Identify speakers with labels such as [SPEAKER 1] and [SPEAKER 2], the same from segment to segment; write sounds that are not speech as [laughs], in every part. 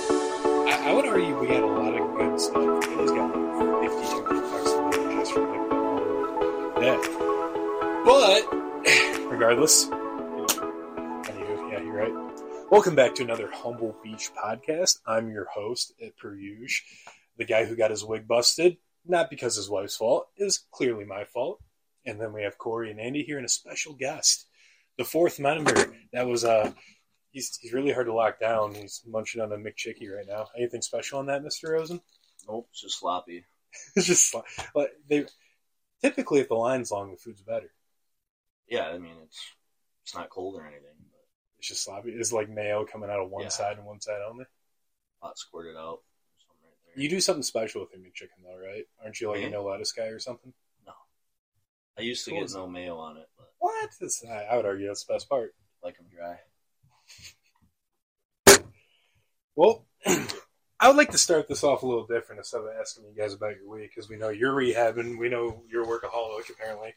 [SPEAKER 1] I, I would argue we had a lot of good stuff. Billy's got like 52 podcasts in the past for like that. But [sighs] regardless, anywho, yeah, you're right. Welcome back to another Humble Beach podcast. I'm your host at Peruge, the guy who got his wig busted, not because his wife's fault, it was clearly my fault. And then we have Corey and Andy here, and a special guest, the fourth member. That was uh, he's he's really hard to lock down. He's munching on a McChicky right now. Anything special on that, Mister Rosen? [laughs]
[SPEAKER 2] Nope, it's just sloppy.
[SPEAKER 1] it's just like- like they typically if the line's long, the food's better.
[SPEAKER 2] Yeah, I mean it's it's not cold or anything, but
[SPEAKER 1] It's just sloppy. It's like mayo coming out of one
[SPEAKER 2] Yeah.
[SPEAKER 1] side and one side only.
[SPEAKER 2] pot squirted out. Something right there.
[SPEAKER 1] You do something special with your McChicken though, right? Aren't you like
[SPEAKER 2] Me?
[SPEAKER 1] a no lettuce guy or something?
[SPEAKER 2] I used to
[SPEAKER 1] What
[SPEAKER 2] get
[SPEAKER 1] was
[SPEAKER 2] no mayo on it, but
[SPEAKER 1] What? That's, I I would argue that's the best part.
[SPEAKER 2] like I'm dry.
[SPEAKER 1] Well, [clears throat] I would like to start this off a little different instead of asking you guys about your week because we know you're rehabbing, we know you're a workaholic apparently,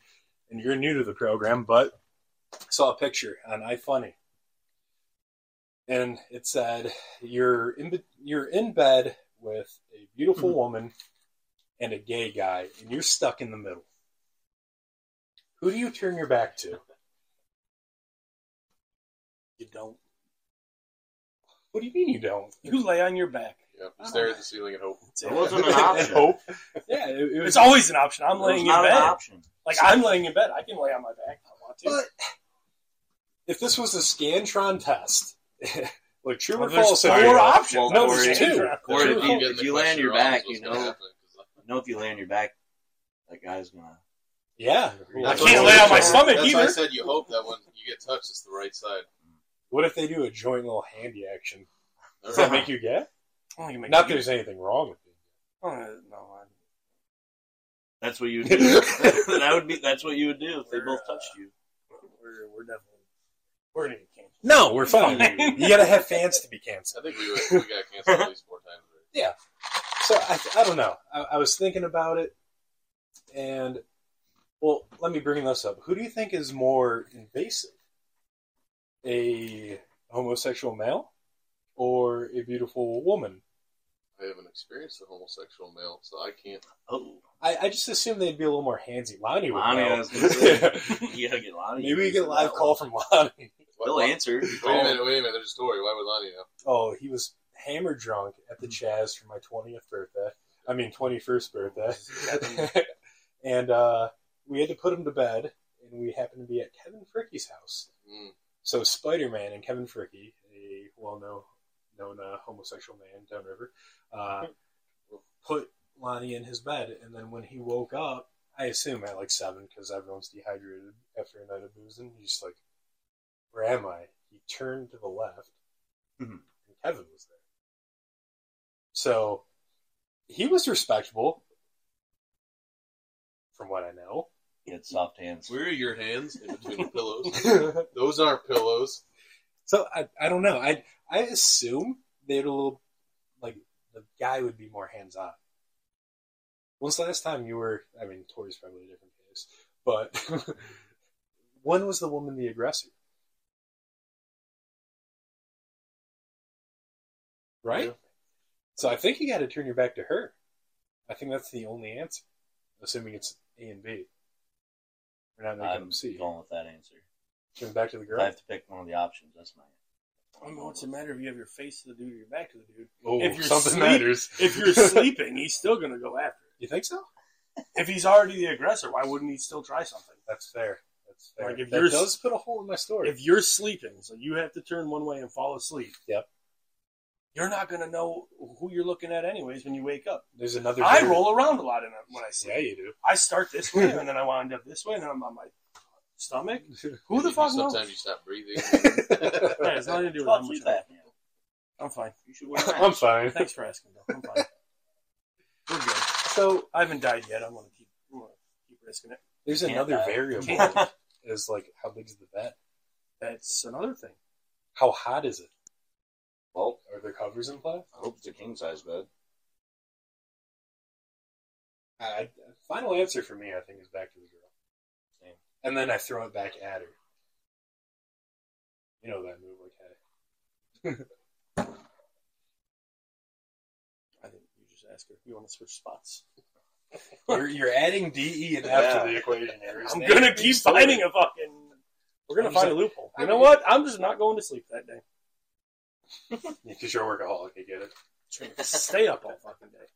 [SPEAKER 1] and you're new to the program. But I saw a picture on iFunny, and it said you're in be- you're in bed with a beautiful
[SPEAKER 3] Hmm.
[SPEAKER 2] Mhm.
[SPEAKER 1] woman and a gay guy, and you're stuck in the middle. Who do you turn your back to?
[SPEAKER 3] You don't.
[SPEAKER 1] What do you mean you don't?
[SPEAKER 3] You lay on your back.
[SPEAKER 4] Yep. Stare at the ceiling and hope.
[SPEAKER 3] That's
[SPEAKER 2] It
[SPEAKER 3] it.
[SPEAKER 2] wasn't
[SPEAKER 4] [laughs]
[SPEAKER 2] an
[SPEAKER 1] And [laughs]
[SPEAKER 2] option.
[SPEAKER 1] hope. Yeah, it, it was
[SPEAKER 3] It's always an option. I'm
[SPEAKER 2] It
[SPEAKER 3] laying in
[SPEAKER 2] was not
[SPEAKER 3] bed.
[SPEAKER 2] an option.
[SPEAKER 3] Like I'm laying in bed. I can lay on my back if I want to.
[SPEAKER 1] But if this was a Scantron test, [laughs] like true
[SPEAKER 3] Well,
[SPEAKER 1] or
[SPEAKER 3] there's
[SPEAKER 1] false,
[SPEAKER 3] four
[SPEAKER 1] if you-
[SPEAKER 3] options.
[SPEAKER 2] Well,
[SPEAKER 1] no,
[SPEAKER 2] Corey,
[SPEAKER 1] there's two.
[SPEAKER 3] Corey,
[SPEAKER 2] Corey,
[SPEAKER 1] True
[SPEAKER 2] if
[SPEAKER 1] or
[SPEAKER 2] you,
[SPEAKER 1] false?
[SPEAKER 2] if you land your back, you know, you know if you land your back, that guy's gonna.
[SPEAKER 1] Yeah.
[SPEAKER 3] I can't lay on my stomach
[SPEAKER 4] That's why I
[SPEAKER 3] either.
[SPEAKER 4] said you hope that when you get touched, it's the
[SPEAKER 2] [laughs]
[SPEAKER 4] right side.
[SPEAKER 1] What if they do a joint little handy
[SPEAKER 3] [laughs]
[SPEAKER 1] action? Does
[SPEAKER 4] All
[SPEAKER 1] that
[SPEAKER 4] right.
[SPEAKER 1] make you gay?
[SPEAKER 3] I don't even make
[SPEAKER 1] Not that there's anything wrong with it.
[SPEAKER 3] Uh, no, I-
[SPEAKER 2] That's what you would do.
[SPEAKER 4] [laughs]
[SPEAKER 2] [laughs] that would be. That's what you would do if they both touched you.
[SPEAKER 3] we're we're definitely we're gonna get canceled.
[SPEAKER 1] No, we're fine. you gotta have fans to be canceled.
[SPEAKER 4] I think we, were, we got canceled at least four times. Already.
[SPEAKER 1] So I, I don't know. I, I was thinking about it, and well, let me bring this up. Who do you think is more invasive, a homosexual male or a beautiful woman?
[SPEAKER 4] I haven't experienced a homosexual male, so I can't.
[SPEAKER 2] Oh, [laughs]
[SPEAKER 1] I, I just assume they'd be a little more handsy. Lonnie would
[SPEAKER 2] Lonnie,
[SPEAKER 1] know.
[SPEAKER 2] I was gonna say. you gotta get Lonnie.
[SPEAKER 1] [laughs] Maybe we get a live call from Lonnie.
[SPEAKER 2] He'll
[SPEAKER 4] why-
[SPEAKER 2] answer.
[SPEAKER 4] Wait a minute, wait a minute. There's a story. Why would Lonnie know?
[SPEAKER 1] Oh, he was hammer drunk at the Chaz for my twentieth birthday. I mean, twenty first birthday. [laughs] and uh, we had to put him to bed, and we happened to be at Kevin Fricke's house.
[SPEAKER 4] Mm.
[SPEAKER 1] So Spider Man and Kevin Fricke, a well known known uh, homosexual man downriver, uh, put Lonnie in his bed, and then when he woke up, I assume at like seven because everyone's dehydrated after a night of boozing, he's just like, "Where am I?" He turned to the left,
[SPEAKER 2] Mhm.
[SPEAKER 1] and Kevin was there. So he was respectable, from what I know.
[SPEAKER 2] Get soft hands.
[SPEAKER 4] Where are your hands in between the pillows? [laughs]
[SPEAKER 2] [laughs]
[SPEAKER 4] Those aren't pillows.
[SPEAKER 1] So I, I don't know. I I assume they'd a little like the guy would be more hands on. When's the last time you were? I mean, Tori's probably a different case, but [laughs] when was the woman the aggressor? Right.
[SPEAKER 4] Yeah.
[SPEAKER 1] So I think you got to turn your back to her. I think that's the only answer, assuming it's A and B. We're not making
[SPEAKER 2] I'm
[SPEAKER 1] them C.
[SPEAKER 2] going with that answer.
[SPEAKER 1] Turn back to the
[SPEAKER 2] If I
[SPEAKER 1] girl.
[SPEAKER 2] have to pick one of the options, that's my.
[SPEAKER 3] I don't know what's the matter if you have your face to the dude or your back to the dude.
[SPEAKER 1] Oh,
[SPEAKER 3] if you're
[SPEAKER 1] something
[SPEAKER 3] sleep-
[SPEAKER 1] matters. [laughs]
[SPEAKER 3] If you're sleeping, he's still gonna go after.
[SPEAKER 1] you think so?
[SPEAKER 3] It. If he's already the aggressor, why wouldn't he still try something?
[SPEAKER 1] That's fair. That's fair.
[SPEAKER 3] Like, if
[SPEAKER 1] that
[SPEAKER 3] you're-
[SPEAKER 1] does put a hole in my story.
[SPEAKER 3] If you're sleeping, so you have to turn one way and fall asleep.
[SPEAKER 1] Yep.
[SPEAKER 3] You're not gonna know who you're looking at anyways when you wake up.
[SPEAKER 1] There's another.
[SPEAKER 3] I
[SPEAKER 1] variable.
[SPEAKER 3] roll around a lot in it when I sleep.
[SPEAKER 1] Yeah, you
[SPEAKER 3] I start
[SPEAKER 1] [laughs]
[SPEAKER 3] this way and then I wind up this way and then I'm on my stomach.
[SPEAKER 1] do.
[SPEAKER 3] Who the fuck knows?
[SPEAKER 4] Sometimes you
[SPEAKER 2] [laughs]
[SPEAKER 4] stop breathing.
[SPEAKER 3] Yeah, it's nothing to do with how
[SPEAKER 2] Fuck
[SPEAKER 3] much
[SPEAKER 2] you,
[SPEAKER 3] I-
[SPEAKER 2] Batman.
[SPEAKER 3] I'm fine.
[SPEAKER 2] You should wear a
[SPEAKER 1] [laughs] [laughs] I'm
[SPEAKER 2] mask.
[SPEAKER 1] fine.
[SPEAKER 3] Thanks for asking, though. I'm [laughs] fine. We're good.
[SPEAKER 1] So
[SPEAKER 3] I haven't died yet. I'm gonna keep. I'm gonna keep risking it.
[SPEAKER 1] there's
[SPEAKER 2] Can't
[SPEAKER 1] another
[SPEAKER 2] die.
[SPEAKER 1] variable is like how big is the bed?
[SPEAKER 3] That's another thing.
[SPEAKER 1] How hot is it?
[SPEAKER 2] Well,
[SPEAKER 1] Are there covers in play?
[SPEAKER 2] I hope it's a king size bed.
[SPEAKER 1] I, final answer for me, I think, is back to the girl.
[SPEAKER 2] Same.
[SPEAKER 1] And then I throw it back at her. You know that move, like hey.
[SPEAKER 3] Tasker. You want to switch spots?
[SPEAKER 1] You're, you're adding DE and F
[SPEAKER 4] Yeah.
[SPEAKER 1] to the equation here.
[SPEAKER 3] I'm gonna keep finding a fucking. We're gonna
[SPEAKER 1] I'm
[SPEAKER 3] find
[SPEAKER 1] just-
[SPEAKER 3] a loophole. You
[SPEAKER 4] I
[SPEAKER 3] know
[SPEAKER 4] mean-
[SPEAKER 3] what? I'm just not going to sleep that day. [laughs]
[SPEAKER 1] Because you're a workaholic, I get it.
[SPEAKER 3] Stay up all fucking day.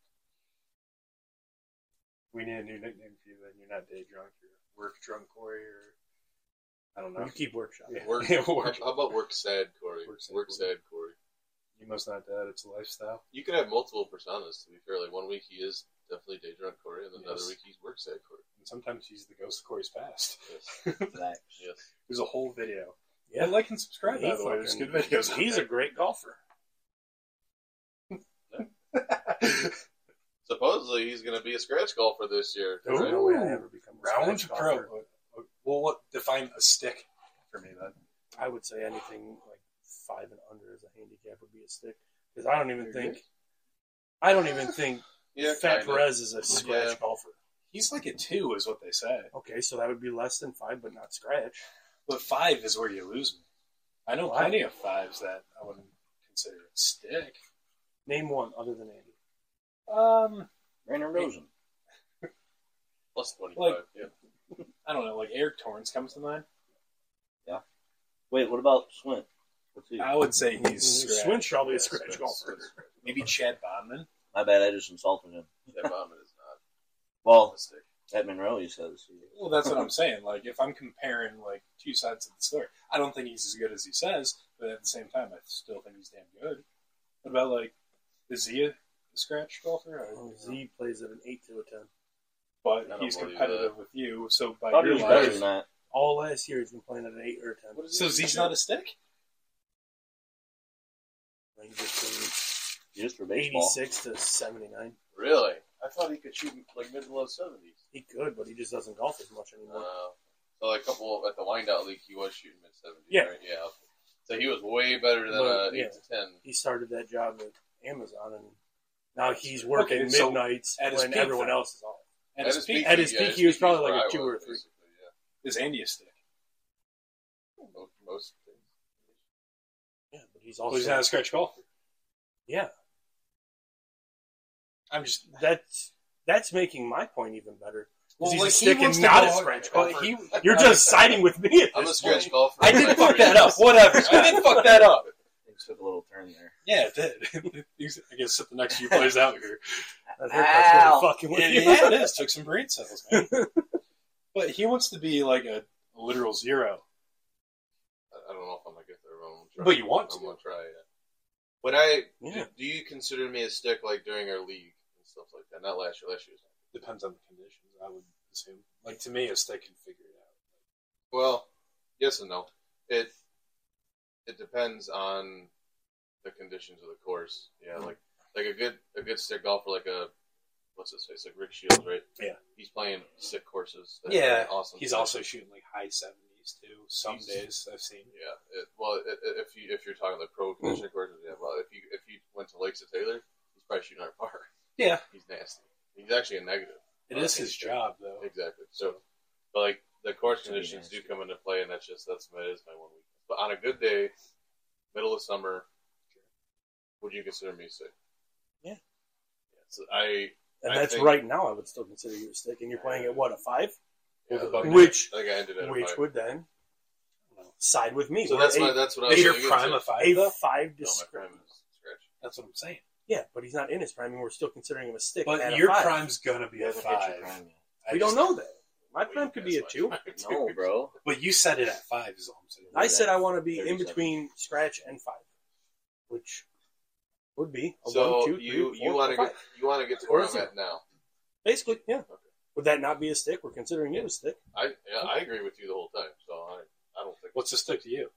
[SPEAKER 1] We need a new nickname for you, then you're not day drunk, you're work drunk, Corey, or I don't know.
[SPEAKER 3] You keep workshop.
[SPEAKER 1] Yeah.
[SPEAKER 4] Work,
[SPEAKER 1] Yeah,
[SPEAKER 4] how,
[SPEAKER 1] work.
[SPEAKER 4] how about work sad, Corey?
[SPEAKER 1] Work
[SPEAKER 4] Work
[SPEAKER 1] sad,
[SPEAKER 4] sad,
[SPEAKER 1] Corey.
[SPEAKER 4] Corey.
[SPEAKER 1] You must not doubt it's a lifestyle.
[SPEAKER 4] You could have multiple personas, to be fair. Like, one week he is definitely day drunk Corey, and then another
[SPEAKER 1] Yes.
[SPEAKER 4] week he's work sad Corey.
[SPEAKER 1] And sometimes he's the ghost of Corey's past. [laughs]
[SPEAKER 4] Yes.
[SPEAKER 2] Relax.
[SPEAKER 4] yes.
[SPEAKER 1] There's a whole video.
[SPEAKER 3] Yeah.
[SPEAKER 1] And like and subscribe,
[SPEAKER 3] He
[SPEAKER 1] by the way. There's good
[SPEAKER 3] fucking-
[SPEAKER 1] videos. on [laughs]
[SPEAKER 3] He's a
[SPEAKER 1] there.
[SPEAKER 3] great golfer.
[SPEAKER 4] Supposedly, he's going to be a scratch golfer this year.
[SPEAKER 1] There's
[SPEAKER 4] right?
[SPEAKER 1] no way I ever become a
[SPEAKER 3] Round
[SPEAKER 1] scratch
[SPEAKER 3] pro.
[SPEAKER 1] golfer. Well, what define a stick for me then?
[SPEAKER 3] I would say anything like five and under as a handicap would be a stick because I don't even think. I don't even think
[SPEAKER 4] Yeah,
[SPEAKER 3] Fat
[SPEAKER 4] kinda.
[SPEAKER 3] Perez is a scratch
[SPEAKER 4] Yeah.
[SPEAKER 3] golfer.
[SPEAKER 1] He's like a two, is what they say.
[SPEAKER 3] Okay, so that would be less than five, but not scratch.
[SPEAKER 1] But five is where you lose me. I know
[SPEAKER 3] Why?
[SPEAKER 1] plenty of fives that I wouldn't consider a stick.
[SPEAKER 3] Name one other than Andy.
[SPEAKER 1] Um,
[SPEAKER 2] Rainer Rosen.
[SPEAKER 4] Plus 25.
[SPEAKER 1] Like-
[SPEAKER 4] yeah.
[SPEAKER 1] I don't know. Like Eric Torrance comes to mind.
[SPEAKER 2] Wait, what about Swint? What's he?
[SPEAKER 4] Uh,
[SPEAKER 1] I would say he's
[SPEAKER 3] Swin's probably a
[SPEAKER 4] Yes,
[SPEAKER 3] scratch
[SPEAKER 4] yes,
[SPEAKER 3] golfer.
[SPEAKER 4] yes, yes.
[SPEAKER 1] Maybe Chad Bondman.
[SPEAKER 2] My bad, I just insulted him.
[SPEAKER 4] That vomit is [laughs] not a
[SPEAKER 2] Well,
[SPEAKER 4] mistake.
[SPEAKER 2] at Monroe, he says.
[SPEAKER 1] Well, that's what I'm saying. Like if I'm comparing like two sides of the story, I don't think he's as good as he says. But at the same time, I still think he's damn good. What about like is he a scratch golfer? I don't
[SPEAKER 3] Oh,
[SPEAKER 1] know.
[SPEAKER 3] Z plays at an eight to a ten.
[SPEAKER 1] But
[SPEAKER 4] I don't
[SPEAKER 1] he's
[SPEAKER 4] believe
[SPEAKER 1] competitive with you, so by
[SPEAKER 2] Probably
[SPEAKER 1] your
[SPEAKER 2] was
[SPEAKER 4] Oh, You're
[SPEAKER 2] better
[SPEAKER 4] right.
[SPEAKER 2] than
[SPEAKER 1] life,
[SPEAKER 2] that.
[SPEAKER 3] All last year he's been playing at an eight or a ten.
[SPEAKER 4] What is
[SPEAKER 1] so Z's not a stick.
[SPEAKER 3] Like, he's just
[SPEAKER 2] Just for
[SPEAKER 3] been
[SPEAKER 2] baseball.
[SPEAKER 3] eighty-six to seventy-nine.
[SPEAKER 4] Really? I thought he could shoot like mid to low 70s.
[SPEAKER 3] He could, but he just doesn't golf as much anymore.
[SPEAKER 4] Uh, so like a couple at the windout league, he was shooting mid seventies.
[SPEAKER 3] Yeah.
[SPEAKER 4] right? yeah. So he was way better than
[SPEAKER 3] But,
[SPEAKER 4] uh, eight
[SPEAKER 3] yeah.
[SPEAKER 4] to ten.
[SPEAKER 3] he started that job at Amazon, and now he's working
[SPEAKER 1] Okay, so
[SPEAKER 3] midnights
[SPEAKER 1] at his
[SPEAKER 3] when
[SPEAKER 1] peak,
[SPEAKER 3] everyone
[SPEAKER 1] then.
[SPEAKER 3] else is off.
[SPEAKER 1] And his peak
[SPEAKER 3] at his peak, he was probably like a
[SPEAKER 4] where I
[SPEAKER 3] two
[SPEAKER 4] was,
[SPEAKER 3] or three.
[SPEAKER 4] basically,
[SPEAKER 1] is Andy a stick?
[SPEAKER 4] Yeah. Most, most things.
[SPEAKER 3] Yeah, but he's
[SPEAKER 1] Well,
[SPEAKER 3] also
[SPEAKER 1] he's not a scratch golfer.
[SPEAKER 3] yeah.
[SPEAKER 1] I'm just [laughs]
[SPEAKER 3] That's that's making my point even better. 'Cause
[SPEAKER 1] Well,
[SPEAKER 3] he's
[SPEAKER 1] like, he
[SPEAKER 3] a stick
[SPEAKER 1] wants
[SPEAKER 3] and
[SPEAKER 1] to
[SPEAKER 3] not a
[SPEAKER 1] go-
[SPEAKER 3] scratch
[SPEAKER 1] well,
[SPEAKER 3] golfer.
[SPEAKER 1] he-
[SPEAKER 3] [laughs] You're just siding with me at this
[SPEAKER 4] I'm a scratch
[SPEAKER 3] point.
[SPEAKER 4] golfer.
[SPEAKER 1] I did fuck that up. Whatever. I did fuck that up.
[SPEAKER 2] It took a little turn there.
[SPEAKER 1] Yeah, it did. [laughs] I guess set the next few plays out here.
[SPEAKER 3] That haircut's really
[SPEAKER 2] Ow.
[SPEAKER 4] [laughs]
[SPEAKER 3] fucking with you.
[SPEAKER 1] yeah, it is. Took some brain cells, man. but he wants to be like a literal zero.
[SPEAKER 4] I don't know if I'm gonna get there. but I'm gonna try.
[SPEAKER 1] But you want
[SPEAKER 4] I'm
[SPEAKER 1] to.
[SPEAKER 4] gonna try it. When I
[SPEAKER 1] [laughs]
[SPEAKER 3] Yeah.
[SPEAKER 4] do, do you consider me a stick like during our league and stuff like that? Not last year. Last year was
[SPEAKER 1] Depends on the conditions, I would assume. Like to me, a stick can figure it out.
[SPEAKER 4] Well, yes and no. It it depends on the conditions of the course. Yeah,
[SPEAKER 1] Mm-hmm.
[SPEAKER 4] like like a good a good stick golfer, like a what's his face, like Rick Shields, right?
[SPEAKER 1] Yeah.
[SPEAKER 4] he's playing sick courses. that
[SPEAKER 1] Yeah.
[SPEAKER 4] are awesome.
[SPEAKER 1] He's also shooting like high seventies too. Some
[SPEAKER 4] He's-
[SPEAKER 1] days I've seen.
[SPEAKER 4] yeah. It, well, i i if you if you're talking like pro condition courses, yeah. Well, if you if you went to Lakes of Taylor, he's probably shooting our par.
[SPEAKER 1] Yeah.
[SPEAKER 4] [laughs] he's nasty. He's actually a negative.
[SPEAKER 1] It is his job though.
[SPEAKER 4] Exactly. So, but like the course
[SPEAKER 2] Should be
[SPEAKER 4] conditions do
[SPEAKER 2] nasty.
[SPEAKER 4] come into play, and that's just that's that is my one weakness. But on a good day, middle of summer, would you consider me sick?
[SPEAKER 2] Yeah.
[SPEAKER 4] So I
[SPEAKER 3] And
[SPEAKER 4] I
[SPEAKER 3] that's
[SPEAKER 4] think-
[SPEAKER 3] right now. I would still consider you a stick, and you're playing at what a five,
[SPEAKER 1] With a
[SPEAKER 4] yeah,
[SPEAKER 1] bucket.
[SPEAKER 3] which
[SPEAKER 4] I think I ended at a
[SPEAKER 3] which
[SPEAKER 4] five.
[SPEAKER 3] would then side with me.
[SPEAKER 4] so
[SPEAKER 3] We're
[SPEAKER 4] that's
[SPEAKER 3] a,
[SPEAKER 4] my that's what I
[SPEAKER 1] Is
[SPEAKER 4] was
[SPEAKER 1] your
[SPEAKER 4] gonna get
[SPEAKER 1] prime
[SPEAKER 4] to.
[SPEAKER 1] a five?
[SPEAKER 3] a
[SPEAKER 1] though?
[SPEAKER 3] five
[SPEAKER 4] No, my
[SPEAKER 3] discrepancy.
[SPEAKER 4] prime is scratch.
[SPEAKER 1] That's what I'm saying.
[SPEAKER 3] Yeah, but he's not in his prime, and we're still considering him a stick. at
[SPEAKER 1] But
[SPEAKER 3] a
[SPEAKER 1] your
[SPEAKER 3] five.
[SPEAKER 1] prime's gonna be
[SPEAKER 2] You
[SPEAKER 1] a
[SPEAKER 2] haven't hit
[SPEAKER 1] five.
[SPEAKER 2] your prime yet.
[SPEAKER 1] I
[SPEAKER 3] we
[SPEAKER 1] just-
[SPEAKER 3] don't know that. My
[SPEAKER 4] Well,
[SPEAKER 3] prime
[SPEAKER 4] you
[SPEAKER 3] could
[SPEAKER 4] guys
[SPEAKER 3] be a
[SPEAKER 4] watch
[SPEAKER 3] two.
[SPEAKER 4] my [laughs]
[SPEAKER 5] [laughs]
[SPEAKER 2] No,
[SPEAKER 4] dude.
[SPEAKER 2] bro.
[SPEAKER 1] But you said it at five is all I'm saying.
[SPEAKER 3] I said I want to be in
[SPEAKER 2] 37.
[SPEAKER 3] between scratch and five, which would be a
[SPEAKER 4] So
[SPEAKER 3] one, two, three,
[SPEAKER 4] you
[SPEAKER 3] four,
[SPEAKER 4] you want to
[SPEAKER 3] five.
[SPEAKER 4] get you want to get to
[SPEAKER 3] Or
[SPEAKER 4] where I'm
[SPEAKER 3] zero.
[SPEAKER 4] at now?
[SPEAKER 3] basically, yeah. Would that not be a stick? We're considering you a stick.
[SPEAKER 4] I yeah, I agree with you the whole time. So I I don't think
[SPEAKER 1] What's the stick to you?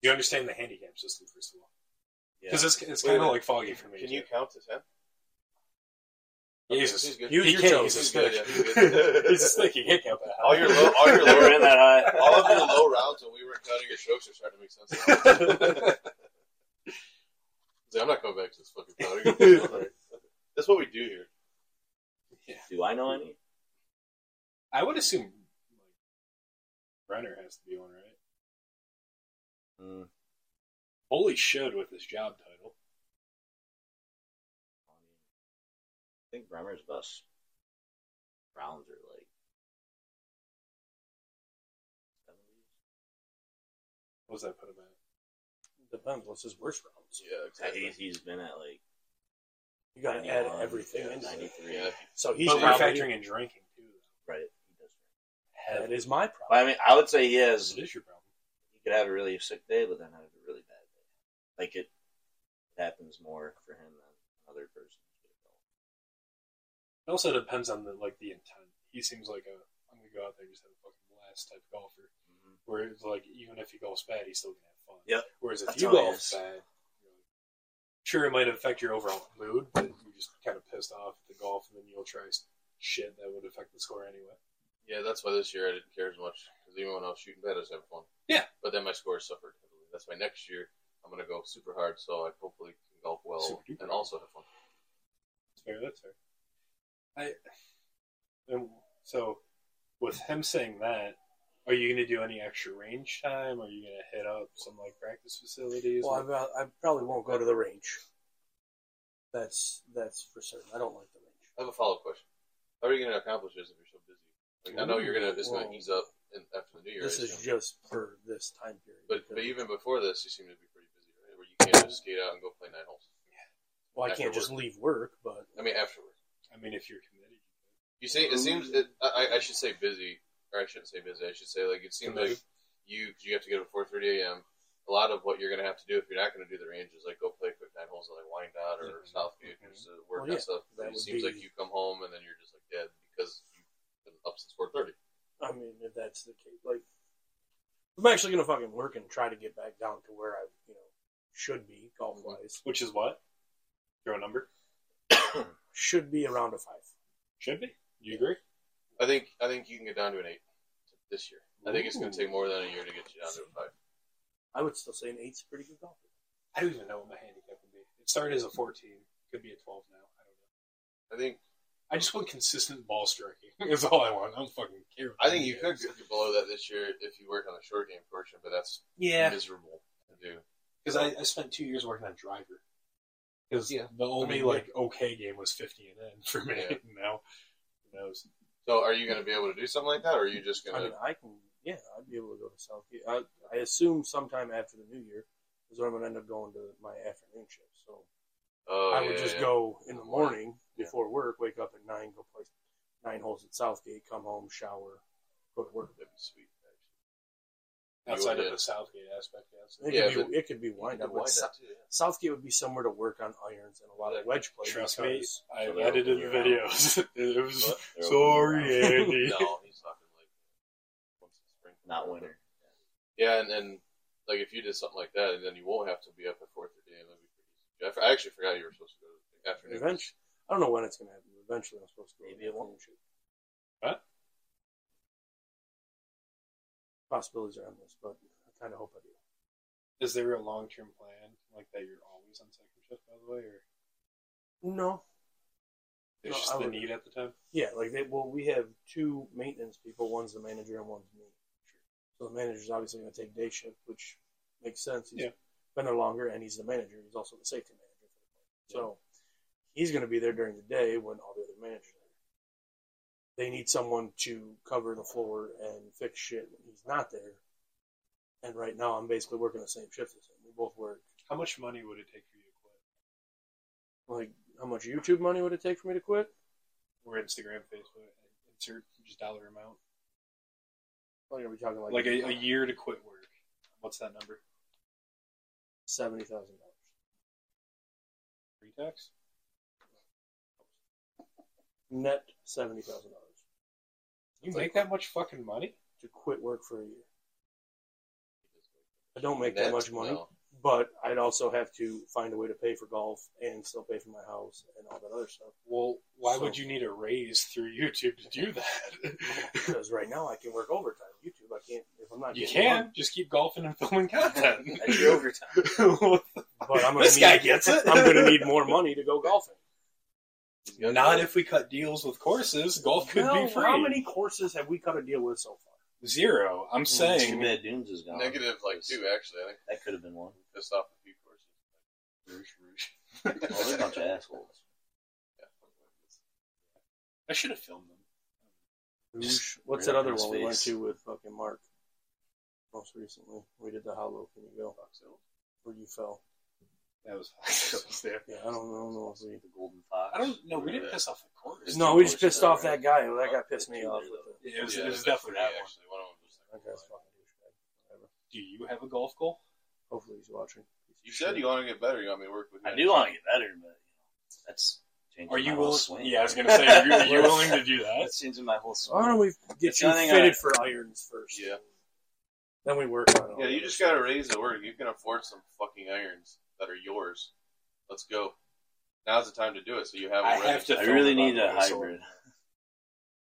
[SPEAKER 1] You understand the handicap system first of all,
[SPEAKER 2] Yeah. [laughs]
[SPEAKER 1] because it's, it's
[SPEAKER 4] Wait,
[SPEAKER 1] kind of
[SPEAKER 4] wait.
[SPEAKER 1] like foggy for me.
[SPEAKER 4] Can
[SPEAKER 1] too.
[SPEAKER 4] you count to ten?
[SPEAKER 1] Jesus,
[SPEAKER 4] He's good.
[SPEAKER 1] You-
[SPEAKER 3] He
[SPEAKER 1] you
[SPEAKER 3] can't.
[SPEAKER 1] chose a
[SPEAKER 4] He's
[SPEAKER 1] stick. [laughs]
[SPEAKER 4] good, yeah, he's good.
[SPEAKER 1] He's a stick. You can't count that.
[SPEAKER 4] [laughs] All your low, all your
[SPEAKER 2] You were
[SPEAKER 4] lower
[SPEAKER 5] [laughs]
[SPEAKER 2] in that high.
[SPEAKER 4] [laughs] All of your low rounds when we were counting your strokes are starting to make sense. [laughs] now. See, I'm not coming back to this fucking crowd. You're gonna be alright. That's what we do here.
[SPEAKER 2] Do I know any?
[SPEAKER 1] I would assume like, Renner has to be one, right?
[SPEAKER 2] Mm.
[SPEAKER 1] Holy should with his job title.
[SPEAKER 5] I think Bremer's best rounds are like seventies.
[SPEAKER 3] What does that put him at? Depends. What's his worst rounds?
[SPEAKER 4] Yeah,
[SPEAKER 5] He's, he's been at like
[SPEAKER 3] You got to add
[SPEAKER 5] 91,
[SPEAKER 3] everything
[SPEAKER 5] yeah,
[SPEAKER 3] into that.
[SPEAKER 5] 93.
[SPEAKER 4] Yeah.
[SPEAKER 3] So he's
[SPEAKER 1] He's but we're
[SPEAKER 3] probably-
[SPEAKER 1] factoring in drinking too.
[SPEAKER 5] Right. He does.
[SPEAKER 3] That is my
[SPEAKER 5] But
[SPEAKER 3] problem.
[SPEAKER 5] I mean, I would say he has.
[SPEAKER 1] It is your problem.
[SPEAKER 5] He could have a really sick day, but then have a really bad day. Like it happens more for him than another person.
[SPEAKER 1] It also depends on the like the intent. He seems like a I'm gonna go out there and just have a fucking blast type golfer.
[SPEAKER 5] Mm-hmm.
[SPEAKER 1] Whereas like even if he golfs bad, he's still gonna have fun.
[SPEAKER 5] Yep.
[SPEAKER 1] Whereas if
[SPEAKER 5] That's
[SPEAKER 1] you
[SPEAKER 5] how
[SPEAKER 1] golf
[SPEAKER 5] it is.
[SPEAKER 1] bad, you're like- sure it might affect your overall mood, but you're just kind of pissed off at the golf, and then you'll try s- shit that would affect the score anyway.
[SPEAKER 4] Yeah, that's why this year I didn't care as much because even when I was shooting bad, I was having fun.
[SPEAKER 1] Yeah.
[SPEAKER 4] but then my scores suffered heavily. That's why next year I'm gonna go super hard, so I hopefully can golf well
[SPEAKER 1] Super duper.
[SPEAKER 4] and also have fun.
[SPEAKER 1] That's fair. That's fair. I and so with him saying that, are you going to do any extra range time? Are you going to hit up some like practice facilities?
[SPEAKER 3] Well, I'm, not- I probably won't go to the range. That's that's for certain. I don't like the range.
[SPEAKER 4] I have a follow up question: How are you gonna accomplish this if you're so busy? Like I know you're gonna it's gonna
[SPEAKER 3] Ooh.
[SPEAKER 4] ease up in, after the new year,
[SPEAKER 3] This
[SPEAKER 4] I
[SPEAKER 3] is
[SPEAKER 4] assume.
[SPEAKER 3] just for this time period.
[SPEAKER 4] but but even before this, you seem to be pretty busy, right? Where you can't just skate out and go play nine holes.
[SPEAKER 3] well, I can't just leave work. But
[SPEAKER 4] I mean, afterwards.
[SPEAKER 1] I mean, if you're committed,
[SPEAKER 4] You see, it seems. It, I, I- I should say busy, or I shouldn't say busy. I should say like it seems
[SPEAKER 1] Committed.
[SPEAKER 4] like you 'cause you have to get up at four thirty a.m. A lot of what you're going to have to do if you're not going to do the range is like go play a quick nine holes at like Wyandotte or
[SPEAKER 1] Mhm.
[SPEAKER 4] Southgate
[SPEAKER 1] Mhm.
[SPEAKER 4] just to work
[SPEAKER 3] Mm-hmm. Well, yeah,
[SPEAKER 4] on stuff.
[SPEAKER 3] that
[SPEAKER 4] It
[SPEAKER 3] would
[SPEAKER 4] seems
[SPEAKER 3] be-
[SPEAKER 4] like you come home and then you're just like dead because you've been up since four thirty.
[SPEAKER 3] I mean, if that's the case, like I'm actually gonna fucking work and try to get back down to where I you know should be golf wise.
[SPEAKER 1] which is what throw a number
[SPEAKER 3] Should be around a five.
[SPEAKER 1] should be. You agree?
[SPEAKER 4] I think I think you can get down to an eight this year. I think it's going
[SPEAKER 1] Ooh.
[SPEAKER 4] to take more than a year to get you down to a five.
[SPEAKER 3] I would still say an eight's a pretty good golf.
[SPEAKER 1] I don't even know what my handicap would be. It started as a 14, could be a 12 now. I don't know.
[SPEAKER 4] I think
[SPEAKER 1] I just want consistent ball striking. [laughs] That's all I want. I don't fucking care.
[SPEAKER 4] I think you could get below that this year if you work on the short game portion, but that's
[SPEAKER 1] Yeah,
[SPEAKER 4] miserable to do.
[SPEAKER 1] because I, I spent two years working on driver. Because
[SPEAKER 4] Yeah.
[SPEAKER 1] the only
[SPEAKER 3] mean,
[SPEAKER 1] like okay game was 50 and in for me.
[SPEAKER 4] Yeah.
[SPEAKER 1] [laughs] Now, who knows?
[SPEAKER 4] So, are you going to be able to do something like that, or are you just going
[SPEAKER 3] I
[SPEAKER 4] to?
[SPEAKER 3] mean, I can, yeah, I'd be able to go to Southgate. I, I assume sometime after the new year is when I'm going to end up going to my afternoon shift. So
[SPEAKER 4] Oh,
[SPEAKER 3] I would
[SPEAKER 4] yeah,
[SPEAKER 3] just
[SPEAKER 4] yeah.
[SPEAKER 3] go in the morning
[SPEAKER 1] Yeah.
[SPEAKER 3] before work, wake up at nine, go play nine holes at Southgate, come home, shower, go to work.
[SPEAKER 4] That'd be sweet. Actually.
[SPEAKER 1] Outside
[SPEAKER 4] would,
[SPEAKER 1] of
[SPEAKER 4] yeah.
[SPEAKER 1] the Southgate aspect, yes.
[SPEAKER 3] It,
[SPEAKER 4] Yeah,
[SPEAKER 3] could, be, it could be wind up.
[SPEAKER 4] You could wind
[SPEAKER 3] but Sou-
[SPEAKER 4] up, too, yeah.
[SPEAKER 3] Southgate would be somewhere to work on irons and a lot of wedge play.
[SPEAKER 1] Trust me,
[SPEAKER 3] because-
[SPEAKER 1] I
[SPEAKER 5] So they're
[SPEAKER 1] edited the
[SPEAKER 5] opening your
[SPEAKER 1] videos. [laughs] it was
[SPEAKER 5] They're open
[SPEAKER 1] sorry,
[SPEAKER 5] around.
[SPEAKER 3] [laughs]
[SPEAKER 1] Andy.
[SPEAKER 4] [laughs] No, he's talking like once in spring.
[SPEAKER 5] Not winter.
[SPEAKER 4] Yeah, and then like if you did something like that, and then you won't have to be up at four thirty, and that'd be pretty easy. I f- I actually forgot you were supposed to go to the afternoon.
[SPEAKER 3] Eventually, I don't know when it's going to happen. but Eventually, I'm supposed to go. to
[SPEAKER 5] Maybe it
[SPEAKER 3] the
[SPEAKER 5] won't.
[SPEAKER 3] afternoon shift.
[SPEAKER 1] Huh?
[SPEAKER 3] Possibilities are endless, but I kind of hope I do.
[SPEAKER 1] Is there a long term plan like that you're always on second shift, by the way? Or
[SPEAKER 3] No.
[SPEAKER 1] it's
[SPEAKER 3] No,
[SPEAKER 1] just
[SPEAKER 3] I
[SPEAKER 1] the
[SPEAKER 3] would-
[SPEAKER 1] need at the time?
[SPEAKER 3] Yeah, like they well, we have two maintenance people. One's the manager and one's me. So the manager's obviously going to take day shift, which makes sense. He's
[SPEAKER 1] Yeah.
[SPEAKER 3] been there longer, and he's the manager. He's also the safety manager. For the club. So he's going to be there during the day when all the other managers are. there. They need someone to cover the floor and fix shit when he's not there. And right now, I'm basically working the same shift as him. We both work.
[SPEAKER 1] How much money would it take for you to quit?
[SPEAKER 3] Like, how much YouTube money would it take for me to quit?
[SPEAKER 1] Or Instagram, Facebook, insert just dollar amount.
[SPEAKER 3] Like, are we talking like
[SPEAKER 1] Like a, a year to quit work. What's that number?
[SPEAKER 3] seventy thousand dollars?
[SPEAKER 1] Pre tax?
[SPEAKER 3] net seventy thousand dollars
[SPEAKER 1] You
[SPEAKER 4] It's
[SPEAKER 1] make
[SPEAKER 4] like-
[SPEAKER 1] that much fucking money?
[SPEAKER 3] to quit work for a year. I don't make
[SPEAKER 4] Net?
[SPEAKER 3] that much money,
[SPEAKER 4] No.
[SPEAKER 3] but I'd also have to find a way to pay for golf and still pay for my house and all that other stuff.
[SPEAKER 1] Well, why
[SPEAKER 3] So-
[SPEAKER 1] would you need a raise through YouTube to do that?
[SPEAKER 3] Because right now I can work overtime. YouTube, I can't if I'm not.
[SPEAKER 1] you
[SPEAKER 3] getting
[SPEAKER 1] can just keep golfing and filming content.
[SPEAKER 5] [laughs] That's your overtime.
[SPEAKER 3] money, but I'm gonna
[SPEAKER 1] this
[SPEAKER 3] need,
[SPEAKER 1] guy gets it.
[SPEAKER 3] I'm going to need more money to
[SPEAKER 1] [laughs]
[SPEAKER 3] go golfing.
[SPEAKER 1] [laughs] Not if we cut deals with courses. Golf could
[SPEAKER 3] Well,
[SPEAKER 1] be free.
[SPEAKER 3] How many courses have we cut a deal with so far?
[SPEAKER 1] Zero. I'm
[SPEAKER 5] Too
[SPEAKER 1] saying.
[SPEAKER 5] bad Dunes is gone.
[SPEAKER 4] negative like two actually. I think
[SPEAKER 5] That could have been one.
[SPEAKER 4] we pissed off a few courses.
[SPEAKER 5] Well, they're a bunch of assholes.
[SPEAKER 4] Yeah.
[SPEAKER 1] I should have filmed them.
[SPEAKER 3] Whoosh. What's
[SPEAKER 5] right
[SPEAKER 3] that
[SPEAKER 5] up
[SPEAKER 3] other
[SPEAKER 5] in his
[SPEAKER 3] one we went
[SPEAKER 5] face.
[SPEAKER 3] to with fucking Mark? Most recently, we did the How Low Can You Go?
[SPEAKER 1] Fox Hills.
[SPEAKER 3] Where you fell?
[SPEAKER 1] That was Fox Hills there.
[SPEAKER 3] Yeah, I don't, I don't know. If we...
[SPEAKER 5] The golden fox.
[SPEAKER 1] I don't know. We didn't
[SPEAKER 4] Yeah.
[SPEAKER 1] piss off the chorus.
[SPEAKER 3] No, we just pissed off that guy. That guy pissed me
[SPEAKER 5] Yeah.
[SPEAKER 3] off. Uh, With the...
[SPEAKER 1] Yeah, it was,
[SPEAKER 4] Yeah,
[SPEAKER 1] it was
[SPEAKER 4] that's
[SPEAKER 1] definitely that
[SPEAKER 4] pretty,
[SPEAKER 1] one.
[SPEAKER 4] Actually, one of them was
[SPEAKER 3] That
[SPEAKER 4] like,
[SPEAKER 3] guy's fucking douchebag. Whatever.
[SPEAKER 1] Do you have a golf goal?
[SPEAKER 3] Hopefully he's watching.
[SPEAKER 4] You said you want to get better. You want me to work with you?
[SPEAKER 5] I do want to get better, but you know, that's changing
[SPEAKER 1] Are you
[SPEAKER 5] my whole
[SPEAKER 1] willing?
[SPEAKER 5] swing.
[SPEAKER 1] Yeah, I was gonna say, are you, are you willing to do that?
[SPEAKER 5] That's changing my whole swing.
[SPEAKER 3] Why don't we get
[SPEAKER 5] It's
[SPEAKER 3] you
[SPEAKER 5] not like
[SPEAKER 3] fitted
[SPEAKER 5] I-
[SPEAKER 3] for irons first?
[SPEAKER 4] Yeah.
[SPEAKER 3] Then we work on it.
[SPEAKER 4] Yeah, you just gotta raise the word. You can afford some fucking irons that are yours. Let's go. Now's the time to do it. So you have.
[SPEAKER 1] I
[SPEAKER 4] them ready.
[SPEAKER 1] have to-
[SPEAKER 5] I really
[SPEAKER 1] Throwing
[SPEAKER 5] need
[SPEAKER 1] about
[SPEAKER 5] a
[SPEAKER 1] the whistle.
[SPEAKER 5] hybrid.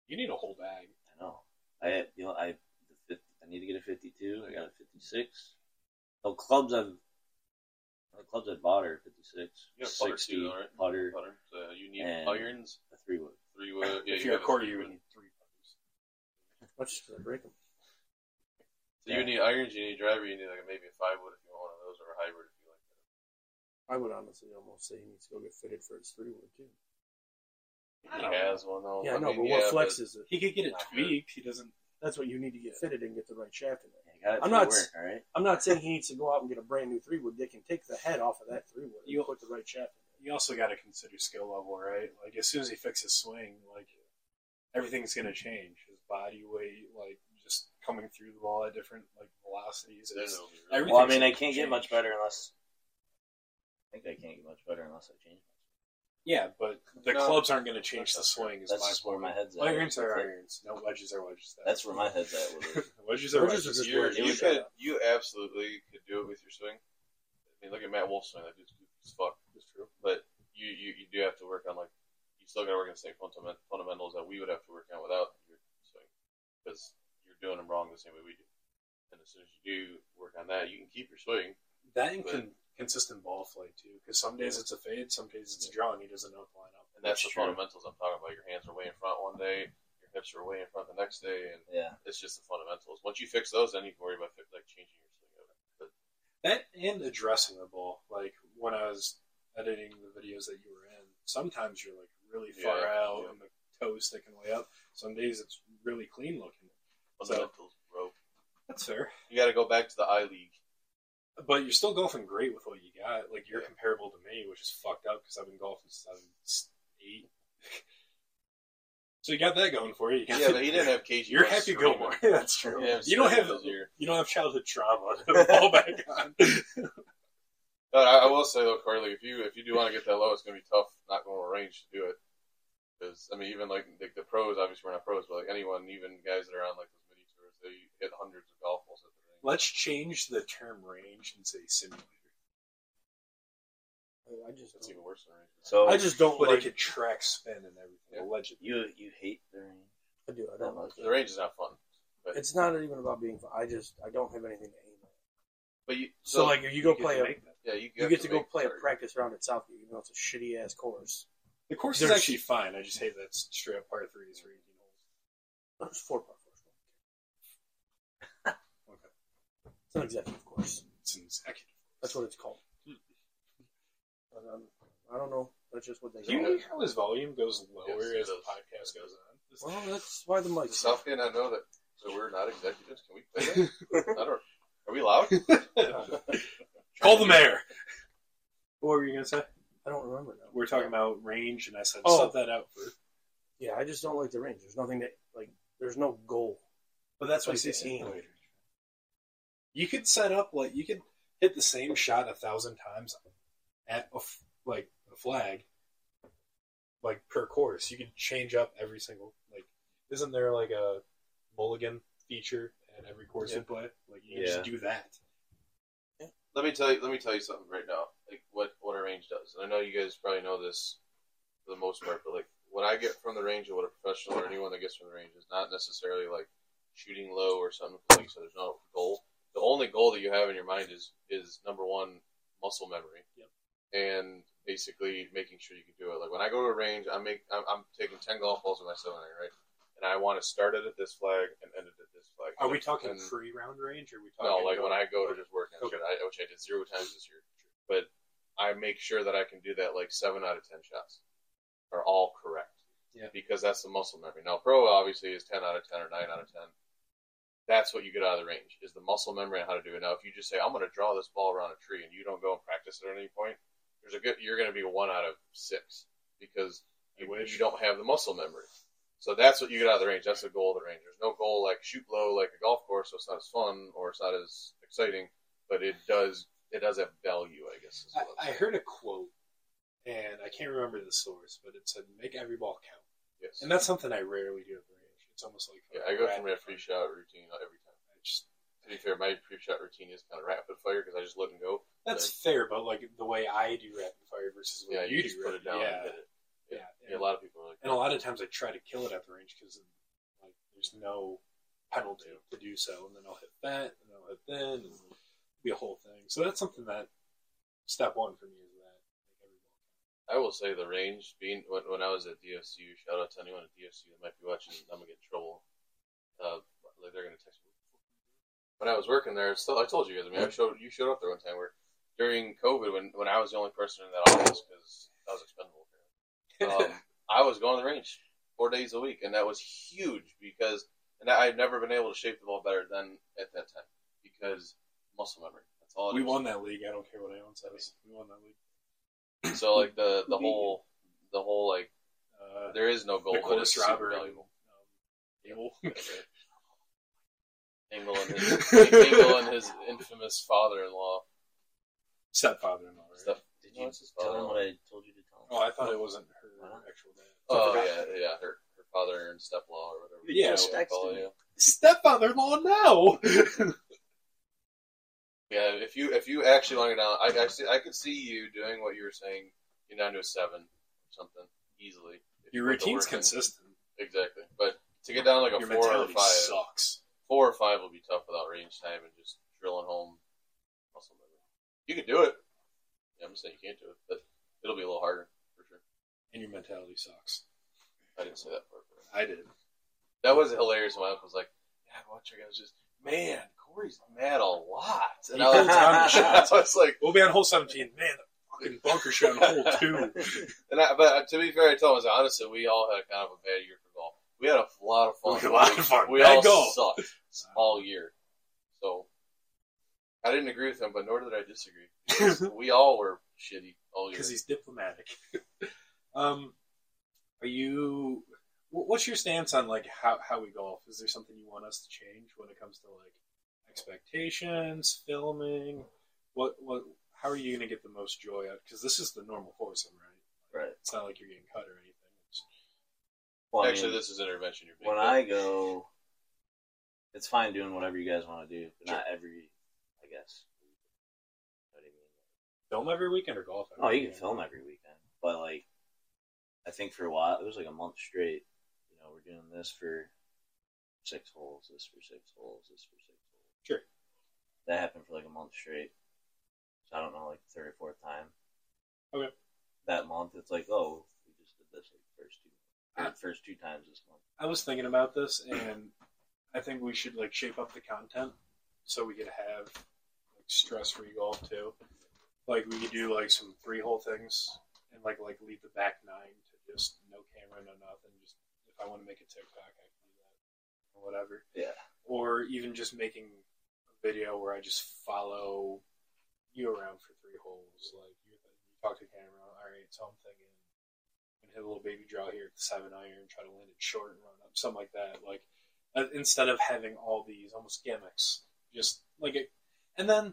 [SPEAKER 1] You need a whole bag.
[SPEAKER 5] I know. I you know I the 50, I need to get a 52. I got a 56. The clubs I've the clubs I bought are 56,
[SPEAKER 4] You have putter
[SPEAKER 5] 60,
[SPEAKER 4] too, alright?
[SPEAKER 5] putter,
[SPEAKER 4] Putter. So you need
[SPEAKER 5] And-
[SPEAKER 4] irons,
[SPEAKER 5] a three wood.
[SPEAKER 4] three wood. Yeah,
[SPEAKER 1] if
[SPEAKER 4] you
[SPEAKER 1] you're a
[SPEAKER 4] have
[SPEAKER 1] quarter,
[SPEAKER 4] three
[SPEAKER 1] you would
[SPEAKER 4] wood.
[SPEAKER 1] need three buttons.
[SPEAKER 3] Let's just break them.
[SPEAKER 4] So you need irons. You need driver. You need like maybe a five wood if you want one of those, or a hybrid if you like. that.
[SPEAKER 3] I would honestly almost say he needs to go get fitted for his three wood too.
[SPEAKER 1] I
[SPEAKER 4] He
[SPEAKER 1] don't know.
[SPEAKER 4] has one though.
[SPEAKER 3] Yeah, I know,
[SPEAKER 4] Oh, mean,
[SPEAKER 3] but what
[SPEAKER 4] yeah,
[SPEAKER 3] flex is it?
[SPEAKER 1] He could get it
[SPEAKER 4] Not good.
[SPEAKER 1] tweaked. He doesn't.
[SPEAKER 3] That's what you need to get fitted and get the right shaft in there.
[SPEAKER 5] I got it
[SPEAKER 3] I'm
[SPEAKER 5] I'm
[SPEAKER 3] not
[SPEAKER 5] not
[SPEAKER 3] s-
[SPEAKER 5] work. All right.
[SPEAKER 3] I'm
[SPEAKER 4] [laughs]
[SPEAKER 3] not saying he needs to go out and get a brand new three wood. They can take the head off of that three wood and
[SPEAKER 1] You-
[SPEAKER 3] put the right shaft in
[SPEAKER 1] You also got to consider skill level, right? Like as soon as he fixes swing, like everything's gonna change. His body weight, like just coming through the ball at different like velocities.
[SPEAKER 4] Then
[SPEAKER 1] It's,
[SPEAKER 4] it'll be really-
[SPEAKER 1] everything-
[SPEAKER 5] Well, I mean, I
[SPEAKER 1] everything's
[SPEAKER 5] can't get
[SPEAKER 1] changed.
[SPEAKER 5] much better unless. I think I can't get much better unless I change.
[SPEAKER 1] yeah, but the
[SPEAKER 4] No.
[SPEAKER 1] clubs aren't gonna change the swing. Is
[SPEAKER 5] That's
[SPEAKER 1] my
[SPEAKER 5] just where
[SPEAKER 1] point.
[SPEAKER 5] my head's at.
[SPEAKER 1] Irons are irons. No wedges are wedges.
[SPEAKER 5] That's where my head's at. With it.
[SPEAKER 1] [laughs] wedges are
[SPEAKER 3] Wedges
[SPEAKER 1] wedges.
[SPEAKER 3] are just
[SPEAKER 4] You're-
[SPEAKER 3] working.
[SPEAKER 4] you could, you absolutely could do it with your swing. I mean, look at Matt Wolf's swing. That dude's goofy as fuck. It's true. But you, you, you do have to work on like you still got to work on the same fundament, fundamentals that we would have to work on without your swing because you're doing them wrong the same way we do. And as soon as you do work on that, you can keep your swing.
[SPEAKER 1] That and
[SPEAKER 4] But-
[SPEAKER 1] con- consistent ball flight too, because some days it's a fade, some days it's a draw, and he doesn't know the lineup.
[SPEAKER 4] And
[SPEAKER 5] That's
[SPEAKER 4] that's, the
[SPEAKER 5] true.
[SPEAKER 4] fundamentals I'm talking about. Your hands are way in front one day, your hips are way in front the next day, and
[SPEAKER 5] Yeah.
[SPEAKER 4] it's just the fundamentals. Once you fix those, then you can worry about fi- like changing your swing. Over. But
[SPEAKER 1] That and addressing the ball. Like when I was editing the videos that you were in, sometimes you're like really far
[SPEAKER 4] Yeah,
[SPEAKER 1] out
[SPEAKER 4] yeah.
[SPEAKER 1] and the toes sticking way up. Some days it's really clean looking.
[SPEAKER 4] fundamentals, bro.
[SPEAKER 1] That's fair.
[SPEAKER 4] You got to go back to the I League.
[SPEAKER 1] But you're still golfing great with what you got. Like you're comparable to me, which is fucked up because I've been golfing since I was eight. [laughs] so you got that going for you. you got
[SPEAKER 4] Yeah, but he didn't have Cajun.
[SPEAKER 1] [laughs] You're
[SPEAKER 4] West
[SPEAKER 1] Happy
[SPEAKER 4] Screaming.
[SPEAKER 1] Gilmore. [laughs] That's true.
[SPEAKER 4] Yeah,
[SPEAKER 1] you don't
[SPEAKER 4] so
[SPEAKER 1] have
[SPEAKER 4] those are-
[SPEAKER 1] you don't have childhood trauma [laughs] to fall back on.
[SPEAKER 4] But I, I will say though, Corey, like if you if you do want to get that low, it's gonna be tough not going to range to do it. Because I mean, even like the, the pros, obviously we're not pros, but like anyone, even guys that are on like those mini tours, they hit hundreds of golf balls at the range.
[SPEAKER 1] Let's change the term range and say simulator.
[SPEAKER 3] there. I just,
[SPEAKER 4] That's
[SPEAKER 3] don't-
[SPEAKER 4] even worse than range.
[SPEAKER 5] So
[SPEAKER 3] I just don't
[SPEAKER 1] But it
[SPEAKER 3] like
[SPEAKER 1] could track spin and everything.
[SPEAKER 4] Yeah.
[SPEAKER 1] Allegedly.
[SPEAKER 5] you you hate the rain.
[SPEAKER 3] I do. I don't like
[SPEAKER 4] the
[SPEAKER 3] it.
[SPEAKER 4] range is not fun. But
[SPEAKER 3] It's not even about being. I just I don't have anything to aim at.
[SPEAKER 4] but you
[SPEAKER 3] So, like, if you go play a
[SPEAKER 4] yeah, you,
[SPEAKER 3] you
[SPEAKER 4] have
[SPEAKER 3] get to go
[SPEAKER 4] make
[SPEAKER 3] play a
[SPEAKER 4] better.
[SPEAKER 3] practice round at Southgate, even though it's a shitty ass course. [clears throat]
[SPEAKER 1] the course is
[SPEAKER 3] There's-
[SPEAKER 1] actually fine. I just hate that straight up par three is raging holes.
[SPEAKER 3] It's four par fours.
[SPEAKER 1] [laughs]
[SPEAKER 3] okay. It's an executive course.
[SPEAKER 1] It's an executive.
[SPEAKER 3] That's what it's called.
[SPEAKER 1] Hmm.
[SPEAKER 3] I don't- I don't know. That's just what they
[SPEAKER 1] Do you
[SPEAKER 3] call
[SPEAKER 1] know
[SPEAKER 3] it.
[SPEAKER 1] how his volume goes lower
[SPEAKER 4] Yes, it
[SPEAKER 1] as the
[SPEAKER 4] does.
[SPEAKER 1] podcast goes on? This-
[SPEAKER 3] Well, that's why the
[SPEAKER 4] Does
[SPEAKER 3] mic's.
[SPEAKER 4] Southgate not know that? So we're not executives. Can we
[SPEAKER 3] [laughs]
[SPEAKER 4] play that? I don't. Are we loud? [laughs]
[SPEAKER 1] Call the mayor. [laughs] What were you gonna say?
[SPEAKER 3] I don't remember now.
[SPEAKER 1] We are talking about range, and I said
[SPEAKER 3] Oh.
[SPEAKER 1] set that out for.
[SPEAKER 3] Yeah, I just don't like the range. There's nothing that like. There's no goal.
[SPEAKER 1] But that's what I
[SPEAKER 3] Like
[SPEAKER 1] say
[SPEAKER 3] the aim.
[SPEAKER 1] simulator. You could set up like you could hit the same shot a thousand times at a f- like a flag, like per course. You could change up every single like. Isn't there like a mulligan feature at every course you
[SPEAKER 4] Yeah.
[SPEAKER 1] play? Like you can just do that.
[SPEAKER 4] let me tell you let me tell you something right now like what what a range does and i know you guys probably know this for the most part but like what i get from the range of what a professional or anyone that gets from the range is not necessarily like shooting low or something like you said there's no goal the only goal that you have in your mind is is number one muscle memory
[SPEAKER 1] Yep.
[SPEAKER 4] and basically making sure you can do it like when i go to a range i make i'm, I'm taking 10 golf balls with my seven iron right and i want to start it at this flag and end it at this flag
[SPEAKER 1] Are we talking
[SPEAKER 4] And-
[SPEAKER 1] pre round range? Or are we
[SPEAKER 4] no,
[SPEAKER 1] talking
[SPEAKER 4] like when I go to
[SPEAKER 1] okay.
[SPEAKER 4] just work on
[SPEAKER 1] Okay.
[SPEAKER 4] shit, I, which I did zero times this year, but I make sure that I can do that like seven out of ten shots are all correct.
[SPEAKER 5] Yeah.
[SPEAKER 4] because that's the muscle memory. Now, pro obviously is ten out of ten or nine out of ten. That's what you get out of the range is the muscle memory on how to do it. Now, if you just say I'm going to draw this ball around a tree and you don't go and practice it at any point, there's a good you're going to be one out of six because
[SPEAKER 1] I
[SPEAKER 4] you,
[SPEAKER 1] wish.
[SPEAKER 4] you don't have the muscle memory. So that's what you get out of the range. That's the goal of the range. There's no goal like shoot low like a golf course, so it's not as fun or it's not as exciting, but it does it does have value, I guess. Is what I'm
[SPEAKER 1] I, I heard a quote, and I can't remember the source, but it said, "Make every ball count,"
[SPEAKER 4] Yes.
[SPEAKER 1] and that's something I rarely do at the range. It's almost like
[SPEAKER 4] yeah, I go through my free shot routine every time.
[SPEAKER 1] I just-
[SPEAKER 4] To be fair, my free shot routine is kind of rapid fire because I just let them go.
[SPEAKER 1] That's fair, but like the way I do rapid fire versus what
[SPEAKER 4] yeah,
[SPEAKER 1] you,
[SPEAKER 4] you
[SPEAKER 1] do
[SPEAKER 4] just put
[SPEAKER 1] rapid-
[SPEAKER 4] it down
[SPEAKER 1] Yeah,
[SPEAKER 4] and hit it.
[SPEAKER 1] yeah,
[SPEAKER 4] Yeah, a lot of people are like,
[SPEAKER 1] And a lot of times I try to kill it at the range because like there's no penalty to do so, and then I'll hit that, and I'll hit then, and it'll be a whole thing. So that's something that step one for me is that like every ball.
[SPEAKER 4] I will say the range being when, when I was at DSU. Shout out to anyone at DSU that might be watching. I'm gonna get in trouble. Uh, like they're gonna text me. When I was working there, still I told you guys. I mean, I showed you showed up there one time where during COVID when when I was the only person in that office because I was expendable. apparently, Um, I was going to the range four days a week, and that was huge because and I, I've never been able to shape the ball better than at that time because muscle memory. That's all. it
[SPEAKER 1] We
[SPEAKER 4] is.
[SPEAKER 1] won that league. I don't care what anyone says. We won that league.
[SPEAKER 4] So like the the whole the whole like
[SPEAKER 1] Uh,
[SPEAKER 4] there is no goal.
[SPEAKER 1] the
[SPEAKER 4] that
[SPEAKER 1] course
[SPEAKER 4] is super
[SPEAKER 1] robber.
[SPEAKER 4] valuable.
[SPEAKER 1] and, [laughs] um, Abel.
[SPEAKER 4] Engel and his, Engel and his infamous father-in-law.
[SPEAKER 1] Stepfather-in-law. Right?
[SPEAKER 4] Stuff.
[SPEAKER 5] Did
[SPEAKER 4] No,
[SPEAKER 5] you
[SPEAKER 4] it's his
[SPEAKER 5] tell him
[SPEAKER 4] father-in-law.
[SPEAKER 5] what I told you to tell him?
[SPEAKER 1] Oh, I thought it wasn't her
[SPEAKER 5] Wow.
[SPEAKER 1] actual dad.
[SPEAKER 4] Oh
[SPEAKER 1] I
[SPEAKER 4] yeah,
[SPEAKER 1] forgot.
[SPEAKER 4] yeah, her, her father and step-law or whatever.
[SPEAKER 1] You
[SPEAKER 4] Yeah,
[SPEAKER 1] just
[SPEAKER 4] yeah,
[SPEAKER 5] texted me.
[SPEAKER 4] yeah.
[SPEAKER 1] Stepfather-in-law now.
[SPEAKER 4] Yeah, if you if you actually want to go down, I I, see, I could see you doing what you were saying, getting down to a seven or something easily.
[SPEAKER 1] Your
[SPEAKER 4] If you put the
[SPEAKER 1] routine's
[SPEAKER 4] work in.
[SPEAKER 1] consistent.
[SPEAKER 4] Exactly, but to get down like a
[SPEAKER 1] Your
[SPEAKER 4] four or a
[SPEAKER 1] mentality
[SPEAKER 4] five,
[SPEAKER 1] sucks.
[SPEAKER 4] four or five will be tough without range time and just drilling home muscle memory. You could do it. Yeah, I'm just saying you can't do it, but it'll be a little harder for sure.
[SPEAKER 1] And your mentality sucks.
[SPEAKER 4] I didn't say that part. but-
[SPEAKER 1] I did.
[SPEAKER 4] That was hilarious. My uncle was like, "Yeah, watch your guys." Just man, Corey's mad a lot, and
[SPEAKER 1] He
[SPEAKER 4] I
[SPEAKER 1] holds on to
[SPEAKER 4] was,
[SPEAKER 1] shots.
[SPEAKER 4] I was like,
[SPEAKER 1] We'll be on hole 17. Man, the fucking bunker shot on hole
[SPEAKER 5] [laughs]
[SPEAKER 1] two.
[SPEAKER 4] and I, but uh, to be fair, I told him, I was like, honestly, we all had kind of a bad year for golf. We had [laughs] a lot of fun.
[SPEAKER 1] We had a lot of fun.
[SPEAKER 4] We
[SPEAKER 1] Bad
[SPEAKER 4] all
[SPEAKER 1] golf.
[SPEAKER 4] sucked all year, so I didn't agree with him, but nor did I disagree. [laughs] Because we all were shitty all year.
[SPEAKER 1] Because he's diplomatic. um, are you? wh- What's your stance on like how how we golf? Is there something you want us to change when it comes to like expectations, filming? What what? How are you going to get the most joy out? Because this is the normal foursome, right?
[SPEAKER 5] Right.
[SPEAKER 1] It's not like you're getting cut or anything. It's-
[SPEAKER 5] Well, I
[SPEAKER 4] Actually,
[SPEAKER 5] mean,
[SPEAKER 4] this is intervention. You're
[SPEAKER 1] [laughs]
[SPEAKER 4] being
[SPEAKER 5] when I go, it's fine doing whatever you guys want to do, but not every, I guess. What do you mean?
[SPEAKER 1] film every weekend or golf? Every
[SPEAKER 5] Oh, you can
[SPEAKER 1] weekend?
[SPEAKER 5] film every weekend, but like, I think for a while it was like a month straight. You know, we're doing this for six holes, this for six holes, this for six holes.
[SPEAKER 1] Sure.
[SPEAKER 5] That happened for like a month straight. So I don't know, like third or fourth time.
[SPEAKER 1] Okay.
[SPEAKER 5] That month, it's like, oh, we just did this like first two,
[SPEAKER 1] Ah.
[SPEAKER 5] or first two times this month.
[SPEAKER 1] I was thinking about this, and I think we should like shape up the content so we could have like stress free golf too. Like we could do like some three hole things and like like leave the back nine to just no camera, no nothing. Just if I want to make a TikTok, I can do that or whatever.
[SPEAKER 5] Yeah.
[SPEAKER 1] Or even just making a video where I just follow you around for three holes. Like you, you talk to the camera. All right, so I'm thinking and hit a little baby draw here at the seven iron, try to land it short and run up, something like that. Like uh, instead of having all these almost gimmicks, just like it. And then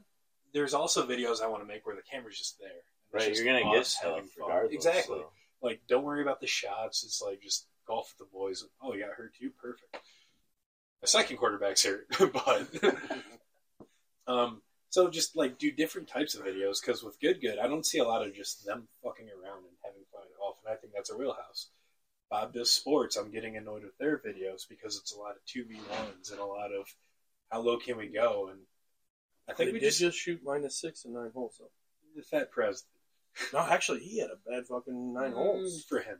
[SPEAKER 1] there's also videos I want to make where the camera's just there. It's
[SPEAKER 5] Right,
[SPEAKER 1] just
[SPEAKER 5] you're gonna get
[SPEAKER 1] us
[SPEAKER 5] stuff
[SPEAKER 1] having fun.
[SPEAKER 5] regardless.
[SPEAKER 1] Exactly.
[SPEAKER 5] so.
[SPEAKER 1] Like don't worry about the shots. It's like just golf with the boys. Oh, you got hurt too. Perfect. The second quarterback's hurt, [laughs] but um. So just like do different types of videos because with Good Good, I don't see a lot of just them fucking around and having fun at golf, and I think that's a wheelhouse. Bob does sports. I'm getting annoyed with their videos because it's a lot of two v ones and a lot of how low can we go, and I think we
[SPEAKER 3] did
[SPEAKER 1] just,
[SPEAKER 3] just, shoot minus six and nine holes. So.
[SPEAKER 1] the Fat Prez
[SPEAKER 3] No, actually, he had a bad fucking nine
[SPEAKER 1] Mm.
[SPEAKER 3] holes.
[SPEAKER 1] for him.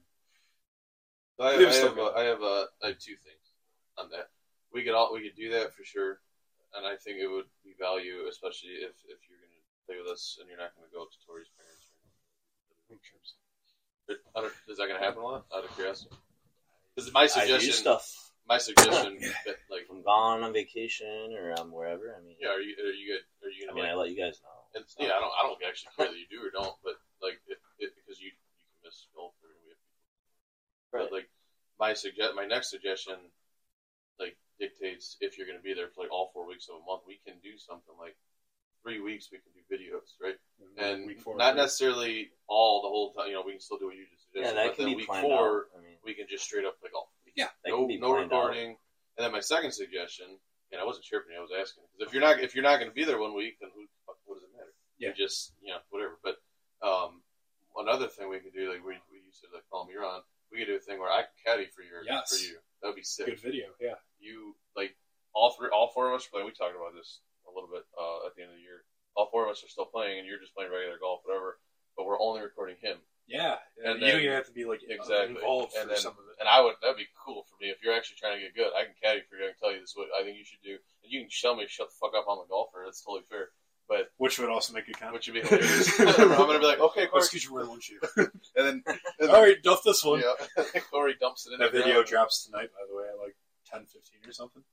[SPEAKER 4] I, I
[SPEAKER 1] It was so
[SPEAKER 4] have, a,
[SPEAKER 1] good.
[SPEAKER 4] I have a, I have two things on that. We could all we could do that for sure, and I think it would be value, especially if if you're going to play with us and you're not going to go up to Tori's parents. Or, But I don't- is that going to happen a lot? Out of curiosity, Because my
[SPEAKER 5] I do
[SPEAKER 4] suggestion,
[SPEAKER 5] stuff [laughs]
[SPEAKER 4] my suggestion, that, like,
[SPEAKER 5] if I'm gone on vacation or I'm wherever. I mean,
[SPEAKER 4] yeah, are you are you good? Are you
[SPEAKER 5] I
[SPEAKER 4] gonna
[SPEAKER 5] mean,
[SPEAKER 4] like,
[SPEAKER 5] I let you guys know.
[SPEAKER 4] And yeah, I don't, I don't actually care that you do or don't, but like, if, if because you you can miss golf or we have
[SPEAKER 5] Right.
[SPEAKER 4] But like, my suggest, my next suggestion, like dictates if you're going to be there for like all four weeks of a month, we can do something like three weeks. We can do videos, right? And
[SPEAKER 1] week four, right?
[SPEAKER 4] not necessarily all the whole time. You know, we can still do what you just
[SPEAKER 5] yeah,
[SPEAKER 4] suggested.
[SPEAKER 5] that
[SPEAKER 4] but
[SPEAKER 5] can
[SPEAKER 4] then
[SPEAKER 5] be
[SPEAKER 4] week
[SPEAKER 5] planned
[SPEAKER 4] four,
[SPEAKER 5] out. I mean,
[SPEAKER 4] we can just straight up like all.
[SPEAKER 1] Yeah.
[SPEAKER 5] That
[SPEAKER 4] no,
[SPEAKER 5] can be
[SPEAKER 4] no
[SPEAKER 5] planned out.
[SPEAKER 4] recording. And then my second suggestion, and I wasn't sure if I was asking because if you're not if you're not going to be there one week, then who the fuck- what does it matter?
[SPEAKER 1] Yeah.
[SPEAKER 4] You just you know whatever. But um, another thing we could do, like we, we used to like Palm you're on, we could do a thing where I could caddy for your
[SPEAKER 1] Yes.
[SPEAKER 4] for you. That would be sick.
[SPEAKER 1] Good video, yeah.
[SPEAKER 4] You like all three, all four of us are playing. We talked about this a little bit uh, at the end of the year. All four of us are still playing, and you're just playing regular golf, whatever. But we're only recording him.
[SPEAKER 1] Yeah,
[SPEAKER 4] And
[SPEAKER 1] you
[SPEAKER 4] then-
[SPEAKER 1] don't even have to be like
[SPEAKER 4] Exactly.
[SPEAKER 1] involved
[SPEAKER 4] And
[SPEAKER 1] for
[SPEAKER 4] then-
[SPEAKER 1] some of it.
[SPEAKER 4] And I would that'd be cool for me if you're actually trying to get good. I can caddy for you. I can tell you this is what I think you should do, and you can tell me shut the fuck up. I'm a golfer. That's totally fair. But
[SPEAKER 1] Which would also make you count.
[SPEAKER 4] which would
[SPEAKER 1] [laughs]
[SPEAKER 4] be hilarious. I'm gonna be like, okay, Corey,
[SPEAKER 1] Let's get you wearing one shoe.
[SPEAKER 4] [laughs] and then and
[SPEAKER 1] All right, duff this one.
[SPEAKER 4] yeah, [laughs] Corey dumps it in
[SPEAKER 1] That
[SPEAKER 4] the
[SPEAKER 1] video
[SPEAKER 4] ground.
[SPEAKER 1] drops tonight, by the way, at like 10, 15 or something.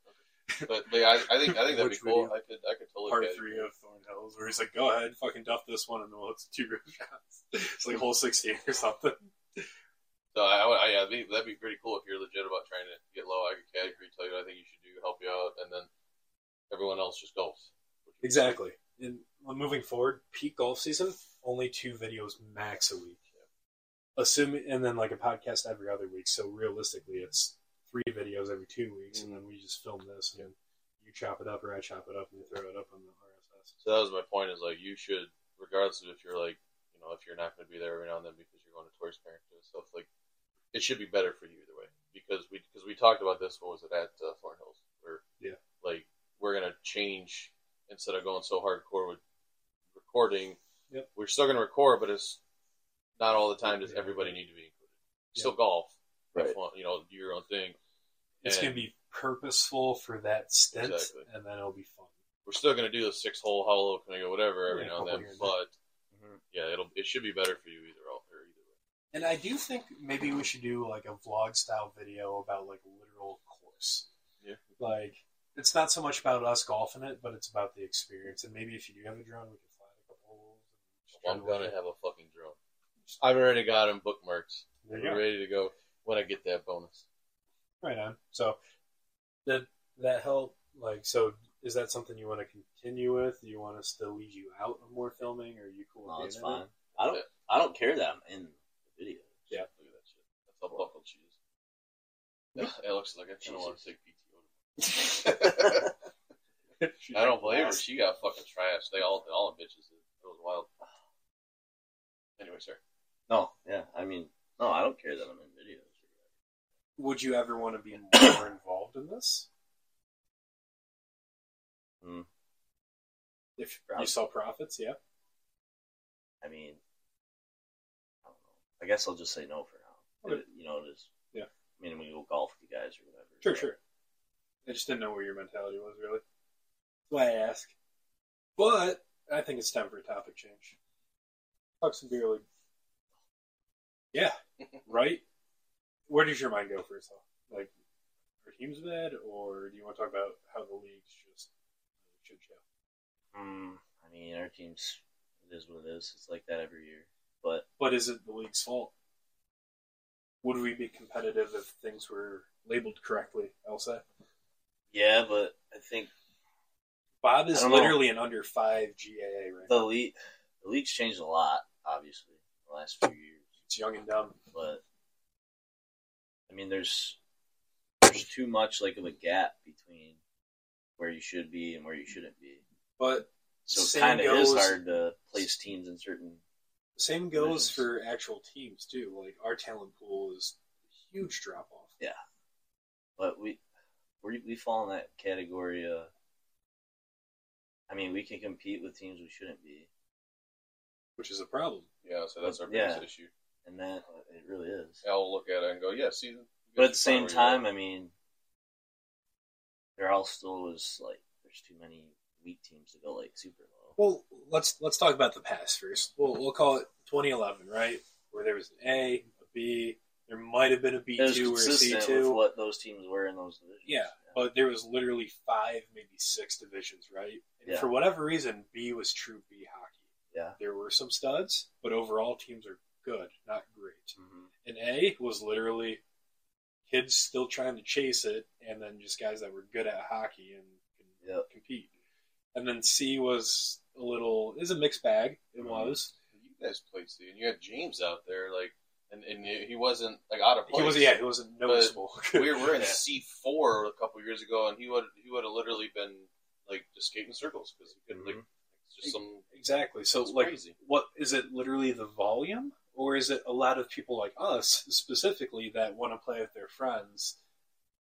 [SPEAKER 4] But, but yeah, I, I think I think that'd be
[SPEAKER 1] Which
[SPEAKER 4] cool.
[SPEAKER 1] video?
[SPEAKER 4] I could I could totally
[SPEAKER 1] Part
[SPEAKER 4] caddy.
[SPEAKER 1] three of Thorn Hills, where he's like, "Go ahead, fucking duff this one, and we'll hit two group shots." [laughs] It's like hole sixteen or something.
[SPEAKER 4] So I, would- I, yeah, that'd be, that'd be pretty cool if you're legit about trying to get low. I could caddy for you, tell you what I think you should do, help you out, and then everyone else just golfs.
[SPEAKER 1] Exactly. And moving forward, peak golf season, only two videos max a week. Assuming, and then like a podcast every other week. So realistically, it's three videos every two weeks, and then we just film this, and you chop it up, or I chop it up, and we throw it up on the RSS.
[SPEAKER 4] So that was my point. Is like you should, regardless of if you're like, you know, if you're not going to be there every now and then because you're going to tourist parents and stuff, like it should be better for you either way. Because we because we talked about this. What was it at uh, Thorn Hills? Where
[SPEAKER 1] Yeah.
[SPEAKER 4] like we're gonna change instead of going so hardcore with recording.
[SPEAKER 1] Yep.
[SPEAKER 4] We're still gonna record, but it's not all the time does
[SPEAKER 1] Yeah.
[SPEAKER 4] everybody need to be included.
[SPEAKER 1] Yeah.
[SPEAKER 4] Still golf, have
[SPEAKER 5] Right.
[SPEAKER 4] fun, you know, do your own thing.
[SPEAKER 1] It's
[SPEAKER 4] And-
[SPEAKER 1] gonna be purposeful for that stint,
[SPEAKER 4] Exactly.
[SPEAKER 1] and then it'll be fun.
[SPEAKER 4] we're still going to do the six hole, how low can I go, whatever, every
[SPEAKER 1] Yeah,
[SPEAKER 4] now and
[SPEAKER 1] couple
[SPEAKER 4] then.
[SPEAKER 1] years.
[SPEAKER 4] But
[SPEAKER 5] Mhm.
[SPEAKER 4] yeah, it'll it should be better for you either al- or either way.
[SPEAKER 1] And I do think maybe we should do like a vlog style video about like literal course.
[SPEAKER 4] Yeah.
[SPEAKER 1] Like it's not so much about us golfing it, but it's about the experience. And maybe if you do have a drone, we can fly it a couple holes. and just
[SPEAKER 4] I'm
[SPEAKER 1] try
[SPEAKER 4] going
[SPEAKER 1] look
[SPEAKER 4] to
[SPEAKER 1] at-
[SPEAKER 4] have a fucking drone. I've already got them bookmarked.
[SPEAKER 1] There you
[SPEAKER 4] We're
[SPEAKER 1] go.
[SPEAKER 4] ready to go when I get that bonus.
[SPEAKER 1] Right on. So that that help. Like, so is that something you want to continue with? Do you want us to leave you out of more filming, or are you cool? with
[SPEAKER 5] No,
[SPEAKER 1] being
[SPEAKER 5] it's
[SPEAKER 1] in it?
[SPEAKER 5] fine. I don't. I don't care that I'm in the video.
[SPEAKER 1] Yeah.
[SPEAKER 4] Look at that shit. That's how buckled she is. Yeah, it looks like I kind of want to take PTO.
[SPEAKER 5] [laughs]
[SPEAKER 4] I don't blame her. She got fucking trashed. They all, they all bitches. did. It was wild. Anyway, sir.
[SPEAKER 5] No, yeah. I mean, no, I don't care that I'm in videos.
[SPEAKER 1] Would you ever want to [coughs] be more involved in this?
[SPEAKER 5] Hmm.
[SPEAKER 1] If you saw profits, yeah.
[SPEAKER 5] I mean, I don't know. I guess I'll just say no for now.
[SPEAKER 1] Okay.
[SPEAKER 5] You know, just
[SPEAKER 1] Yeah.
[SPEAKER 5] I mean, we go golf with you guys or whatever.
[SPEAKER 1] Sure,
[SPEAKER 5] but-
[SPEAKER 1] sure. I just didn't know where your mentality was, really. That's why I ask. But I think it's time for a topic change. Talk some beer league. Yeah,
[SPEAKER 5] [laughs]
[SPEAKER 1] right? Where does your mind go first off? Like, are teams bad, or do you want to talk about how the league's just shit show?
[SPEAKER 5] Mm, I mean, our team's it is what it is. It's like that every year. But
[SPEAKER 1] But is it the league's fault? Would we be competitive if things were labeled correctly, I'll say?
[SPEAKER 5] yeah, but I think
[SPEAKER 1] Bob
[SPEAKER 5] I
[SPEAKER 1] is
[SPEAKER 5] don't know.
[SPEAKER 1] literally an under 5 GAA right now.
[SPEAKER 5] the league the league's changed a lot, obviously, in the last few years.
[SPEAKER 1] It's young and dumb.
[SPEAKER 5] But I mean, there's there's too much like of a gap between where you should be and where you shouldn't be.
[SPEAKER 1] But
[SPEAKER 5] So it
[SPEAKER 1] Same
[SPEAKER 5] kind of is
[SPEAKER 1] goes-
[SPEAKER 5] hard to place teams in certain.
[SPEAKER 1] Same goes
[SPEAKER 5] Divisions.
[SPEAKER 1] for actual teams too. Like our talent pool is a huge drop off.
[SPEAKER 5] But we we we fall in that category of. I mean, we can compete with teams we shouldn't be,
[SPEAKER 1] Which is a problem.
[SPEAKER 4] Yeah, so that's our biggest
[SPEAKER 5] Yeah.
[SPEAKER 4] issue.
[SPEAKER 5] and that uh, it really is.
[SPEAKER 4] I'll look at it and go, yeah, see.
[SPEAKER 5] But at the same
[SPEAKER 4] Where you are.
[SPEAKER 5] time, I mean, there all still was like there's too many weak teams to go like super low.
[SPEAKER 1] Well, let's let's talk about the past first. We'll we'll call it 2011, right? Where there was an A, a B, There might have been a B
[SPEAKER 5] It was
[SPEAKER 1] two or a C
[SPEAKER 5] consistent with
[SPEAKER 1] two.
[SPEAKER 5] what those teams were in those divisions.
[SPEAKER 1] Yeah, but there was literally five, maybe six divisions, right? And
[SPEAKER 5] Yeah.
[SPEAKER 1] for whatever reason, B was true B hockey.
[SPEAKER 5] Yeah.
[SPEAKER 1] There were some studs, but overall teams are good, not great.
[SPEAKER 5] Mhm.
[SPEAKER 1] And A was literally kids still trying to chase it, and then just guys that were good at hockey and could
[SPEAKER 5] Yep.
[SPEAKER 1] compete. And then C was a little is a mixed bag. It
[SPEAKER 5] Mhm.
[SPEAKER 1] was.
[SPEAKER 4] You guys played C, and you had James out there, like, and, and he he wasn't like out of place.
[SPEAKER 1] He was yeah, he wasn't noticeable.
[SPEAKER 4] we were in
[SPEAKER 1] Yeah.
[SPEAKER 4] C four a couple years ago, and he would he would have literally been like just skating circles because he couldn't like
[SPEAKER 1] Mm-hmm.
[SPEAKER 4] it's just some
[SPEAKER 1] [laughs] Exactly. So,
[SPEAKER 4] It's
[SPEAKER 1] like,
[SPEAKER 4] crazy.
[SPEAKER 1] what is it? Literally the volume, or is it a lot of people like us specifically that want to play with their friends?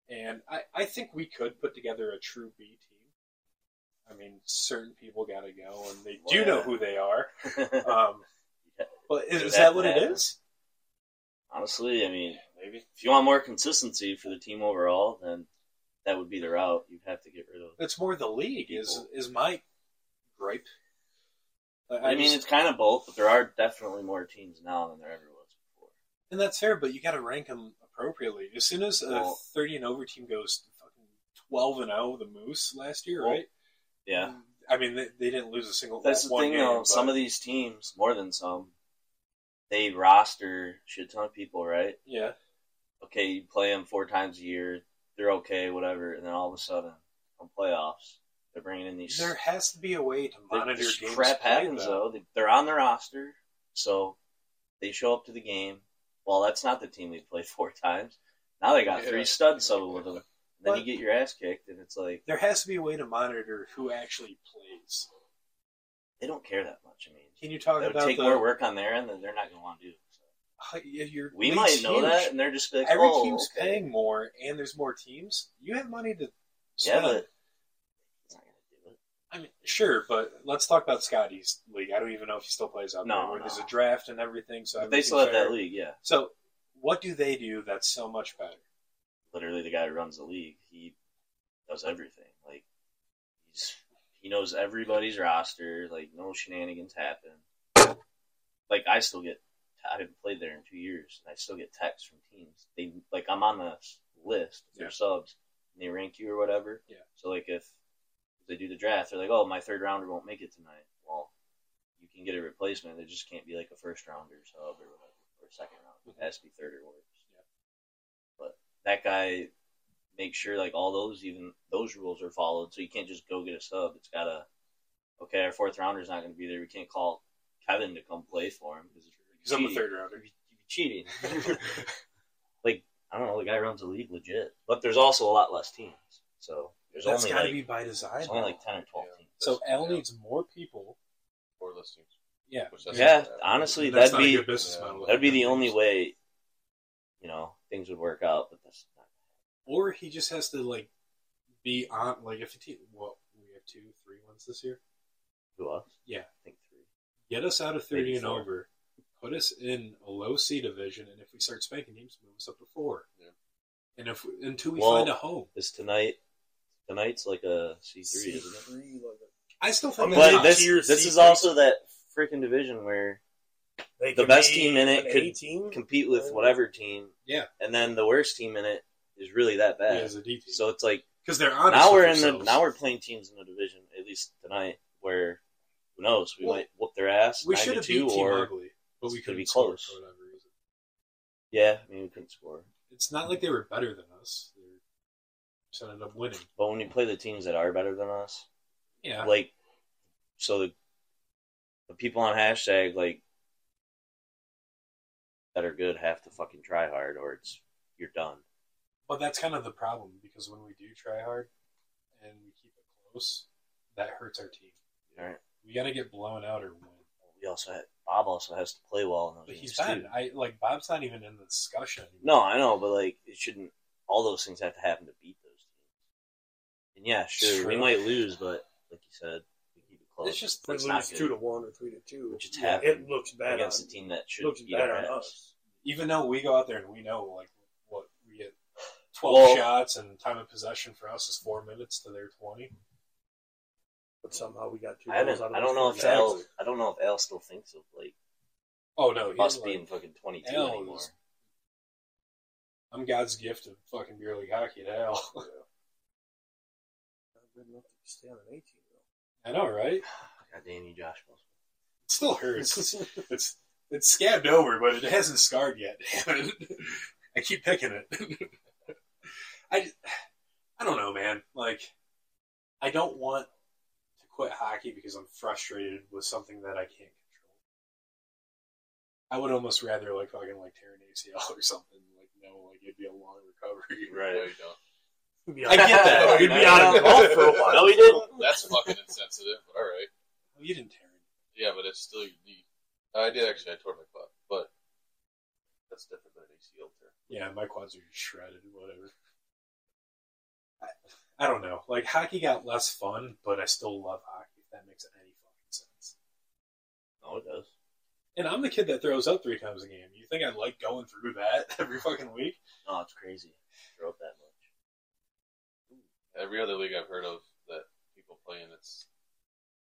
[SPEAKER 1] And I, I think we could put together a true B team. I mean, certain people got to go, and they do
[SPEAKER 5] Well,
[SPEAKER 1] know
[SPEAKER 5] yeah.
[SPEAKER 1] who they are.
[SPEAKER 5] Mm-hmm.
[SPEAKER 1] Um,
[SPEAKER 5] Yeah.
[SPEAKER 1] but is, is
[SPEAKER 5] That-
[SPEAKER 1] that what it
[SPEAKER 5] that-
[SPEAKER 1] is?
[SPEAKER 5] [laughs] Honestly, I mean,
[SPEAKER 4] maybe.
[SPEAKER 5] if you want more consistency for the team overall, then that would be the route you'd have to get rid of.
[SPEAKER 1] It's more the league. Is
[SPEAKER 5] People.
[SPEAKER 1] is my gripe? I,
[SPEAKER 5] I mean,
[SPEAKER 1] just-
[SPEAKER 5] it's kind of both, but there are definitely more teams now than there ever was before.
[SPEAKER 1] And that's fair, but you got to rank them appropriately. As soon as a
[SPEAKER 5] Well-
[SPEAKER 1] 30 and over team goes to fucking 12 and 0, the Moose last year,
[SPEAKER 5] Well,
[SPEAKER 1] right?
[SPEAKER 5] Yeah,
[SPEAKER 1] I mean, they, they didn't lose a single
[SPEAKER 5] that's the
[SPEAKER 1] one
[SPEAKER 5] thing
[SPEAKER 1] game,
[SPEAKER 5] though.
[SPEAKER 1] but-
[SPEAKER 5] Some of these teams, more than some, they roster shit ton of people, right?
[SPEAKER 1] Yeah.
[SPEAKER 5] Okay, you play them four times a year, they're okay, whatever, and then all of a sudden, on playoffs, they're bringing in these
[SPEAKER 1] There has to be a way to
[SPEAKER 5] Th-
[SPEAKER 1] monitor
[SPEAKER 5] this
[SPEAKER 1] games.
[SPEAKER 5] crap
[SPEAKER 1] played,
[SPEAKER 5] happens though. They, they're on the roster, so they show up to the game. Well, that's not the team they played [laughs] four times. Now they got
[SPEAKER 4] Yeah.
[SPEAKER 5] three studs subbed with them. Then
[SPEAKER 1] But-
[SPEAKER 5] you get your ass kicked, and it's like
[SPEAKER 1] There has to be a way to monitor who actually plays.
[SPEAKER 5] they don't care that much. I mean,
[SPEAKER 1] Can you talk
[SPEAKER 5] that would
[SPEAKER 1] about
[SPEAKER 5] take
[SPEAKER 1] the,
[SPEAKER 5] more work on their end that they're not going to want to do.
[SPEAKER 1] Hi- yeah, your
[SPEAKER 5] We
[SPEAKER 1] league's
[SPEAKER 5] might know
[SPEAKER 1] huge.
[SPEAKER 5] that, and they're just like,
[SPEAKER 1] Every
[SPEAKER 5] oh,
[SPEAKER 1] team's
[SPEAKER 5] okay.
[SPEAKER 1] paying more, and there's more teams. You have money to
[SPEAKER 5] yeah,
[SPEAKER 1] spend.
[SPEAKER 5] but it's not gonna do it.
[SPEAKER 1] I mean, sure, but let's talk about Scotty's league. I don't even know if he still plays out
[SPEAKER 5] No,
[SPEAKER 1] there. where
[SPEAKER 5] no.
[SPEAKER 1] There's a draft and everything, so
[SPEAKER 5] But they
[SPEAKER 1] everything's
[SPEAKER 5] still have
[SPEAKER 1] fair.
[SPEAKER 5] that league, yeah.
[SPEAKER 1] So, what do they do that's so much better?
[SPEAKER 5] literally the guy who runs the league. He does everything. Like he's he knows everybody's roster. Like no shenanigans happen. Like I still get I haven't played there in two years, and I still get texts from teams. They like I'm on the list. They're
[SPEAKER 1] Yeah.
[SPEAKER 5] subs, and they rank you or whatever.
[SPEAKER 1] Yeah.
[SPEAKER 5] So like if they do the draft, they're like, oh, my third rounder won't make it tonight. Well, you can get a replacement. It just can't be like a first rounder sub or whatever, or second round. It has to be third or worse.
[SPEAKER 1] Yeah.
[SPEAKER 5] But that guy makes sure like all those even those rules are followed. So you can't just go get a sub. It's gotta okay. Our fourth rounder's not going to be there. We can't call Kevin to come play for him because
[SPEAKER 1] Because I'm a third rounder.
[SPEAKER 5] You'd be cheating. [laughs] like I don't know. The guy runs the league legit, but there's also a lot less teams. So there's
[SPEAKER 1] That's
[SPEAKER 5] only
[SPEAKER 1] got to
[SPEAKER 5] like
[SPEAKER 1] be by design.
[SPEAKER 5] there's only like ten or twelve
[SPEAKER 4] Yeah.
[SPEAKER 5] teams.
[SPEAKER 1] so Al
[SPEAKER 4] Yeah.
[SPEAKER 1] needs more people.
[SPEAKER 4] four less teams.
[SPEAKER 1] Yeah,
[SPEAKER 4] Which that's-
[SPEAKER 5] Yeah, honestly,
[SPEAKER 1] That's
[SPEAKER 5] that'd
[SPEAKER 1] not a
[SPEAKER 5] be
[SPEAKER 1] good business
[SPEAKER 4] yeah.
[SPEAKER 1] model.
[SPEAKER 5] that'd be the only way. You know, things would work out, but that's not.
[SPEAKER 1] Or he just has to like be on like if a team. Well, we have two, three ones this year.
[SPEAKER 5] Who us?
[SPEAKER 1] Yeah.
[SPEAKER 5] I think three.
[SPEAKER 1] Get us out of thirty
[SPEAKER 5] Maybe
[SPEAKER 1] and
[SPEAKER 5] four.
[SPEAKER 1] over. Put us in a low C division, and if we start spanking teams, move us up to four.
[SPEAKER 4] Yeah.
[SPEAKER 1] And if until we
[SPEAKER 5] Well-
[SPEAKER 1] find a home,
[SPEAKER 5] Is tonight? Tonight's like a C three, isn't it?
[SPEAKER 3] Free, like,
[SPEAKER 1] I still
[SPEAKER 3] I'm
[SPEAKER 1] think
[SPEAKER 3] gonna
[SPEAKER 5] But
[SPEAKER 3] top
[SPEAKER 5] this
[SPEAKER 3] tier
[SPEAKER 5] this
[SPEAKER 3] C
[SPEAKER 5] is
[SPEAKER 3] three.
[SPEAKER 5] also that freaking division where
[SPEAKER 3] they
[SPEAKER 5] The
[SPEAKER 3] could
[SPEAKER 5] best
[SPEAKER 3] be
[SPEAKER 5] team in it
[SPEAKER 3] an
[SPEAKER 5] could
[SPEAKER 3] A team.
[SPEAKER 5] compete with whatever team.
[SPEAKER 1] Yeah.
[SPEAKER 5] And then the worst team in it is really that
[SPEAKER 1] yeah,
[SPEAKER 5] bad.
[SPEAKER 1] as a D team.
[SPEAKER 5] So it's like
[SPEAKER 1] because they're honest.
[SPEAKER 5] now
[SPEAKER 1] with
[SPEAKER 5] we're in the
[SPEAKER 1] themselves.
[SPEAKER 5] now we're playing teams in the division at least tonight where who knows we
[SPEAKER 1] Well,
[SPEAKER 5] might whoop their ass.
[SPEAKER 1] we should have
[SPEAKER 5] 92
[SPEAKER 1] beat Team
[SPEAKER 5] or
[SPEAKER 1] Ugly, but we couldn't
[SPEAKER 5] it's gonna be
[SPEAKER 1] score
[SPEAKER 5] close.
[SPEAKER 1] for whatever reason.
[SPEAKER 5] yeah, I mean we couldn't score.
[SPEAKER 1] It's not like they were better than us. They just ended up winning.
[SPEAKER 5] But when you play the teams that are better than us,
[SPEAKER 1] Yeah,
[SPEAKER 5] like so the, the people on hashtag like that are good have to fucking try hard or it's you're done.
[SPEAKER 1] but that's kind of the problem because when we do try hard and we keep it close, that hurts our team.
[SPEAKER 5] All right.
[SPEAKER 1] We gotta get blown out or win.
[SPEAKER 5] We also had, Bob also has to play well in those
[SPEAKER 1] But
[SPEAKER 5] games
[SPEAKER 1] he's
[SPEAKER 5] too.
[SPEAKER 1] bad. I like Bob's not even in the discussion. Anymore.
[SPEAKER 5] No, I know, but like it shouldn't. All those things have to happen to beat those teams. And yeah, sure, we
[SPEAKER 1] True.
[SPEAKER 5] might lose, but like you said, we keep it close.
[SPEAKER 3] It's just we
[SPEAKER 5] That's
[SPEAKER 3] lose
[SPEAKER 5] not good.
[SPEAKER 3] two to one or three to two.
[SPEAKER 5] Which it's
[SPEAKER 1] Yeah,
[SPEAKER 5] happened
[SPEAKER 3] It looks bad on,
[SPEAKER 5] against a team that should
[SPEAKER 3] looks
[SPEAKER 5] beat
[SPEAKER 3] bad
[SPEAKER 5] our
[SPEAKER 3] on
[SPEAKER 5] ass.
[SPEAKER 3] us.
[SPEAKER 1] even though we go out there and we know like what we get twelve
[SPEAKER 5] Well-
[SPEAKER 1] shots and time of possession for us is four minutes to their twenty.
[SPEAKER 3] But somehow we got two.
[SPEAKER 5] I haven't.
[SPEAKER 3] goals out of
[SPEAKER 5] I
[SPEAKER 3] those
[SPEAKER 5] don't know
[SPEAKER 3] three
[SPEAKER 5] if
[SPEAKER 3] guys.
[SPEAKER 5] Al. I don't know if Al still thinks of like
[SPEAKER 1] Oh no, he's
[SPEAKER 5] us
[SPEAKER 1] like,
[SPEAKER 5] being fucking twenty two
[SPEAKER 1] Al
[SPEAKER 5] anymore.
[SPEAKER 1] is- I'm God's gift of fucking beer league hockey to hell. [laughs]
[SPEAKER 3] Not good enough to stay on an 18
[SPEAKER 5] [laughs]
[SPEAKER 3] though.
[SPEAKER 1] I know, right?
[SPEAKER 5] [sighs] God damn you, Josh.
[SPEAKER 1] It still
[SPEAKER 3] [laughs]
[SPEAKER 1] hurts. it's it's scabbed over, but it hasn't scarred yet. [laughs] Damn it. I keep picking it. [laughs] I I don't know, man. Like I don't want to quit hockey because I'm frustrated with something that I can't control. I would almost rather like fucking like tear an ACL [laughs] or something. Like no, like it'd be a long recovery. [laughs]
[SPEAKER 4] No,
[SPEAKER 5] Right.
[SPEAKER 4] you don't.
[SPEAKER 3] Be
[SPEAKER 1] I get
[SPEAKER 3] [laughs]
[SPEAKER 1] that. We'd be out of golf for a while.
[SPEAKER 5] No, he didn't.
[SPEAKER 4] That's fucking insensitive, [laughs] but alright.
[SPEAKER 1] You didn't tear it.
[SPEAKER 4] Yeah, but it's still your knee. I did actually, I tore my butt, but that's different than an ACL tear.
[SPEAKER 1] Yeah, my quads are shredded. Whatever. I, I don't know. Like hockey got less fun, but I still love hockey. If that makes any fucking sense.
[SPEAKER 5] No, it does.
[SPEAKER 1] And I'm the kid that throws up three times a game. You think I like going through that [laughs] every fucking week?
[SPEAKER 5] No, it's crazy. Throw up that much.
[SPEAKER 4] every other league I've heard of that people play in, it's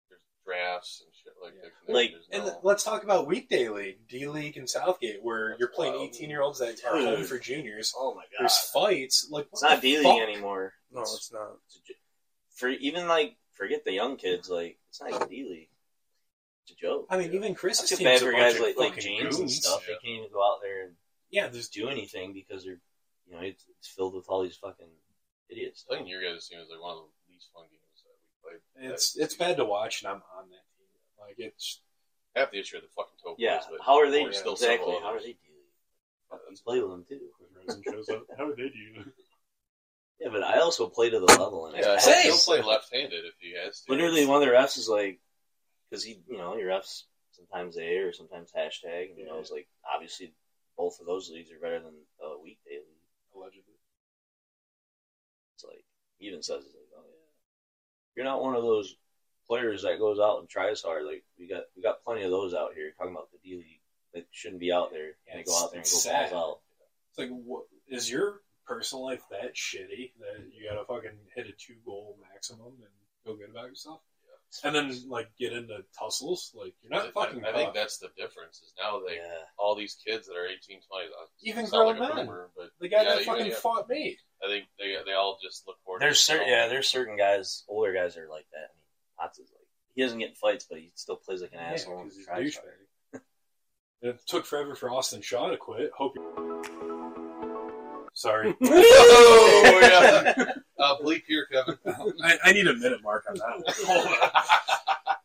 [SPEAKER 4] there's drafts and shit like
[SPEAKER 1] Yeah.
[SPEAKER 4] that.
[SPEAKER 5] Like,
[SPEAKER 4] There's
[SPEAKER 1] And
[SPEAKER 4] no-
[SPEAKER 1] let's talk about weekday league, D League, and Southgate, where
[SPEAKER 4] That's
[SPEAKER 1] you're playing
[SPEAKER 4] wild.
[SPEAKER 1] 18 year olds that are home
[SPEAKER 5] Dude.
[SPEAKER 1] for juniors.
[SPEAKER 5] Oh my god.
[SPEAKER 1] There's fights. Like
[SPEAKER 5] It's
[SPEAKER 1] what
[SPEAKER 5] not
[SPEAKER 1] the
[SPEAKER 5] D
[SPEAKER 1] fuck?
[SPEAKER 5] League anymore.
[SPEAKER 3] No, it's not.
[SPEAKER 5] It's a j- For even like forget the young kids, like it's not even D League. It's a joke.
[SPEAKER 1] I mean, even Chris's
[SPEAKER 5] That's too
[SPEAKER 1] team's a
[SPEAKER 5] bad for
[SPEAKER 1] bunch
[SPEAKER 5] guys
[SPEAKER 1] of
[SPEAKER 5] like, like
[SPEAKER 1] fucking
[SPEAKER 5] James and
[SPEAKER 1] goons.
[SPEAKER 5] stuff.
[SPEAKER 4] yeah.
[SPEAKER 5] They can't even go out there and
[SPEAKER 1] Yeah, there's
[SPEAKER 5] do anything because they're, you know, it's, it's filled with all these fucking idiots.
[SPEAKER 4] I think your guys' team is like one of the least fun games that we played.
[SPEAKER 1] It's
[SPEAKER 4] That
[SPEAKER 1] it's bad to watch, and I'm on that team. Like it's
[SPEAKER 4] Half the issue of the fucking toe
[SPEAKER 5] Yeah.
[SPEAKER 4] boys, but
[SPEAKER 5] How are they
[SPEAKER 4] we're still
[SPEAKER 5] exactly?
[SPEAKER 4] several
[SPEAKER 5] How are
[SPEAKER 4] others.
[SPEAKER 5] they D League? Fuck, You play with them too.
[SPEAKER 1] Rosen shows up. How did you? yeah,
[SPEAKER 5] Yeah, but I also play to the level, and I-
[SPEAKER 4] yeah,
[SPEAKER 5] I
[SPEAKER 4] he'll-
[SPEAKER 5] had
[SPEAKER 4] he'll
[SPEAKER 5] no-
[SPEAKER 4] play left-handed if he has to.
[SPEAKER 5] Literally, one of the refs is like, because he, you know, your refs sometimes they or sometimes hashtag, and you know, it's like obviously both of those leagues are better than a weekday league.
[SPEAKER 1] allegedly.
[SPEAKER 5] It's like he even says it's like, oh yeah, you're not one of those players that goes out and tries hard. Like we got we got plenty of those out here talking about the D league that shouldn't be out there.
[SPEAKER 1] Yeah,
[SPEAKER 5] and they
[SPEAKER 1] it's-
[SPEAKER 5] go out there and
[SPEAKER 1] it's
[SPEAKER 5] go
[SPEAKER 1] sad.
[SPEAKER 5] balls
[SPEAKER 1] It's like, what is your personal life that shitty that you gotta fucking hit a two goal maximum and feel good about yourself,
[SPEAKER 5] out.
[SPEAKER 1] and then like get into tussles? Like you're
[SPEAKER 4] I,
[SPEAKER 1] not fucking.
[SPEAKER 4] I, I think
[SPEAKER 1] tough.
[SPEAKER 4] that's the difference. Is now they
[SPEAKER 5] yeah,
[SPEAKER 4] all these kids that are 18, 20, uh,
[SPEAKER 1] Even
[SPEAKER 4] sound like
[SPEAKER 1] grown
[SPEAKER 4] a
[SPEAKER 1] men.
[SPEAKER 4] boomer, but
[SPEAKER 1] the guy
[SPEAKER 4] yeah,
[SPEAKER 1] that
[SPEAKER 4] even-
[SPEAKER 1] fucking
[SPEAKER 4] yeah.
[SPEAKER 1] fought me.
[SPEAKER 4] I think they they all just look forward.
[SPEAKER 5] there's
[SPEAKER 4] to it.
[SPEAKER 5] certain yeah there's certain guys older guys that are like that. I mean, Potts is like he doesn't get in fights, but he still plays like an
[SPEAKER 1] Yeah,
[SPEAKER 5] asshole.
[SPEAKER 1] 'cause
[SPEAKER 5] And
[SPEAKER 1] he's a
[SPEAKER 5] tries
[SPEAKER 1] douchebag.
[SPEAKER 5] hard.
[SPEAKER 1] It took forever for Austin Shaw to quit. Hope. you [laughs]
[SPEAKER 5] [laughs]
[SPEAKER 1] Sorry,
[SPEAKER 4] Oh, yeah. uh, bleep here, Kevin.
[SPEAKER 1] I, I need a minute mark on
[SPEAKER 4] [laughs]
[SPEAKER 1] that. One. Hold on.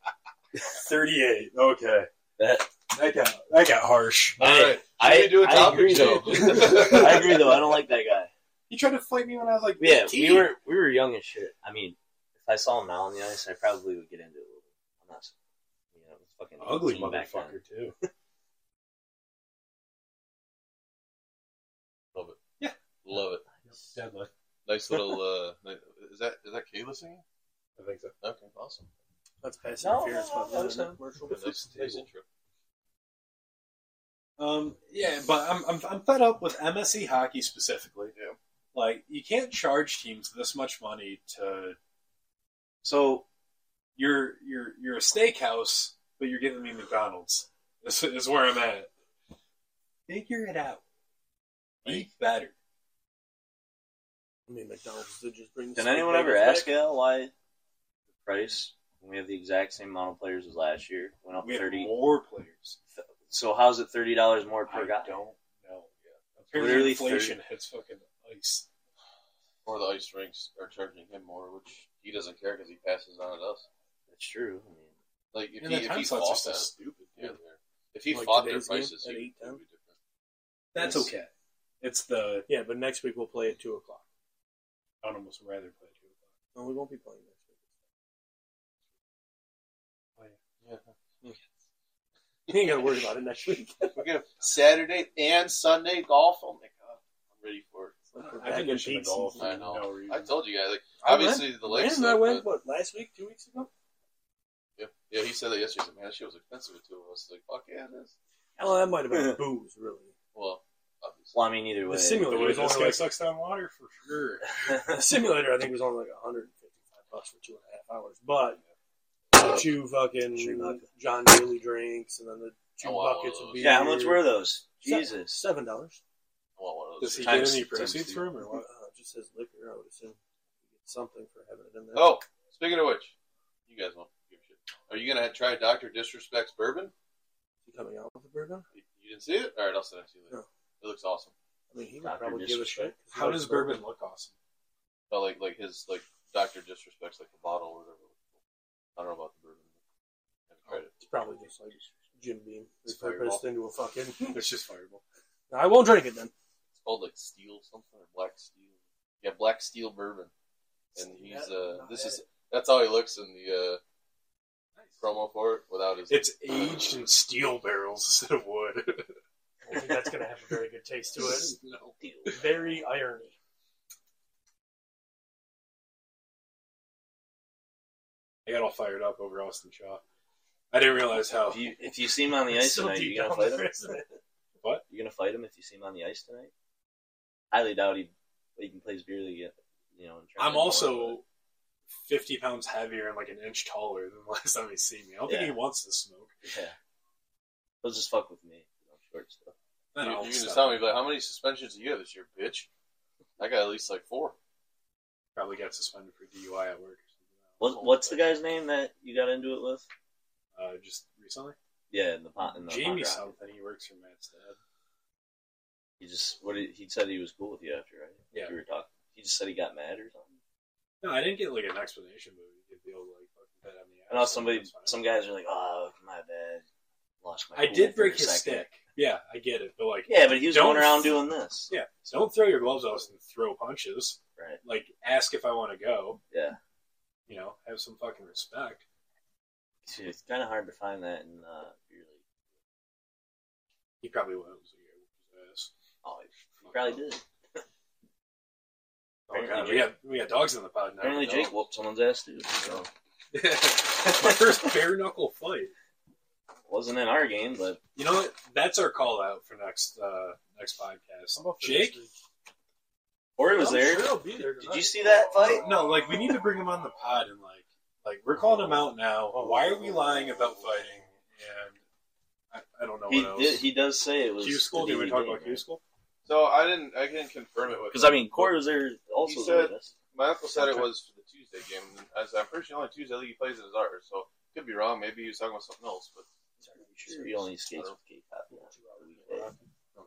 [SPEAKER 1] Thirty-eight. Okay,
[SPEAKER 5] That
[SPEAKER 1] that got that got harsh.
[SPEAKER 4] All right. Should we do a
[SPEAKER 5] I
[SPEAKER 4] topic
[SPEAKER 5] agree,
[SPEAKER 4] show?
[SPEAKER 5] though. [laughs] I agree though. I don't like that guy.
[SPEAKER 1] He tried to fight me when I was like,
[SPEAKER 5] Yeah,
[SPEAKER 1] 18.
[SPEAKER 5] we were we were young as shit. I mean, if I saw him now on the ice, I probably would get into it. a little bit. I'm not. s- You know, it was fucking
[SPEAKER 1] ugly
[SPEAKER 5] 18 back then.
[SPEAKER 1] motherfucker too.
[SPEAKER 4] Love it.
[SPEAKER 1] Deadlift.
[SPEAKER 4] Nice little. Uh, ni- is that is that Kayla singing?
[SPEAKER 1] I think so.
[SPEAKER 4] Okay, awesome.
[SPEAKER 3] That's past
[SPEAKER 5] No,
[SPEAKER 3] interference.
[SPEAKER 5] no, no,
[SPEAKER 3] but
[SPEAKER 5] that's not-
[SPEAKER 3] commercial.
[SPEAKER 4] Yeah, nice, nice intro.
[SPEAKER 1] Um, yeah, but I'm, I'm I'm fed up with MSE hockey specifically.
[SPEAKER 4] Yeah.
[SPEAKER 1] Like you can't charge teams this much money to. So, you're you're you're a steakhouse, but you're giving me McDonald's. This is where I'm at. Figure it out. Be better.
[SPEAKER 3] I mean, McDonald's did just bring.
[SPEAKER 5] Did
[SPEAKER 3] the
[SPEAKER 5] anyone
[SPEAKER 3] steak
[SPEAKER 5] ever
[SPEAKER 3] back.
[SPEAKER 5] ask Al why the price when we have the exact same amount of players as last year went up
[SPEAKER 1] We have
[SPEAKER 5] thirty?
[SPEAKER 1] more players.
[SPEAKER 5] So how's it thirty dollars more per
[SPEAKER 1] I
[SPEAKER 5] guy?
[SPEAKER 1] don't know. Apparently,
[SPEAKER 5] Literally
[SPEAKER 1] inflation hits fucking ice.
[SPEAKER 4] Or the ice rinks are charging him more, which he doesn't care because he passes on at us.
[SPEAKER 5] That's true. I mean,
[SPEAKER 4] Like if
[SPEAKER 1] And
[SPEAKER 4] he
[SPEAKER 1] the
[SPEAKER 4] if he
[SPEAKER 1] time slots are
[SPEAKER 4] fought
[SPEAKER 1] so
[SPEAKER 4] that,
[SPEAKER 1] stupid.
[SPEAKER 4] yeah, if he
[SPEAKER 3] Like
[SPEAKER 4] fought their
[SPEAKER 3] today's game
[SPEAKER 4] prices,
[SPEAKER 3] at
[SPEAKER 4] he
[SPEAKER 3] eight,
[SPEAKER 4] would be different.
[SPEAKER 1] That's
[SPEAKER 5] Yes.
[SPEAKER 1] okay. It's the
[SPEAKER 3] Yeah, but next week we'll play at two o'clock.
[SPEAKER 1] I'd almost rather play two o'clock.
[SPEAKER 3] No, we won't be playing next week.
[SPEAKER 5] Oh,
[SPEAKER 3] [laughs] You ain't got to worry about it next week.
[SPEAKER 4] We're gonna [laughs] Saturday and Sunday golf. Oh my god, I'm ready for it.
[SPEAKER 1] I think we should have golf.
[SPEAKER 4] I know.
[SPEAKER 1] No reason.
[SPEAKER 4] I told you guys, like
[SPEAKER 3] I
[SPEAKER 4] obviously the lakes.
[SPEAKER 3] Man, I
[SPEAKER 4] suck,
[SPEAKER 3] went
[SPEAKER 4] but-
[SPEAKER 3] what last week, two weeks ago.
[SPEAKER 4] yeah, yeah, he said that yesterday. He said, Man, that shit was expensive with two of us. Like fuck yeah, it is.
[SPEAKER 3] Well, that might have been booze, really.
[SPEAKER 4] Well, obviously.
[SPEAKER 5] well, I mean, either way. [laughs]
[SPEAKER 3] The simulator
[SPEAKER 1] Boy,
[SPEAKER 3] was
[SPEAKER 1] this
[SPEAKER 3] only
[SPEAKER 1] guy
[SPEAKER 3] like
[SPEAKER 1] sucks down water for sure.
[SPEAKER 3] the simulator. I think was only like 155 bucks for two and a half hours, but two
[SPEAKER 5] Three
[SPEAKER 3] fucking
[SPEAKER 5] bucks.
[SPEAKER 3] John Daly drinks, and then the two
[SPEAKER 4] I want one
[SPEAKER 3] buckets
[SPEAKER 4] of
[SPEAKER 3] of
[SPEAKER 4] those.
[SPEAKER 1] [laughs]
[SPEAKER 3] beer.
[SPEAKER 5] yeah, how much were those? Jesus,
[SPEAKER 3] Seven dollars.
[SPEAKER 5] well, one of those
[SPEAKER 1] Does he
[SPEAKER 5] times-
[SPEAKER 1] get any
[SPEAKER 5] times
[SPEAKER 1] proceeds
[SPEAKER 5] two.
[SPEAKER 1] from him?
[SPEAKER 3] Or what? Uh, it just says liquor, I would assume. You get something for having it in there.
[SPEAKER 4] Oh, speaking of which, you guys won't give a shit. Are you gonna try Doctor Disrespect's bourbon?
[SPEAKER 3] You coming out with a burger?
[SPEAKER 4] You you didn't see it? All right, I'll send it to you later. It looks awesome.
[SPEAKER 3] I mean, he would
[SPEAKER 5] Dr.
[SPEAKER 3] probably give a shit. 'cause he
[SPEAKER 1] How
[SPEAKER 3] likes
[SPEAKER 1] does bourbon look awesome?
[SPEAKER 4] But like like his like Doctor Disrespect's like the bottle or whatever. I don't know about the bourbon. I haven't tried it.
[SPEAKER 3] It's probably just like Jim Beam
[SPEAKER 1] It's
[SPEAKER 3] repurposed into a fucking. [laughs]
[SPEAKER 1] It's just fireball.
[SPEAKER 3] I won't drink it then.
[SPEAKER 4] It's called like Steel something or Black Steel. Yeah, Black Steel bourbon. And he's uh this is that's how he looks in the uh promo for it without his
[SPEAKER 1] It's aged in steel barrels instead of
[SPEAKER 4] [laughs]
[SPEAKER 1] wood.
[SPEAKER 3] I think that's going to have a very good taste to it.
[SPEAKER 1] no.
[SPEAKER 3] Very irony.
[SPEAKER 1] I got all fired up over Austin Shaw. I didn't realize how.
[SPEAKER 5] If you if you see him on the ice
[SPEAKER 3] Still
[SPEAKER 5] tonight,
[SPEAKER 3] deep
[SPEAKER 5] you gonna
[SPEAKER 3] down
[SPEAKER 5] fight
[SPEAKER 3] there,
[SPEAKER 5] him?
[SPEAKER 3] isn't it?
[SPEAKER 5] You gonna fight him if you see him on the ice tonight? Highly doubt he he can play his beer league. Yet, you know, and try
[SPEAKER 1] I'm
[SPEAKER 5] to-
[SPEAKER 1] also 50 pounds heavier and like an inch taller than the last time he seen me. I don't think
[SPEAKER 5] Yeah.
[SPEAKER 1] he wants to smoke.
[SPEAKER 5] [laughs] yeah. He'll just fuck with me. You know, short stuff.
[SPEAKER 1] Then
[SPEAKER 4] you,
[SPEAKER 1] I'll
[SPEAKER 4] you can just
[SPEAKER 1] stop.
[SPEAKER 4] tell me like how many suspensions do you have this year, bitch? I got at least like four.
[SPEAKER 1] Probably got suspended for DUI at work. Or
[SPEAKER 5] What, what's the guy's name that you got into it with?
[SPEAKER 1] something. Uh, just recently,
[SPEAKER 5] Yeah, in the pot. In the pot
[SPEAKER 1] Jamie
[SPEAKER 5] rock.
[SPEAKER 1] something. He works for Matt's dad.
[SPEAKER 5] He just what he, he said he was cool with you after, right?
[SPEAKER 1] Yeah.
[SPEAKER 5] You were talking. He just said he got mad or something.
[SPEAKER 1] No, I didn't get like an explanation, but we did the old like fucking bet on the.
[SPEAKER 5] I know
[SPEAKER 1] ass, so
[SPEAKER 5] somebody,
[SPEAKER 1] that's fine.
[SPEAKER 5] some guys are like, "Oh, my bad, lost my."
[SPEAKER 1] I
[SPEAKER 5] cool
[SPEAKER 1] did
[SPEAKER 5] for a
[SPEAKER 1] break his
[SPEAKER 5] second."
[SPEAKER 1] stick. Yeah, I get it, but like,
[SPEAKER 5] Yeah, but he was
[SPEAKER 1] Don't-
[SPEAKER 5] going around doing this.
[SPEAKER 1] Yeah. don't throw your gloves off and throw punches.
[SPEAKER 5] Right.
[SPEAKER 1] Like, ask if I want to go.
[SPEAKER 5] Yeah.
[SPEAKER 1] You know, have some fucking respect.
[SPEAKER 5] Dude, it's kind of hard to find that in uh, beer league.
[SPEAKER 1] He probably went. Was like, yeah, whoop his ass.
[SPEAKER 5] Oh, he probably did.
[SPEAKER 1] Oh god,
[SPEAKER 5] Apparently
[SPEAKER 1] we got we got dogs in the pod now.
[SPEAKER 5] Apparently,
[SPEAKER 1] No.
[SPEAKER 5] Jake whooped someone's ass too. So
[SPEAKER 1] [laughs] My first bare knuckle fight.
[SPEAKER 5] wasn't in our game, but
[SPEAKER 1] You know what? That's our call out for next uh next
[SPEAKER 3] I'm
[SPEAKER 1] podcast.
[SPEAKER 3] up for
[SPEAKER 1] Jake,
[SPEAKER 3] this week.
[SPEAKER 5] Ori was
[SPEAKER 3] I'm
[SPEAKER 5] there.
[SPEAKER 3] sure I'll be there
[SPEAKER 5] Did
[SPEAKER 3] tonight.
[SPEAKER 5] you see that fight?
[SPEAKER 1] [laughs] no, like we need to bring him on the pod and like like we're calling him out now. Why are we lying about fighting? And I, I don't know
[SPEAKER 5] He
[SPEAKER 1] what else.
[SPEAKER 5] did, he does say it was
[SPEAKER 1] Q school. Did we talk about Q school?
[SPEAKER 4] So I didn't I didn't confirm it with
[SPEAKER 5] Because I mean, Corey was there also.
[SPEAKER 4] He said-
[SPEAKER 5] with us.
[SPEAKER 4] my uncle said it was for the Tuesday game and I said, I'm pretty sure the only Tuesday league he plays in is ours, so could be wrong, maybe he was talking about something else, but
[SPEAKER 5] Sure, he only skates with K pop.
[SPEAKER 1] Okay, cool.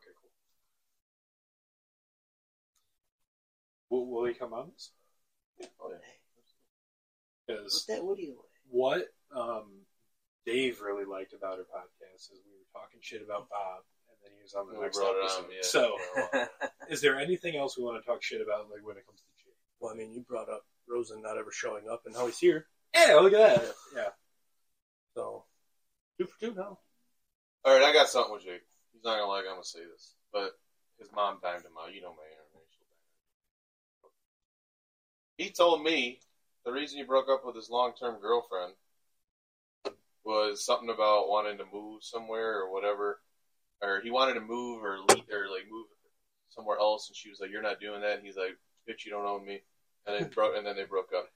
[SPEAKER 1] Will, will he come on this?
[SPEAKER 4] oh, yeah.
[SPEAKER 1] Because
[SPEAKER 5] that Woody away.
[SPEAKER 1] what um, Dave really liked about our podcast is we were talking shit about Bob, and then he was on the
[SPEAKER 4] We
[SPEAKER 1] next
[SPEAKER 4] brought it
[SPEAKER 1] episode.
[SPEAKER 4] on, yeah.
[SPEAKER 1] So,
[SPEAKER 5] yeah, [laughs]
[SPEAKER 1] is there anything else we want to talk shit about, like when it comes to Jake?
[SPEAKER 3] Well, I mean, you brought up Rosen not ever showing up, and now he's here.
[SPEAKER 1] Yeah, look at that. Yeah,
[SPEAKER 3] So, two for two now.
[SPEAKER 4] [laughs] All right, I got something with Jake. He's not gonna like. I'm gonna say this, but his mom banged him out. You know my international. He told me the reason he broke up with his long-term girlfriend was something about wanting to move somewhere or whatever, or he wanted to move or leave or like move somewhere else, and she was like, "You're not doing that." And he's like, "Bitch, you don't own me." And then broke, and then they broke up.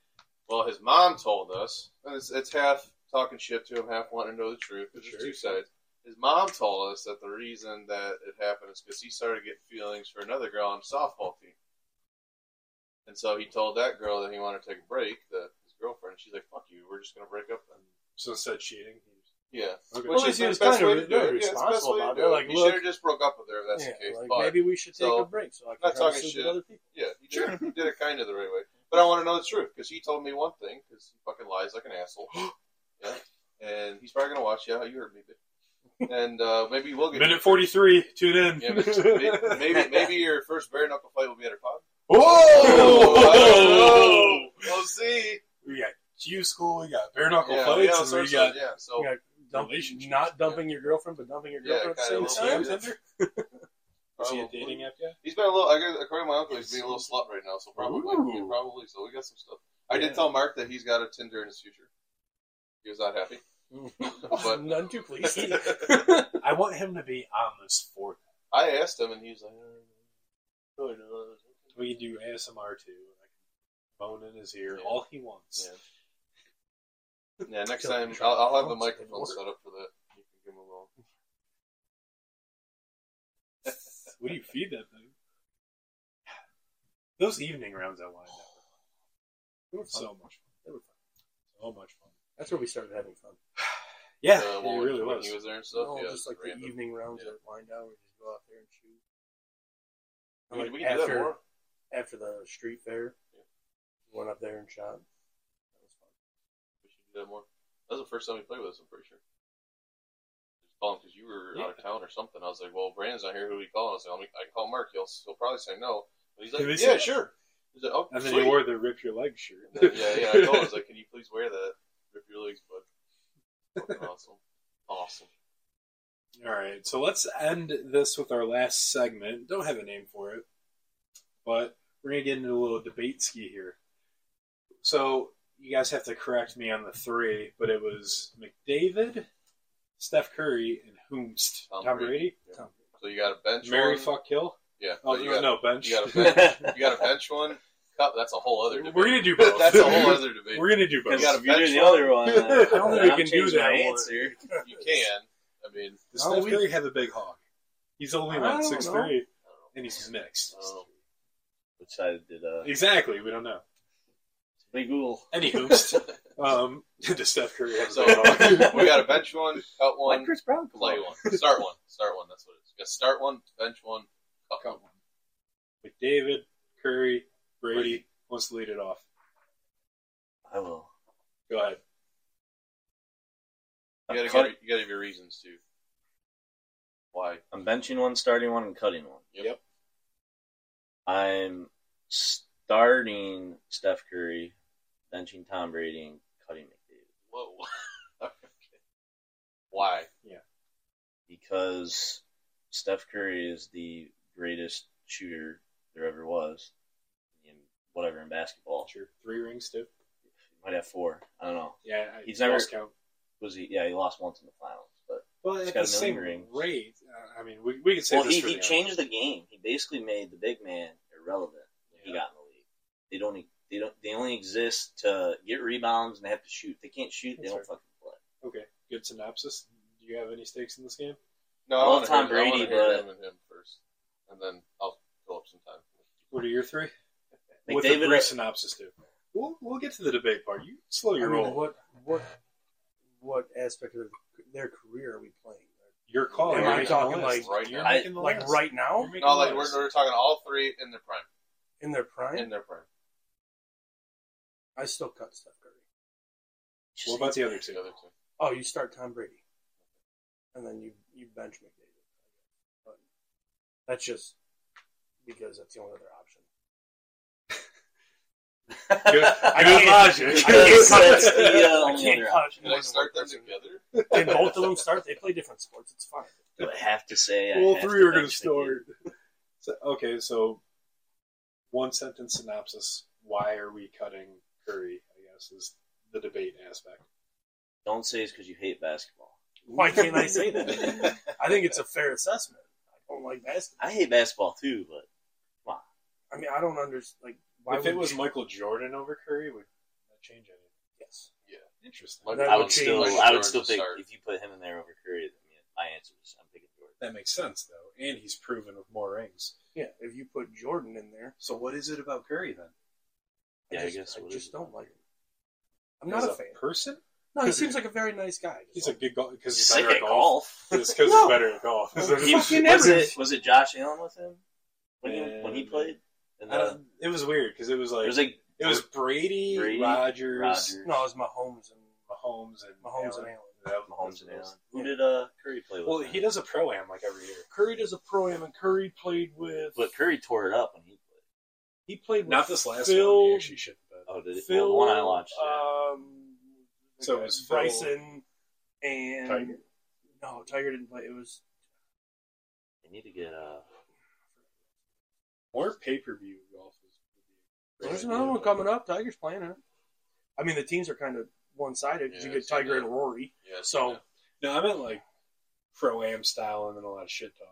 [SPEAKER 4] Well, his mom told us, and it's, it's half talking shit to him, half wanting to know the truth. There's
[SPEAKER 1] Sure.
[SPEAKER 4] two sides his mom told us that the reason that it happened is because he started getting feelings for another girl on the softball team. And so he told that girl that he wanted to take a break, that his girlfriend. She's like, "Fuck you, we're just gonna break up." Then.
[SPEAKER 1] so instead cheating.
[SPEAKER 4] Yeah,
[SPEAKER 1] Okay.
[SPEAKER 4] which
[SPEAKER 3] Well,
[SPEAKER 4] is
[SPEAKER 3] he
[SPEAKER 4] the
[SPEAKER 3] was
[SPEAKER 4] best
[SPEAKER 3] kinda
[SPEAKER 4] way to do it.
[SPEAKER 3] very
[SPEAKER 4] Yeah, it's the best
[SPEAKER 3] responsible
[SPEAKER 4] way to
[SPEAKER 3] about
[SPEAKER 4] do
[SPEAKER 3] it.
[SPEAKER 4] it.
[SPEAKER 3] Like,
[SPEAKER 4] he
[SPEAKER 3] look-
[SPEAKER 4] should have just broke up with her if that's
[SPEAKER 3] yeah,
[SPEAKER 4] the case.
[SPEAKER 3] like,
[SPEAKER 4] but
[SPEAKER 3] maybe we should take
[SPEAKER 4] so-
[SPEAKER 3] a break so I can
[SPEAKER 4] Not
[SPEAKER 3] have
[SPEAKER 4] talking
[SPEAKER 3] soup
[SPEAKER 4] shit.
[SPEAKER 3] with other people.
[SPEAKER 4] yeah, he did, he did it kind of the right way. But I want to know the truth because he told me one thing because he fucking lies like an asshole. yeah, and he's probably gonna watch. Yeah, you heard me. bitch. And uh, maybe we'll get
[SPEAKER 1] [laughs] Minute forty-three. Tune in.
[SPEAKER 4] Yeah, maybe, maybe maybe your first bare knuckle fight will be at a pod.
[SPEAKER 1] Oh! [laughs]
[SPEAKER 4] [laughs] I
[SPEAKER 1] Whoa!
[SPEAKER 4] don't
[SPEAKER 1] Oh!
[SPEAKER 4] know. We'll see.
[SPEAKER 1] we got Q school. We got bare knuckle
[SPEAKER 4] Yeah, we all
[SPEAKER 1] fights, and we
[SPEAKER 4] sorts
[SPEAKER 1] got
[SPEAKER 4] of- yeah. So
[SPEAKER 3] Yeah, dump,
[SPEAKER 1] relationships,
[SPEAKER 3] not dumping your girlfriend, but dumping your
[SPEAKER 4] Yeah,
[SPEAKER 3] girlfriend
[SPEAKER 4] kinda
[SPEAKER 3] at the same
[SPEAKER 4] a
[SPEAKER 3] time.
[SPEAKER 4] little [laughs]
[SPEAKER 1] Tinder? Is he
[SPEAKER 4] probably-
[SPEAKER 1] a dating app yet?
[SPEAKER 4] He's been a little. I guess, according to my uncle, he's being a little slut right now. So probably,
[SPEAKER 1] Ooh.
[SPEAKER 4] yeah, probably. So we got some stuff. I
[SPEAKER 1] Yeah.
[SPEAKER 4] did tell Mark that he's got a Tinder in his future. He was not
[SPEAKER 3] [laughs]
[SPEAKER 4] happy, but
[SPEAKER 3] None too pleased.
[SPEAKER 4] [laughs]
[SPEAKER 1] I want him to be on this fourth.
[SPEAKER 4] I asked him, and he was like, uh, really not.
[SPEAKER 1] We can do ASMR too. I can bone in his ear
[SPEAKER 4] Yeah.
[SPEAKER 1] all he wants.
[SPEAKER 4] "Yeah." Yeah. Next
[SPEAKER 3] Kill [laughs]
[SPEAKER 4] time,
[SPEAKER 3] him.
[SPEAKER 4] I'll, I'll have the
[SPEAKER 3] Don't say
[SPEAKER 4] microphone
[SPEAKER 3] the word.
[SPEAKER 4] set up for that.
[SPEAKER 3] [laughs]
[SPEAKER 4] You can give him a little.
[SPEAKER 1] What do you feed that thing? Those evening rounds at Y
[SPEAKER 3] We were
[SPEAKER 1] were
[SPEAKER 3] fun.
[SPEAKER 1] so much fun.
[SPEAKER 3] They were fun.
[SPEAKER 1] So much fun.
[SPEAKER 3] That's where we started having fun.
[SPEAKER 1] Yeah,
[SPEAKER 4] The one
[SPEAKER 1] it
[SPEAKER 4] uh, when-
[SPEAKER 1] really
[SPEAKER 4] when
[SPEAKER 1] was.
[SPEAKER 4] he was there and stuff.
[SPEAKER 3] no,
[SPEAKER 4] yeah,
[SPEAKER 3] just like the
[SPEAKER 4] random.
[SPEAKER 3] evening rounds
[SPEAKER 4] Yeah.
[SPEAKER 3] at wind down, we just go out there and shoot.
[SPEAKER 4] We,
[SPEAKER 3] Like,
[SPEAKER 4] we can do that
[SPEAKER 3] after-
[SPEAKER 4] more.
[SPEAKER 3] after the street fair.
[SPEAKER 4] Yeah.
[SPEAKER 3] Went up there and shot. That was fun.
[SPEAKER 4] We should do that more. That was the first time he played with us. I'm pretty sure. Just calling because you were out of town or something. I was like, "Well, Brandon's not here. Who do we call?" I was like, "I'll make- "I can call Mark. He'll, he'll probably say no." But he's like,
[SPEAKER 1] Did he
[SPEAKER 4] "Yeah,
[SPEAKER 1] say-
[SPEAKER 4] sure." He's like, "Oh,
[SPEAKER 1] And then
[SPEAKER 4] sweet."
[SPEAKER 1] he wore the rip your leg shirt.
[SPEAKER 4] And then- [laughs] yeah, yeah. I told him, I was like, "Can you please wear that? Rip your legs, bud." Fucking
[SPEAKER 1] [laughs]
[SPEAKER 4] awesome, awesome.
[SPEAKER 1] All right, so let's end this with our last segment. Don't have a name for it, but we're gonna get into a little debate ski here. So you guys have to correct me on the three, but it was McDavid, Steph Curry, and Hoomst.
[SPEAKER 4] Tom
[SPEAKER 1] Tom
[SPEAKER 4] Brady.
[SPEAKER 1] Brady,
[SPEAKER 4] So you got a bench
[SPEAKER 1] Mary
[SPEAKER 4] one.
[SPEAKER 1] fuck kill.
[SPEAKER 4] Yeah.
[SPEAKER 1] Oh
[SPEAKER 4] but you
[SPEAKER 1] no,
[SPEAKER 4] got,
[SPEAKER 1] no bench.
[SPEAKER 4] you got a bench.
[SPEAKER 1] [laughs]
[SPEAKER 4] you got a bench one. Cup. That's a whole other. Debate.
[SPEAKER 1] we're gonna
[SPEAKER 4] [laughs]
[SPEAKER 1] do both.
[SPEAKER 4] That's a whole
[SPEAKER 1] [laughs]
[SPEAKER 4] other debate.
[SPEAKER 1] We're gonna do both.
[SPEAKER 5] Because
[SPEAKER 4] You got a
[SPEAKER 5] if you do the
[SPEAKER 4] bench
[SPEAKER 5] other one,
[SPEAKER 1] [laughs]
[SPEAKER 5] then
[SPEAKER 1] I don't think we
[SPEAKER 5] I'm
[SPEAKER 1] can do
[SPEAKER 5] changing
[SPEAKER 1] that
[SPEAKER 5] my
[SPEAKER 1] one.
[SPEAKER 5] answer.
[SPEAKER 4] You can. I mean,
[SPEAKER 1] Does
[SPEAKER 3] No,
[SPEAKER 1] Steph
[SPEAKER 3] we-
[SPEAKER 1] Curry have a big hog? He's only
[SPEAKER 3] I
[SPEAKER 1] about
[SPEAKER 3] don't
[SPEAKER 1] six
[SPEAKER 3] know.
[SPEAKER 1] three,
[SPEAKER 4] I don't know.
[SPEAKER 1] and he's mixed.
[SPEAKER 4] Oh.
[SPEAKER 5] Which side did uh?
[SPEAKER 1] Exactly. We don't know.
[SPEAKER 5] Hey Google.
[SPEAKER 1] Any Hoomst. [laughs] um, does Steph Curry have [laughs]
[SPEAKER 4] So [laughs]
[SPEAKER 1] a big hog?
[SPEAKER 4] we got a bench one, cut
[SPEAKER 5] Why
[SPEAKER 4] one,
[SPEAKER 5] Chris Brown come
[SPEAKER 4] play
[SPEAKER 5] up?
[SPEAKER 4] one, start one, start one. That's what it is. You got start one, bench one, cut one.
[SPEAKER 1] Got one. McDavid, Curry, Brady, wants to lead it off.
[SPEAKER 5] I will.
[SPEAKER 1] Go ahead.
[SPEAKER 4] You
[SPEAKER 5] I'm,
[SPEAKER 4] gotta
[SPEAKER 5] cut-
[SPEAKER 4] give, you gotta give your reasons too. Why?
[SPEAKER 5] I'm benching one, starting one, and cutting one.
[SPEAKER 1] Yep.
[SPEAKER 5] I'm starting Steph Curry, benching Tom Brady, and cutting McDavid
[SPEAKER 4] Whoa. [laughs] okay. Why?
[SPEAKER 5] because Steph Curry is the greatest shooter there ever was in whatever in basketball.
[SPEAKER 1] Sure. Three rings too.
[SPEAKER 5] He might have four. I don't know.
[SPEAKER 1] Yeah, I
[SPEAKER 5] He's never-
[SPEAKER 1] lost count.
[SPEAKER 5] Was he? Yeah, he lost once in the finals, but
[SPEAKER 1] Well,
[SPEAKER 5] he's
[SPEAKER 1] at
[SPEAKER 5] got
[SPEAKER 1] the
[SPEAKER 5] a million
[SPEAKER 1] same
[SPEAKER 5] rings.
[SPEAKER 1] rate, uh, I mean, we, we could say
[SPEAKER 5] well,
[SPEAKER 1] this
[SPEAKER 5] he,
[SPEAKER 1] for
[SPEAKER 5] he
[SPEAKER 1] the
[SPEAKER 5] changed the game. He basically made the big man irrelevant when he
[SPEAKER 4] Yeah.
[SPEAKER 5] got in the league. They don't. e- They don't. They only exist to get rebounds and they have to shoot. They can't shoot. They
[SPEAKER 1] That's
[SPEAKER 5] don't
[SPEAKER 1] right.
[SPEAKER 5] fucking play.
[SPEAKER 1] Okay, good synopsis. Do you have any stakes in this game?
[SPEAKER 4] No,
[SPEAKER 5] I love
[SPEAKER 4] wanna
[SPEAKER 5] Tom
[SPEAKER 4] hear- I wanna
[SPEAKER 5] Brady,
[SPEAKER 4] hear
[SPEAKER 5] but-
[SPEAKER 4] them and him first, and then I'll fill up some time.
[SPEAKER 1] What are your three? What's a
[SPEAKER 5] McDavid,
[SPEAKER 1] brief synopsis do? We'll, we'll get to the debate part. You slow
[SPEAKER 3] I
[SPEAKER 1] your
[SPEAKER 3] mean,
[SPEAKER 1] roll.
[SPEAKER 3] what what what aspect of their career are we playing?
[SPEAKER 1] You're calling.
[SPEAKER 3] Am
[SPEAKER 1] You're
[SPEAKER 3] I
[SPEAKER 1] making
[SPEAKER 3] talking
[SPEAKER 1] the
[SPEAKER 3] like-
[SPEAKER 1] list.
[SPEAKER 4] right
[SPEAKER 1] You're
[SPEAKER 4] now?
[SPEAKER 1] making the
[SPEAKER 3] Like
[SPEAKER 1] list.
[SPEAKER 3] right
[SPEAKER 1] You're
[SPEAKER 3] now
[SPEAKER 1] making
[SPEAKER 4] No,
[SPEAKER 1] the
[SPEAKER 4] like we're,
[SPEAKER 1] list.
[SPEAKER 4] we're talking all three in their prime.
[SPEAKER 3] in their prime,
[SPEAKER 4] In their prime.
[SPEAKER 3] I still cut Steph Curry.
[SPEAKER 1] What about the
[SPEAKER 5] [laughs]
[SPEAKER 1] other
[SPEAKER 4] The
[SPEAKER 1] two?
[SPEAKER 4] other two.
[SPEAKER 3] Oh, you start Tom Brady, and then you you bench McDavid. But that's just because that's the only other option.
[SPEAKER 1] Good,
[SPEAKER 3] I
[SPEAKER 1] good
[SPEAKER 3] can't-
[SPEAKER 1] logic.
[SPEAKER 3] I
[SPEAKER 5] [laughs]
[SPEAKER 3] can't
[SPEAKER 5] Yes,
[SPEAKER 3] cut-
[SPEAKER 5] that's the, uh,
[SPEAKER 3] I
[SPEAKER 5] only
[SPEAKER 3] can't
[SPEAKER 5] other
[SPEAKER 3] cut
[SPEAKER 4] Can
[SPEAKER 3] more
[SPEAKER 4] I
[SPEAKER 3] than
[SPEAKER 4] start them
[SPEAKER 3] one person.
[SPEAKER 4] together?
[SPEAKER 3] Can both of them start? They play different sports. It's fine.
[SPEAKER 5] Do I have to say? I
[SPEAKER 1] All
[SPEAKER 5] have
[SPEAKER 1] three are going
[SPEAKER 5] bench
[SPEAKER 1] to
[SPEAKER 5] McDavid?
[SPEAKER 1] start. [laughs] So, okay, so one sentence synopsis. Why are we cutting Curry? I guess is the debate aspect.
[SPEAKER 5] Don't say it's because you hate basketball.
[SPEAKER 3] Why can't I say that? I think it's a fair assessment. I don't like
[SPEAKER 5] [laughs]
[SPEAKER 3] basketball.
[SPEAKER 5] I hate basketball too, but
[SPEAKER 3] I mean, I don't understand. Like, why
[SPEAKER 1] if
[SPEAKER 3] would
[SPEAKER 1] it was
[SPEAKER 3] you-
[SPEAKER 1] Michael Jordan over Curry, would that change anything?
[SPEAKER 3] yes,
[SPEAKER 1] Interesting.
[SPEAKER 4] Michael
[SPEAKER 3] That
[SPEAKER 5] I
[SPEAKER 3] would
[SPEAKER 5] would
[SPEAKER 3] change.
[SPEAKER 5] still.
[SPEAKER 3] Like
[SPEAKER 5] I
[SPEAKER 4] Jordan
[SPEAKER 5] would still pick
[SPEAKER 4] start.
[SPEAKER 5] if you put him in there over Curry. then yeah, my answer is I'm picking Jordan.
[SPEAKER 1] That makes sense though, and he's proven with more rings.
[SPEAKER 3] yeah. If you put Jordan in there,
[SPEAKER 1] So what is it about Curry then?
[SPEAKER 5] Yeah,
[SPEAKER 3] I
[SPEAKER 5] I
[SPEAKER 3] just,
[SPEAKER 5] guess, what
[SPEAKER 3] I
[SPEAKER 5] is
[SPEAKER 3] just
[SPEAKER 5] it?
[SPEAKER 3] don't like him. I'm not
[SPEAKER 1] As
[SPEAKER 3] a fan.
[SPEAKER 1] person.
[SPEAKER 3] No, he seems like a very nice guy.
[SPEAKER 1] He's a good golf because
[SPEAKER 5] He's
[SPEAKER 1] he's
[SPEAKER 5] sick
[SPEAKER 1] better at
[SPEAKER 5] at
[SPEAKER 1] golf. [laughs]
[SPEAKER 5] golf.
[SPEAKER 1] It's because
[SPEAKER 3] [laughs] No.
[SPEAKER 1] he's better at golf.
[SPEAKER 3] He-
[SPEAKER 1] It's-
[SPEAKER 3] Fucking
[SPEAKER 5] was
[SPEAKER 3] everything.
[SPEAKER 5] it was it Josh Allen with him when he when he
[SPEAKER 1] Uh,
[SPEAKER 5] played? And
[SPEAKER 1] I
[SPEAKER 5] then,
[SPEAKER 1] don't- it was weird because it was like
[SPEAKER 5] it was like
[SPEAKER 1] it was Brady,
[SPEAKER 5] Brady,
[SPEAKER 1] Rogers,
[SPEAKER 5] Rodgers,
[SPEAKER 3] no, it was Mahomes and
[SPEAKER 1] Mahomes, and
[SPEAKER 3] Mahomes and Allen.
[SPEAKER 1] That-
[SPEAKER 5] Mahomes, and Allen.
[SPEAKER 3] Yeah.
[SPEAKER 5] Who did uh, Curry play with?
[SPEAKER 1] Well,
[SPEAKER 5] then?
[SPEAKER 1] he does a pro am like every year.
[SPEAKER 3] Curry does a pro am, and Curry played with.
[SPEAKER 5] But Curry tore it up when he
[SPEAKER 3] he played with
[SPEAKER 1] Not this last
[SPEAKER 3] Phil,
[SPEAKER 1] one. He actually shit the bed.
[SPEAKER 5] played. Oh, did it?
[SPEAKER 3] Phil,
[SPEAKER 5] well, the one I watched. uh, yeah.
[SPEAKER 1] uh,
[SPEAKER 3] Um,
[SPEAKER 1] So it was Phil-
[SPEAKER 3] Bryson and
[SPEAKER 1] Tiger?
[SPEAKER 3] no, Tiger didn't play. It was
[SPEAKER 5] They need to get uh,
[SPEAKER 1] More pay per view golf is.
[SPEAKER 3] Well, there's another one coming up. Tiger's playing it. I mean, the teams are kind of one sided because
[SPEAKER 4] Yeah,
[SPEAKER 3] you get
[SPEAKER 4] I've seen
[SPEAKER 3] Tiger
[SPEAKER 4] that.
[SPEAKER 3] and Rory.
[SPEAKER 4] Yeah,
[SPEAKER 3] So
[SPEAKER 4] yeah.
[SPEAKER 1] No, I meant like pro am style and then a lot of shit talk.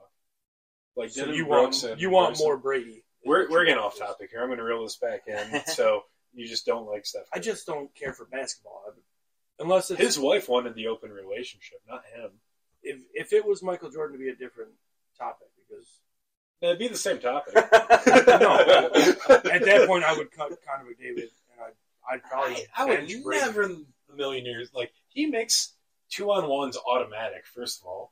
[SPEAKER 1] Like
[SPEAKER 3] So
[SPEAKER 1] Dylan
[SPEAKER 3] you
[SPEAKER 1] Brooks
[SPEAKER 3] want
[SPEAKER 1] and
[SPEAKER 3] you want
[SPEAKER 1] Bryson-
[SPEAKER 3] more Brady.
[SPEAKER 1] We're, we're getting off topic here. I'm going to reel this back
[SPEAKER 3] [laughs]
[SPEAKER 1] in. so you just don't like Steph.
[SPEAKER 3] I
[SPEAKER 1] Curry.
[SPEAKER 3] just don't care for basketball, I- unless it's,
[SPEAKER 1] his wife wanted the open relationship, not him.
[SPEAKER 3] if if it was Michael Jordan to be a different topic because
[SPEAKER 1] It'd be the same topic.
[SPEAKER 3] [laughs]
[SPEAKER 5] uh, [laughs]
[SPEAKER 3] No. At that point, I would cut Connor McDavid, and I'd, I'd probably
[SPEAKER 1] I, I would
[SPEAKER 3] bench Brady.
[SPEAKER 1] never in a million years like he makes two on ones automatic. First of all,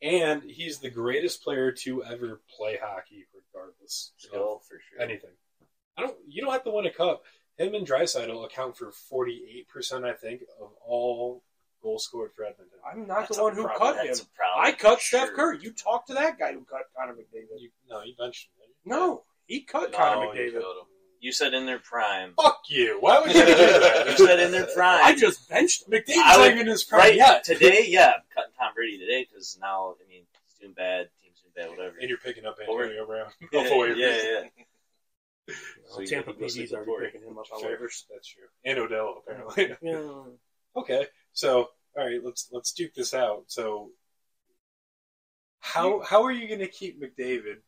[SPEAKER 1] and he's the greatest player to ever play hockey, regardless of
[SPEAKER 5] Still, for sure.
[SPEAKER 1] anything. I don't. You don't have to win a cup. Him and Drysaitel account for forty eight percent, I think, of all goals scored for Edmonton.
[SPEAKER 3] I'm not
[SPEAKER 5] That's
[SPEAKER 3] the
[SPEAKER 5] a
[SPEAKER 3] one who
[SPEAKER 5] problem.
[SPEAKER 3] cut him.
[SPEAKER 5] That's a problem,
[SPEAKER 3] I cut
[SPEAKER 5] for
[SPEAKER 3] Steph
[SPEAKER 5] sure.
[SPEAKER 3] Curry. You talk to that guy who cut Connor McDavid.
[SPEAKER 1] You, no, you mentioned it.
[SPEAKER 3] No, he cut
[SPEAKER 5] No,
[SPEAKER 3] Connor
[SPEAKER 4] he
[SPEAKER 3] McDavid.
[SPEAKER 4] killed him.
[SPEAKER 5] You said in their prime.
[SPEAKER 1] Fuck you. Why would you do that?
[SPEAKER 5] [laughs] You said in their prime.
[SPEAKER 3] Oh, [laughs] I just benched him.
[SPEAKER 1] McDavid's
[SPEAKER 5] I
[SPEAKER 1] not
[SPEAKER 5] would-
[SPEAKER 1] even in his prime
[SPEAKER 5] right
[SPEAKER 1] yet.
[SPEAKER 5] today, yeah, I'm cutting Tom Brady today because now I mean he's doing bad, team's doing bad, whatever.
[SPEAKER 1] And you're picking up
[SPEAKER 5] Or-
[SPEAKER 1] Antonio Brown. [laughs]
[SPEAKER 5] yeah,
[SPEAKER 1] off the waivers.
[SPEAKER 5] yeah, yeah.
[SPEAKER 3] Well, Oh, Tampa BD's already
[SPEAKER 5] [laughs]
[SPEAKER 3] picking him up on
[SPEAKER 1] Fair.
[SPEAKER 3] waivers.
[SPEAKER 1] That's true. And Odell apparently. [laughs]
[SPEAKER 3] Yeah.
[SPEAKER 1] okay. So all right, let's let's duke this out. So how how are you gonna keep McDavid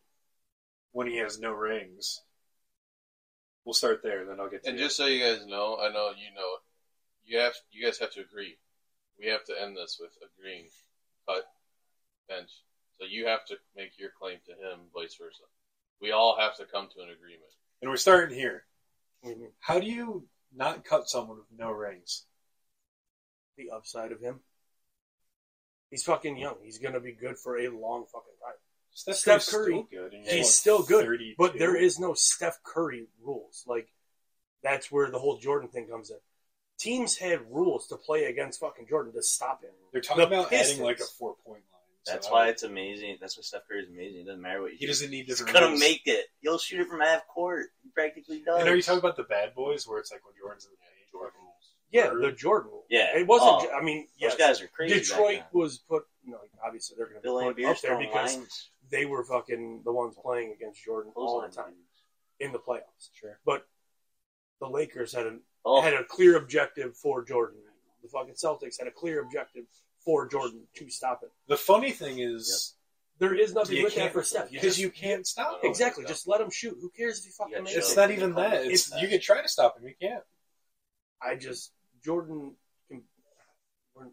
[SPEAKER 1] when he has no rings? We'll start there, then I'll get to
[SPEAKER 4] And
[SPEAKER 1] you.
[SPEAKER 4] just so you guys know, I know you know, you have you guys have to agree. We have to end this with agreeing. Cut bench. So you have to make your claim to him, vice versa. We all have to come to an agreement.
[SPEAKER 1] and we're starting here.
[SPEAKER 3] Mhm.
[SPEAKER 1] How do you not cut someone with no rings?
[SPEAKER 3] The upside of him. He's fucking young. He's gonna be good for a long fucking time.
[SPEAKER 1] Steph,
[SPEAKER 3] Steph
[SPEAKER 1] Curry's
[SPEAKER 3] Curry,
[SPEAKER 1] still good. and
[SPEAKER 3] He's still good,
[SPEAKER 1] 32.
[SPEAKER 3] but there is no Steph Curry rules. Like that's where the whole Jordan thing comes in. Teams had rules to play against fucking Jordan to stop him.
[SPEAKER 1] They're talking
[SPEAKER 3] the
[SPEAKER 1] about
[SPEAKER 3] Pistons.
[SPEAKER 1] adding like a four point line. so
[SPEAKER 5] That's
[SPEAKER 1] I
[SPEAKER 5] why
[SPEAKER 1] would-
[SPEAKER 5] it's amazing. That's why Steph Curry's amazing. It doesn't matter what you
[SPEAKER 1] he
[SPEAKER 5] do.
[SPEAKER 1] doesn't need this.
[SPEAKER 5] He's gonna make it. You'll shoot it from half court. He practically does.
[SPEAKER 1] And are you talking about the bad boys where it's like when Jordan's in the game?
[SPEAKER 4] Jordan
[SPEAKER 3] Yeah, the Jordan rule.
[SPEAKER 5] Yeah.
[SPEAKER 3] it wasn't.
[SPEAKER 5] Oh.
[SPEAKER 3] Ju- I mean,
[SPEAKER 5] Those
[SPEAKER 3] yes,
[SPEAKER 5] guys are crazy. back
[SPEAKER 3] Detroit
[SPEAKER 5] then.
[SPEAKER 3] was put. You know, like, obviously they're
[SPEAKER 5] Bill
[SPEAKER 3] going to be
[SPEAKER 5] Ambiers
[SPEAKER 3] up there
[SPEAKER 5] throwing
[SPEAKER 3] because
[SPEAKER 5] lines.
[SPEAKER 3] they were fucking the ones playing against Jordan all the time in the playoffs.
[SPEAKER 1] Sure.
[SPEAKER 3] The Lakers had a
[SPEAKER 5] Oh,
[SPEAKER 3] had a clear objective for Jordan. The fucking Celtics had a clear objective for Jordan to stop it.
[SPEAKER 1] The funny thing is
[SPEAKER 3] There is nothing
[SPEAKER 1] you
[SPEAKER 3] with
[SPEAKER 1] can't
[SPEAKER 3] that for Steph. You
[SPEAKER 1] because
[SPEAKER 3] just-
[SPEAKER 1] you can't stop him.
[SPEAKER 3] Exactly. Just let him shoot. Who cares if he
[SPEAKER 5] Yeah,
[SPEAKER 3] fucking makes
[SPEAKER 5] chill.
[SPEAKER 1] It's
[SPEAKER 3] it?
[SPEAKER 1] not even that. It's, you can try to stop him. You can't.
[SPEAKER 3] I just Jordan. Can, we're,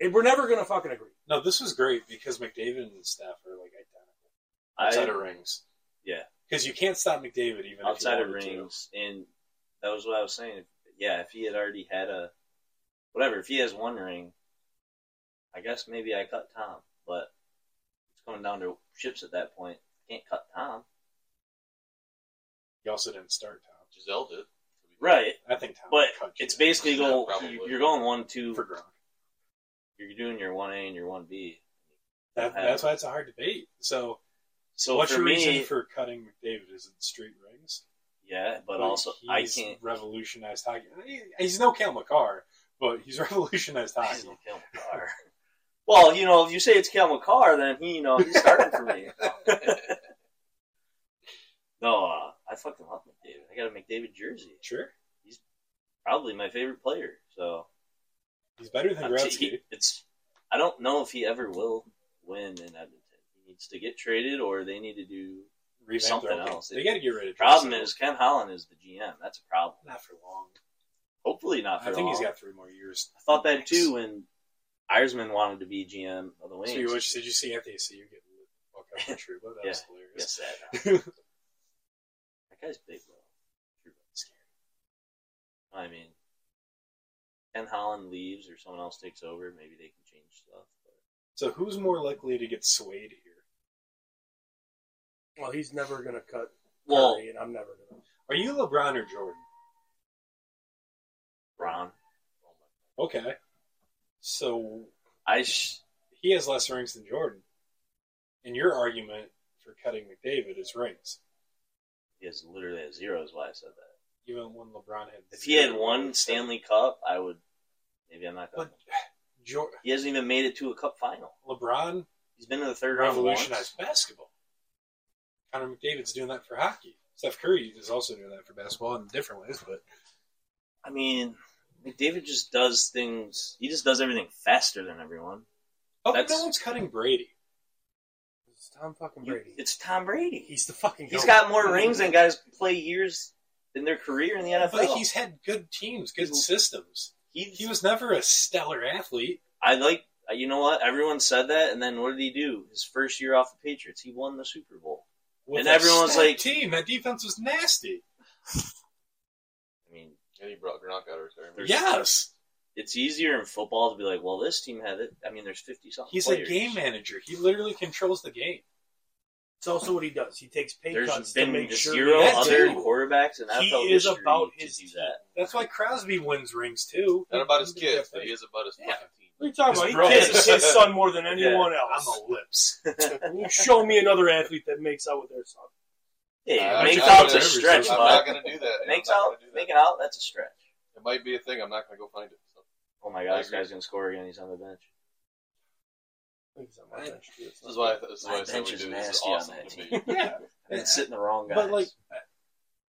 [SPEAKER 3] eh, we're never gonna fucking agree.
[SPEAKER 1] No, this was great because McDavid and Steph are like identical outside
[SPEAKER 5] I,
[SPEAKER 1] of rings.
[SPEAKER 5] Yeah.
[SPEAKER 1] because you can't stop McDavid even
[SPEAKER 5] outside
[SPEAKER 1] if
[SPEAKER 5] of
[SPEAKER 1] you wanted to.
[SPEAKER 5] rings, and that was what I was saying. Yeah, if he had already had a whatever, if he has one ring, I guess maybe I cut Tom, but it's coming down to chips at that point. Can't cut Tom,
[SPEAKER 1] You also didn't start Tom.
[SPEAKER 4] Giselle did.
[SPEAKER 5] right?
[SPEAKER 1] I think Tom.
[SPEAKER 5] But
[SPEAKER 1] cut you
[SPEAKER 5] it's basically
[SPEAKER 4] Yeah,
[SPEAKER 5] going.
[SPEAKER 4] probably.
[SPEAKER 5] You're going one two.
[SPEAKER 1] for Gronk.
[SPEAKER 5] You're doing your one A and your one B.
[SPEAKER 1] That,
[SPEAKER 5] Yeah.
[SPEAKER 1] that's why it's a hard debate. So,
[SPEAKER 5] So
[SPEAKER 1] what's
[SPEAKER 5] for
[SPEAKER 1] your
[SPEAKER 5] me,
[SPEAKER 1] reason for cutting McDavid? Is it straight rings?
[SPEAKER 5] yeah, but
[SPEAKER 1] Like,
[SPEAKER 5] also I
[SPEAKER 1] he's
[SPEAKER 5] can't.
[SPEAKER 1] revolutionized hockey. He- He's no Cal McCarr, but he's [laughs] revolutionized
[SPEAKER 5] He's
[SPEAKER 1] hockey.
[SPEAKER 5] no Kel McCarr. well, you know, if you say it's Kel McCarr, then he, you know, he's starting for me. no, uh, I fucking love McDavid. I got a McDavid jersey.
[SPEAKER 1] Sure,
[SPEAKER 5] Probably my favorite player. So
[SPEAKER 1] he's better than
[SPEAKER 5] I'm-
[SPEAKER 1] Gretzky.
[SPEAKER 5] he- it's. I don't know if he ever will win in Edmonton. He needs to get traded, or they need to do.
[SPEAKER 1] Revamp
[SPEAKER 5] something
[SPEAKER 1] their-
[SPEAKER 5] else.
[SPEAKER 1] They got to get rid of.
[SPEAKER 5] Problem
[SPEAKER 1] Drysdale.
[SPEAKER 5] is, Ken Holland is the GM. That's a problem.
[SPEAKER 1] not for long.
[SPEAKER 5] Hopefully not for
[SPEAKER 1] I think
[SPEAKER 5] long.
[SPEAKER 1] he's got three more years.
[SPEAKER 5] I thought that too when Irisman wanted to be GM of the Wings.
[SPEAKER 1] So you wish, did you see Anthony Sear get lit the fuck up by Truba? That
[SPEAKER 5] [laughs]
[SPEAKER 1] was hilarious.
[SPEAKER 5] Yes, that. That guy's big though. True, that's scary. I mean, Ken Holland leaves or someone else takes over. Maybe they can change stuff. But
[SPEAKER 1] so who's more likely to get swayed here?
[SPEAKER 3] Well, he's never gonna cut
[SPEAKER 5] well,
[SPEAKER 3] Curry, and I'm never gonna.
[SPEAKER 1] Are you LeBron or Jordan?
[SPEAKER 5] Ron,
[SPEAKER 1] Okay, so
[SPEAKER 5] I sh-
[SPEAKER 1] he has less rings than Jordan, and your argument for cutting McDavid is rings.
[SPEAKER 5] he is literally at zero. Is why I said that.
[SPEAKER 1] Even when LeBron had,
[SPEAKER 5] If he had
[SPEAKER 1] zero
[SPEAKER 5] one
[SPEAKER 1] rings.
[SPEAKER 5] Stanley Cup, I would. Maybe I'm not gonna.
[SPEAKER 1] but Jor-
[SPEAKER 5] He hasn't even made it to a cup final.
[SPEAKER 1] LeBron
[SPEAKER 5] He's been in the third round once.
[SPEAKER 1] revolutionized basketball. Connor McDavid's doing that for hockey. Steph Curry is also doing that for basketball in different ways, but
[SPEAKER 5] I mean, McDavid just does things. He just does everything faster than everyone.
[SPEAKER 1] oh, but
[SPEAKER 5] That's-
[SPEAKER 1] no one's cutting Brady.
[SPEAKER 3] It's Tom fucking
[SPEAKER 5] You-
[SPEAKER 3] Brady.
[SPEAKER 5] it's Tom Brady.
[SPEAKER 3] he's the fucking.
[SPEAKER 5] He's
[SPEAKER 3] goat.
[SPEAKER 5] got more rings than guys play years in their career in the NFL.
[SPEAKER 1] But he's had good teams, good
[SPEAKER 5] He's-
[SPEAKER 1] systems.
[SPEAKER 5] He-
[SPEAKER 1] He was never a stellar athlete.
[SPEAKER 5] I like uh, you know what? Everyone said that, and then what did he do? His first year off the Patriots, he won the Super Bowl.
[SPEAKER 1] With
[SPEAKER 5] And
[SPEAKER 1] that
[SPEAKER 5] everyone's
[SPEAKER 1] stacked
[SPEAKER 5] like-
[SPEAKER 1] team, that defense was nasty.
[SPEAKER 5] I mean,
[SPEAKER 4] And he brought Gronk out of retirement.
[SPEAKER 1] Yes.
[SPEAKER 5] it's easier in football to be like, well, this team had it. I mean, there's 50 something.
[SPEAKER 1] He's
[SPEAKER 5] players.
[SPEAKER 1] a game manager. He literally controls the game.
[SPEAKER 3] It's also what he does. He takes pay
[SPEAKER 5] There's
[SPEAKER 3] cuts to
[SPEAKER 5] been
[SPEAKER 3] make sure
[SPEAKER 5] zero
[SPEAKER 1] that
[SPEAKER 5] other
[SPEAKER 1] too.
[SPEAKER 5] quarterbacks in
[SPEAKER 3] he
[SPEAKER 5] NFL
[SPEAKER 3] is
[SPEAKER 5] history
[SPEAKER 3] about
[SPEAKER 5] to
[SPEAKER 3] his
[SPEAKER 5] do
[SPEAKER 3] team. [laughs]
[SPEAKER 5] that. [laughs]
[SPEAKER 1] That's why Crosby wins rings too.
[SPEAKER 4] Not about his kids, but he is about his
[SPEAKER 1] Yeah.
[SPEAKER 4] fucking team.
[SPEAKER 3] What are you talking
[SPEAKER 1] His
[SPEAKER 3] about? He
[SPEAKER 1] brother.
[SPEAKER 3] kisses his son more than anyone
[SPEAKER 1] I'm
[SPEAKER 3] else.
[SPEAKER 1] a lips.
[SPEAKER 3] You show me another athlete that makes out with their son.
[SPEAKER 5] Hey,
[SPEAKER 4] Uh,
[SPEAKER 5] make
[SPEAKER 4] I'm not
[SPEAKER 5] out's a
[SPEAKER 1] gonna-
[SPEAKER 5] stretch,
[SPEAKER 4] I'm
[SPEAKER 5] bud.
[SPEAKER 4] not going to do that.
[SPEAKER 5] [laughs]
[SPEAKER 4] I'm
[SPEAKER 5] Makes
[SPEAKER 4] not
[SPEAKER 5] out,
[SPEAKER 4] gonna do that.
[SPEAKER 5] make an out. That's a stretch.
[SPEAKER 4] It might be a thing. I'm not going to go find it. So.
[SPEAKER 5] Oh my god,
[SPEAKER 4] I
[SPEAKER 5] this
[SPEAKER 4] agree.
[SPEAKER 5] guy's gonna score again. He's on the bench.
[SPEAKER 3] I think he's on my bench, too.
[SPEAKER 4] This is why. I th- This is why
[SPEAKER 5] My
[SPEAKER 4] I said
[SPEAKER 5] bench
[SPEAKER 4] we
[SPEAKER 5] is
[SPEAKER 4] do this. This is
[SPEAKER 5] nasty on
[SPEAKER 4] awesome
[SPEAKER 5] that
[SPEAKER 4] to
[SPEAKER 5] team. [laughs]
[SPEAKER 4] me.
[SPEAKER 1] Yeah.
[SPEAKER 5] And it's sitting the wrong guy.
[SPEAKER 1] But like,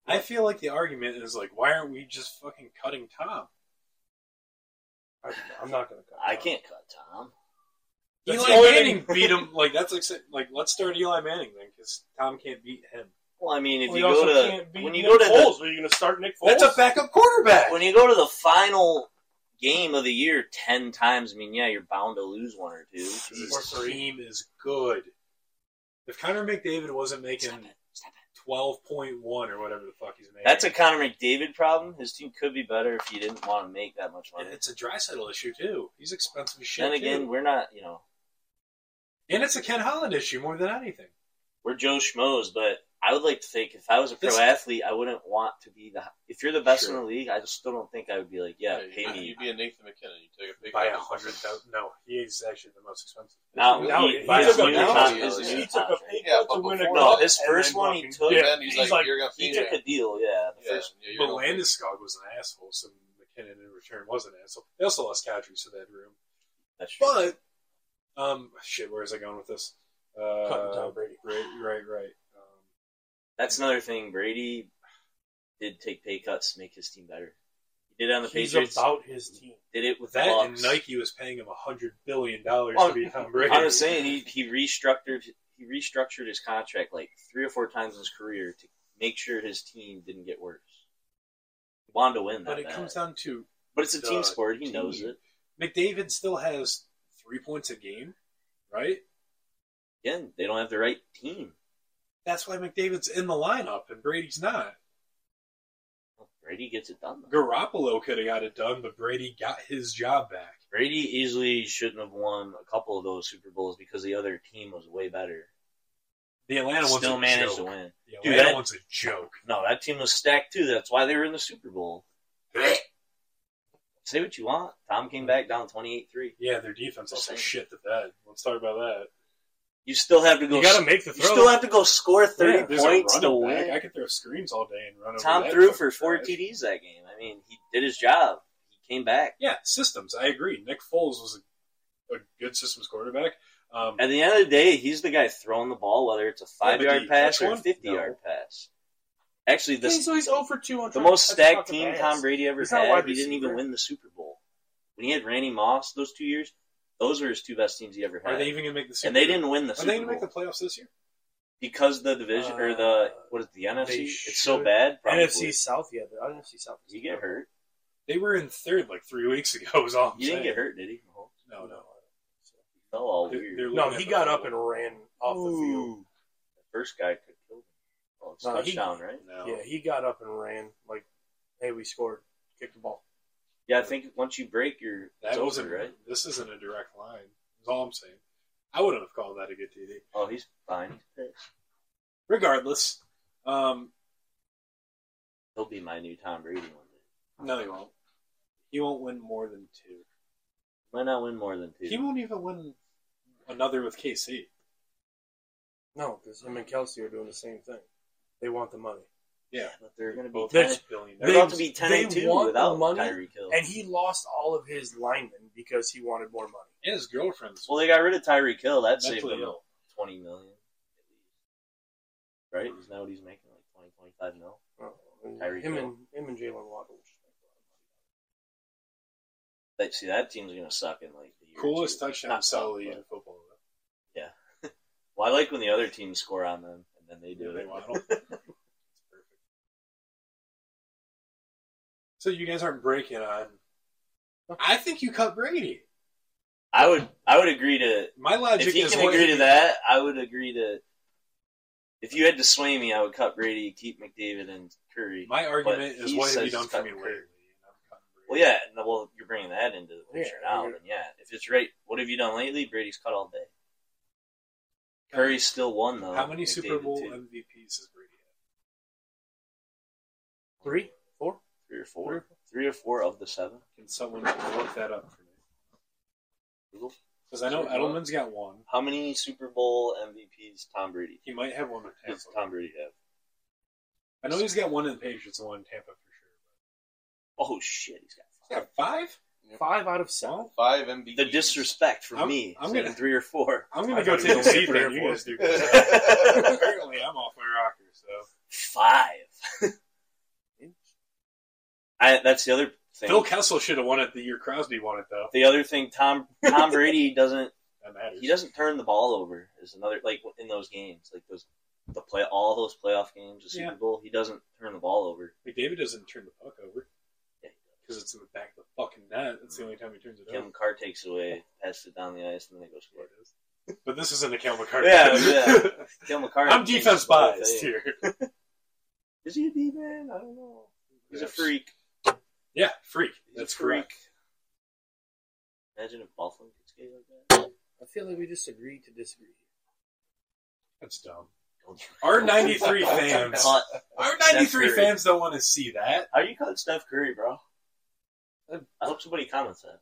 [SPEAKER 1] I feel like the argument is like, why aren't we just fucking cutting Tom?
[SPEAKER 3] I- I'm not going to cut.
[SPEAKER 5] I
[SPEAKER 3] him.
[SPEAKER 5] can't cut Tom.
[SPEAKER 3] That's
[SPEAKER 1] Eli
[SPEAKER 3] the only
[SPEAKER 1] Manning beat him. Like that's like, sa- like let's start Eli Manning then, because Tom can't beat him.
[SPEAKER 5] Well, I mean, if
[SPEAKER 3] Well,
[SPEAKER 5] you
[SPEAKER 3] he also
[SPEAKER 5] go
[SPEAKER 3] can't
[SPEAKER 5] to
[SPEAKER 3] beat
[SPEAKER 5] when you
[SPEAKER 3] Nick
[SPEAKER 5] go to the
[SPEAKER 3] Foles. are you going to start Nick Foles?
[SPEAKER 1] That's a backup quarterback.
[SPEAKER 5] when you go to the final game of the year ten times, I mean, yeah, you're bound to lose one or two.
[SPEAKER 1] His team is good. If Connor McDavid wasn't making
[SPEAKER 5] Stop it. Stop it.
[SPEAKER 1] twelve point one or whatever the fuck he's making,
[SPEAKER 5] That's a Connor McDavid problem. His team could be better if he didn't want to make that much money.
[SPEAKER 1] it's a dry settle issue too. He's expensive as shit.
[SPEAKER 5] Then again,
[SPEAKER 1] too.
[SPEAKER 5] we're not, you know,
[SPEAKER 1] and it's a Ken Holland issue more than anything.
[SPEAKER 5] we're Joe Schmoes, but I would like to think if I was a pro
[SPEAKER 1] This-
[SPEAKER 5] athlete, I wouldn't want to be the. If you're the best
[SPEAKER 1] Sure.
[SPEAKER 5] in the league, I just still don't think I would be like, yeah,
[SPEAKER 4] Hey,
[SPEAKER 5] pay
[SPEAKER 4] you'd,
[SPEAKER 5] me.
[SPEAKER 4] You'd be a Nathan McKinnon. You take a big
[SPEAKER 1] By a hundred thousand. No, he is actually the most expensive.
[SPEAKER 5] Now,
[SPEAKER 4] Now
[SPEAKER 5] he,
[SPEAKER 4] he-
[SPEAKER 5] by
[SPEAKER 4] he took
[SPEAKER 5] his
[SPEAKER 4] a-
[SPEAKER 5] new
[SPEAKER 4] now
[SPEAKER 5] con-
[SPEAKER 4] he-
[SPEAKER 5] his
[SPEAKER 4] he
[SPEAKER 5] new
[SPEAKER 3] took a
[SPEAKER 5] contract.
[SPEAKER 3] pay
[SPEAKER 4] Yeah,
[SPEAKER 3] cut to
[SPEAKER 4] but
[SPEAKER 3] win a
[SPEAKER 4] before
[SPEAKER 5] No,
[SPEAKER 3] cup
[SPEAKER 5] his
[SPEAKER 3] and
[SPEAKER 5] first
[SPEAKER 3] then
[SPEAKER 5] one he
[SPEAKER 3] fucking
[SPEAKER 5] took,
[SPEAKER 3] dip.
[SPEAKER 4] And he's, like, you're gonna
[SPEAKER 5] he
[SPEAKER 4] pay
[SPEAKER 5] took a deal, yeah. The
[SPEAKER 4] Yeah,
[SPEAKER 5] first,
[SPEAKER 4] yeah, you're
[SPEAKER 1] But
[SPEAKER 4] gonna-
[SPEAKER 1] Landeskog was an asshole, so McKinnon in return was an asshole. They also lost Kadri, so they had room.
[SPEAKER 5] that's true.
[SPEAKER 1] But, um, shit, where is I going with this? Uh,
[SPEAKER 3] Cutting Tom Brady.
[SPEAKER 1] Right, right, right. Um,
[SPEAKER 5] That's another thing. Brady did take pay cuts to make his team better. He did it on the
[SPEAKER 3] He's
[SPEAKER 5] Patriots.
[SPEAKER 3] about his team.
[SPEAKER 5] did it with
[SPEAKER 1] that
[SPEAKER 5] the
[SPEAKER 1] and
[SPEAKER 5] Bucks.
[SPEAKER 1] Nike was paying him a hundred billion dollars
[SPEAKER 5] Well,
[SPEAKER 1] to be Tom Brady.
[SPEAKER 5] I was saying he, he restructured he restructured his contract like three or four times in his career to make sure his team didn't get worse. He wanted to win that.
[SPEAKER 1] but it
[SPEAKER 5] bad.
[SPEAKER 1] comes down to
[SPEAKER 5] but it's a
[SPEAKER 1] the
[SPEAKER 5] team sport. He
[SPEAKER 1] team.
[SPEAKER 5] knows it.
[SPEAKER 1] McDavid still has three points a game, right?
[SPEAKER 5] Again, they don't have the right team.
[SPEAKER 1] That's why McDavid's in the lineup and Brady's not.
[SPEAKER 5] Brady gets it done. Though.
[SPEAKER 1] Garoppolo could have got it done, but Brady got his job back.
[SPEAKER 5] Brady easily shouldn't have won a couple of those Super Bowls because the other team was way better.
[SPEAKER 1] The Atlanta one's
[SPEAKER 5] Still
[SPEAKER 1] a joke.
[SPEAKER 5] managed to win.
[SPEAKER 1] The
[SPEAKER 5] Dude,
[SPEAKER 1] Atlanta
[SPEAKER 5] that-
[SPEAKER 1] one's a
[SPEAKER 5] [laughs]
[SPEAKER 1] joke.
[SPEAKER 5] No, that team was stacked too. That's why they were in the Super Bowl. Say what you want. Tom came back down 28 3.
[SPEAKER 1] Yeah, their defense also shit the bed. Let's talk about that.
[SPEAKER 5] You still have to go.
[SPEAKER 3] You got to make the
[SPEAKER 5] you
[SPEAKER 3] throw.
[SPEAKER 5] still have to go score 30
[SPEAKER 1] Yeah, there's a
[SPEAKER 5] points to
[SPEAKER 1] running back.
[SPEAKER 5] win.
[SPEAKER 1] I could throw screens all day and run. over
[SPEAKER 5] Tom
[SPEAKER 1] that
[SPEAKER 5] threw
[SPEAKER 1] fucking
[SPEAKER 5] for four
[SPEAKER 1] trash.
[SPEAKER 5] TDs that game. I mean, he did his job. He came back.
[SPEAKER 1] Yeah, systems. I agree. Nick Foles was a, a good systems quarterback. Um,
[SPEAKER 5] At the end of the day, he's the guy throwing the ball, whether it's a five
[SPEAKER 1] but
[SPEAKER 5] yard
[SPEAKER 1] the
[SPEAKER 5] pass
[SPEAKER 1] touch
[SPEAKER 5] or a
[SPEAKER 1] one?
[SPEAKER 5] fifty yard pass. Actually,
[SPEAKER 3] Okay,
[SPEAKER 5] this
[SPEAKER 3] so he's over 200.
[SPEAKER 5] the most
[SPEAKER 3] That's a
[SPEAKER 5] stacked
[SPEAKER 3] fucking
[SPEAKER 5] team
[SPEAKER 3] pass.
[SPEAKER 5] Tom Brady ever
[SPEAKER 3] He's not a
[SPEAKER 5] had.
[SPEAKER 3] wide
[SPEAKER 5] He didn't even
[SPEAKER 3] receiver.
[SPEAKER 5] win the Super Bowl. When he had Randy Moss those two years, those were his two best teams he ever had.
[SPEAKER 1] are they even going to make the? Super
[SPEAKER 5] and they
[SPEAKER 1] Bowl?
[SPEAKER 5] didn't win the
[SPEAKER 1] Are they
[SPEAKER 5] Super
[SPEAKER 1] going to
[SPEAKER 5] Bowl
[SPEAKER 1] make the playoffs this year?
[SPEAKER 5] because the division or the what is it, the
[SPEAKER 3] Uh, they
[SPEAKER 5] NFC? It's so
[SPEAKER 3] should.
[SPEAKER 5] bad. Probably.
[SPEAKER 3] NFC South, yeah, the NFC South.
[SPEAKER 5] You get hurt.
[SPEAKER 1] They were in third like three weeks [laughs] ago. Was all I'm
[SPEAKER 5] You didn't
[SPEAKER 1] saying.
[SPEAKER 5] get hurt, did he? Mahomes?
[SPEAKER 1] No, no.
[SPEAKER 5] He fell all
[SPEAKER 1] They're-
[SPEAKER 5] weird.
[SPEAKER 1] they're
[SPEAKER 3] No,
[SPEAKER 1] looking
[SPEAKER 3] he
[SPEAKER 1] at
[SPEAKER 3] got
[SPEAKER 1] the-
[SPEAKER 3] up and ran off the field.
[SPEAKER 5] first guy could kill him. Oh, it's
[SPEAKER 3] No, he-
[SPEAKER 5] touchdown, right?
[SPEAKER 1] No.
[SPEAKER 3] Yeah, he got up and ran like, "Hey, we scored. Kick the ball."
[SPEAKER 5] Yeah, I think once you break your, it's
[SPEAKER 1] that wasn't
[SPEAKER 5] over, right?
[SPEAKER 1] This isn't a direct line. Is all I'm saying. I wouldn't have called that a good TD.
[SPEAKER 5] Oh, he's fine.
[SPEAKER 1] Regardless, um,
[SPEAKER 5] He'll be my new Tom Brady one day.
[SPEAKER 1] no, he won't. He won't win more than two.
[SPEAKER 5] Might not win more than two.
[SPEAKER 1] He won't even win another with KC.
[SPEAKER 3] No, because him and Kelsey are doing the same thing. They want the money,
[SPEAKER 1] Yeah,
[SPEAKER 5] but they're going to be
[SPEAKER 3] They're-
[SPEAKER 5] ten.
[SPEAKER 1] billion.
[SPEAKER 5] They're about to be ten
[SPEAKER 3] they
[SPEAKER 5] and two
[SPEAKER 3] want
[SPEAKER 5] without
[SPEAKER 3] the money,
[SPEAKER 5] Tyreek Hill.
[SPEAKER 3] and he lost all of his linemen because he wanted more money.
[SPEAKER 1] And his girlfriend's
[SPEAKER 5] well, they got rid of Tyreek Hill. That saved
[SPEAKER 1] mentally
[SPEAKER 5] them
[SPEAKER 1] ill.
[SPEAKER 5] twenty million, right? Isn't that what he's making? Like 20, 25 mil.
[SPEAKER 3] Oh, And
[SPEAKER 5] Tyreek
[SPEAKER 3] him
[SPEAKER 5] Hill.
[SPEAKER 3] and him and Jalen Waddle.
[SPEAKER 5] That, see, that team's going to suck in like the year or
[SPEAKER 1] Coolest
[SPEAKER 5] two.
[SPEAKER 1] touchdown
[SPEAKER 5] Not suck,
[SPEAKER 1] sell in
[SPEAKER 5] but-
[SPEAKER 1] football.
[SPEAKER 5] Well, I like when the other teams score on them and then they do
[SPEAKER 1] They
[SPEAKER 5] it. [laughs]
[SPEAKER 1] waddle. So you guys aren't breaking on. I think you cut Brady.
[SPEAKER 5] I would I would agree to
[SPEAKER 1] My
[SPEAKER 5] if
[SPEAKER 1] logic
[SPEAKER 5] he
[SPEAKER 1] is
[SPEAKER 5] can
[SPEAKER 1] what-
[SPEAKER 5] agree to that, I would agree to. If you had to sway me, I would cut Brady, keep McDavid, and Curry.
[SPEAKER 1] My argument
[SPEAKER 5] But
[SPEAKER 1] is,
[SPEAKER 5] he
[SPEAKER 1] what have
[SPEAKER 5] says
[SPEAKER 1] you done
[SPEAKER 5] he's
[SPEAKER 1] for me
[SPEAKER 5] cutting
[SPEAKER 1] lately?
[SPEAKER 5] Well, yeah, no, well, you're bringing that into the picture
[SPEAKER 3] Yeah, I
[SPEAKER 5] now.
[SPEAKER 3] agree.
[SPEAKER 5] Then, yeah, if it's right, what have you done lately? Brady's cut all day. Curry's still won though.
[SPEAKER 1] How many
[SPEAKER 5] McDavid,
[SPEAKER 1] Super Bowl
[SPEAKER 5] too.
[SPEAKER 1] MVPs has Brady had?
[SPEAKER 3] Three, four.
[SPEAKER 5] Three or four? Three or four of the seven?
[SPEAKER 1] Can someone look that up for me?
[SPEAKER 5] Google.
[SPEAKER 1] Because I know
[SPEAKER 4] Sure.
[SPEAKER 1] Edelman's got one.
[SPEAKER 5] How many Super Bowl MVPs Tom Brady?
[SPEAKER 1] He might have one with Tampa.
[SPEAKER 5] Does Tom Brady have?
[SPEAKER 1] I know he's got one in the Patriots and one in Tampa for sure.
[SPEAKER 5] Oh shit, he's got.
[SPEAKER 1] He's got five?
[SPEAKER 3] Five out of seven.
[SPEAKER 4] Five MVPs.
[SPEAKER 5] The
[SPEAKER 4] [laughs]
[SPEAKER 5] disrespect for
[SPEAKER 1] I'm-
[SPEAKER 5] me.
[SPEAKER 1] I'm
[SPEAKER 5] saying
[SPEAKER 1] gonna-
[SPEAKER 5] three or four.
[SPEAKER 1] I'm
[SPEAKER 3] I
[SPEAKER 1] going to go
[SPEAKER 3] thought he
[SPEAKER 1] take a
[SPEAKER 3] was
[SPEAKER 1] seat
[SPEAKER 3] three or
[SPEAKER 1] there. You guys do. [laughs] Apparently, I'm off my rocker, so.
[SPEAKER 5] Five. [laughs] I, that's the other thing.
[SPEAKER 1] Phil Kessel should have won it the year Crosby won it, though.
[SPEAKER 5] the other thing, Tom
[SPEAKER 1] [laughs]
[SPEAKER 5] Tom Brady doesn't
[SPEAKER 1] That matters.
[SPEAKER 5] he doesn't turn the ball over. Is another like in those games, like those the play all those playoff games, the Super
[SPEAKER 1] Yeah.
[SPEAKER 5] Bowl, he doesn't turn the ball over.
[SPEAKER 1] McDavid doesn't turn the puck over
[SPEAKER 5] Yeah, he does.
[SPEAKER 1] because it's in the back of the fucking net. That's the only time he turns it
[SPEAKER 5] Kevin
[SPEAKER 1] over.
[SPEAKER 5] Carr takes it away, passes it down the ice, and then they go
[SPEAKER 1] Yeah, [laughs]
[SPEAKER 5] score.
[SPEAKER 1] it is. But this isn't a Kel McCarthy. [laughs]
[SPEAKER 5] Yeah, yeah. Kill McCarr.
[SPEAKER 1] I'm defense biased here.
[SPEAKER 5] Is he a D man? I don't know. He's a
[SPEAKER 1] Yes.
[SPEAKER 5] freak.
[SPEAKER 1] Yeah, freak.
[SPEAKER 5] He's
[SPEAKER 1] That's
[SPEAKER 5] a freak.
[SPEAKER 1] correct.
[SPEAKER 5] Imagine if Buffalo could skate like that.
[SPEAKER 3] I feel like we just agreed to disagree.
[SPEAKER 1] That's dumb.
[SPEAKER 5] [laughs]
[SPEAKER 1] R93 fans.
[SPEAKER 5] Cut. Steph Curry.
[SPEAKER 1] R93 fans don't want to see that.
[SPEAKER 5] How you cut Steph Curry, bro?
[SPEAKER 3] I'm-
[SPEAKER 5] I hope somebody comments that.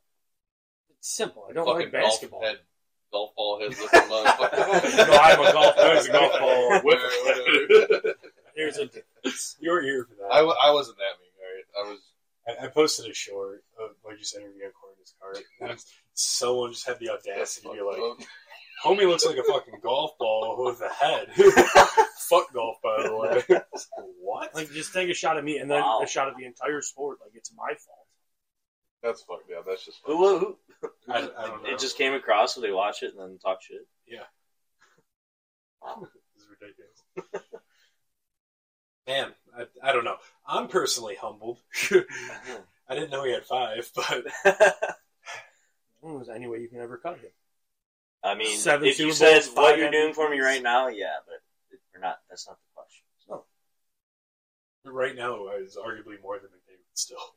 [SPEAKER 3] It's simple. I don't
[SPEAKER 4] fucking
[SPEAKER 3] like basketball.
[SPEAKER 4] Golf head, golf ball head looking
[SPEAKER 1] [laughs]
[SPEAKER 4] motherfucker.
[SPEAKER 1] no, I'm a golf. I was a golf ball.
[SPEAKER 4] [laughs] Whatever, whatever.
[SPEAKER 1] Whip.
[SPEAKER 5] [laughs]
[SPEAKER 3] There's a
[SPEAKER 1] You're here for
[SPEAKER 4] I,
[SPEAKER 1] that.
[SPEAKER 4] w- I wasn't that mean. All right, I was.
[SPEAKER 1] I, I posted a short of like just interviewing Cornyn's car, and it's- someone just had the audacity to be like, "Homie looks like a fucking golf ball with a head." [laughs] Fuck golf, by the way.
[SPEAKER 4] [laughs]
[SPEAKER 1] It's like, what?
[SPEAKER 3] like just take a shot at me and then
[SPEAKER 5] Wow.
[SPEAKER 3] a shot at the entire sport. Like it's my fault.
[SPEAKER 4] that's fucked up. That's just.
[SPEAKER 5] Who, who, who?
[SPEAKER 1] I, I don't know.
[SPEAKER 5] It just came across, so they watch it and then talk [laughs] shit.
[SPEAKER 1] This is ridiculous. Man, I, I don't know. I'm personally humbled. [laughs] I didn't know he had five, but
[SPEAKER 3] I don't know if there's any way you can ever cut him.
[SPEAKER 5] I mean,
[SPEAKER 3] Seven
[SPEAKER 5] if you said
[SPEAKER 3] Super Bowls,
[SPEAKER 5] what
[SPEAKER 3] five
[SPEAKER 5] you're doing for me
[SPEAKER 3] MVPs.
[SPEAKER 5] right now, yeah, but it- we're not. That's not the question.
[SPEAKER 1] right now I was arguably more than McDavid still.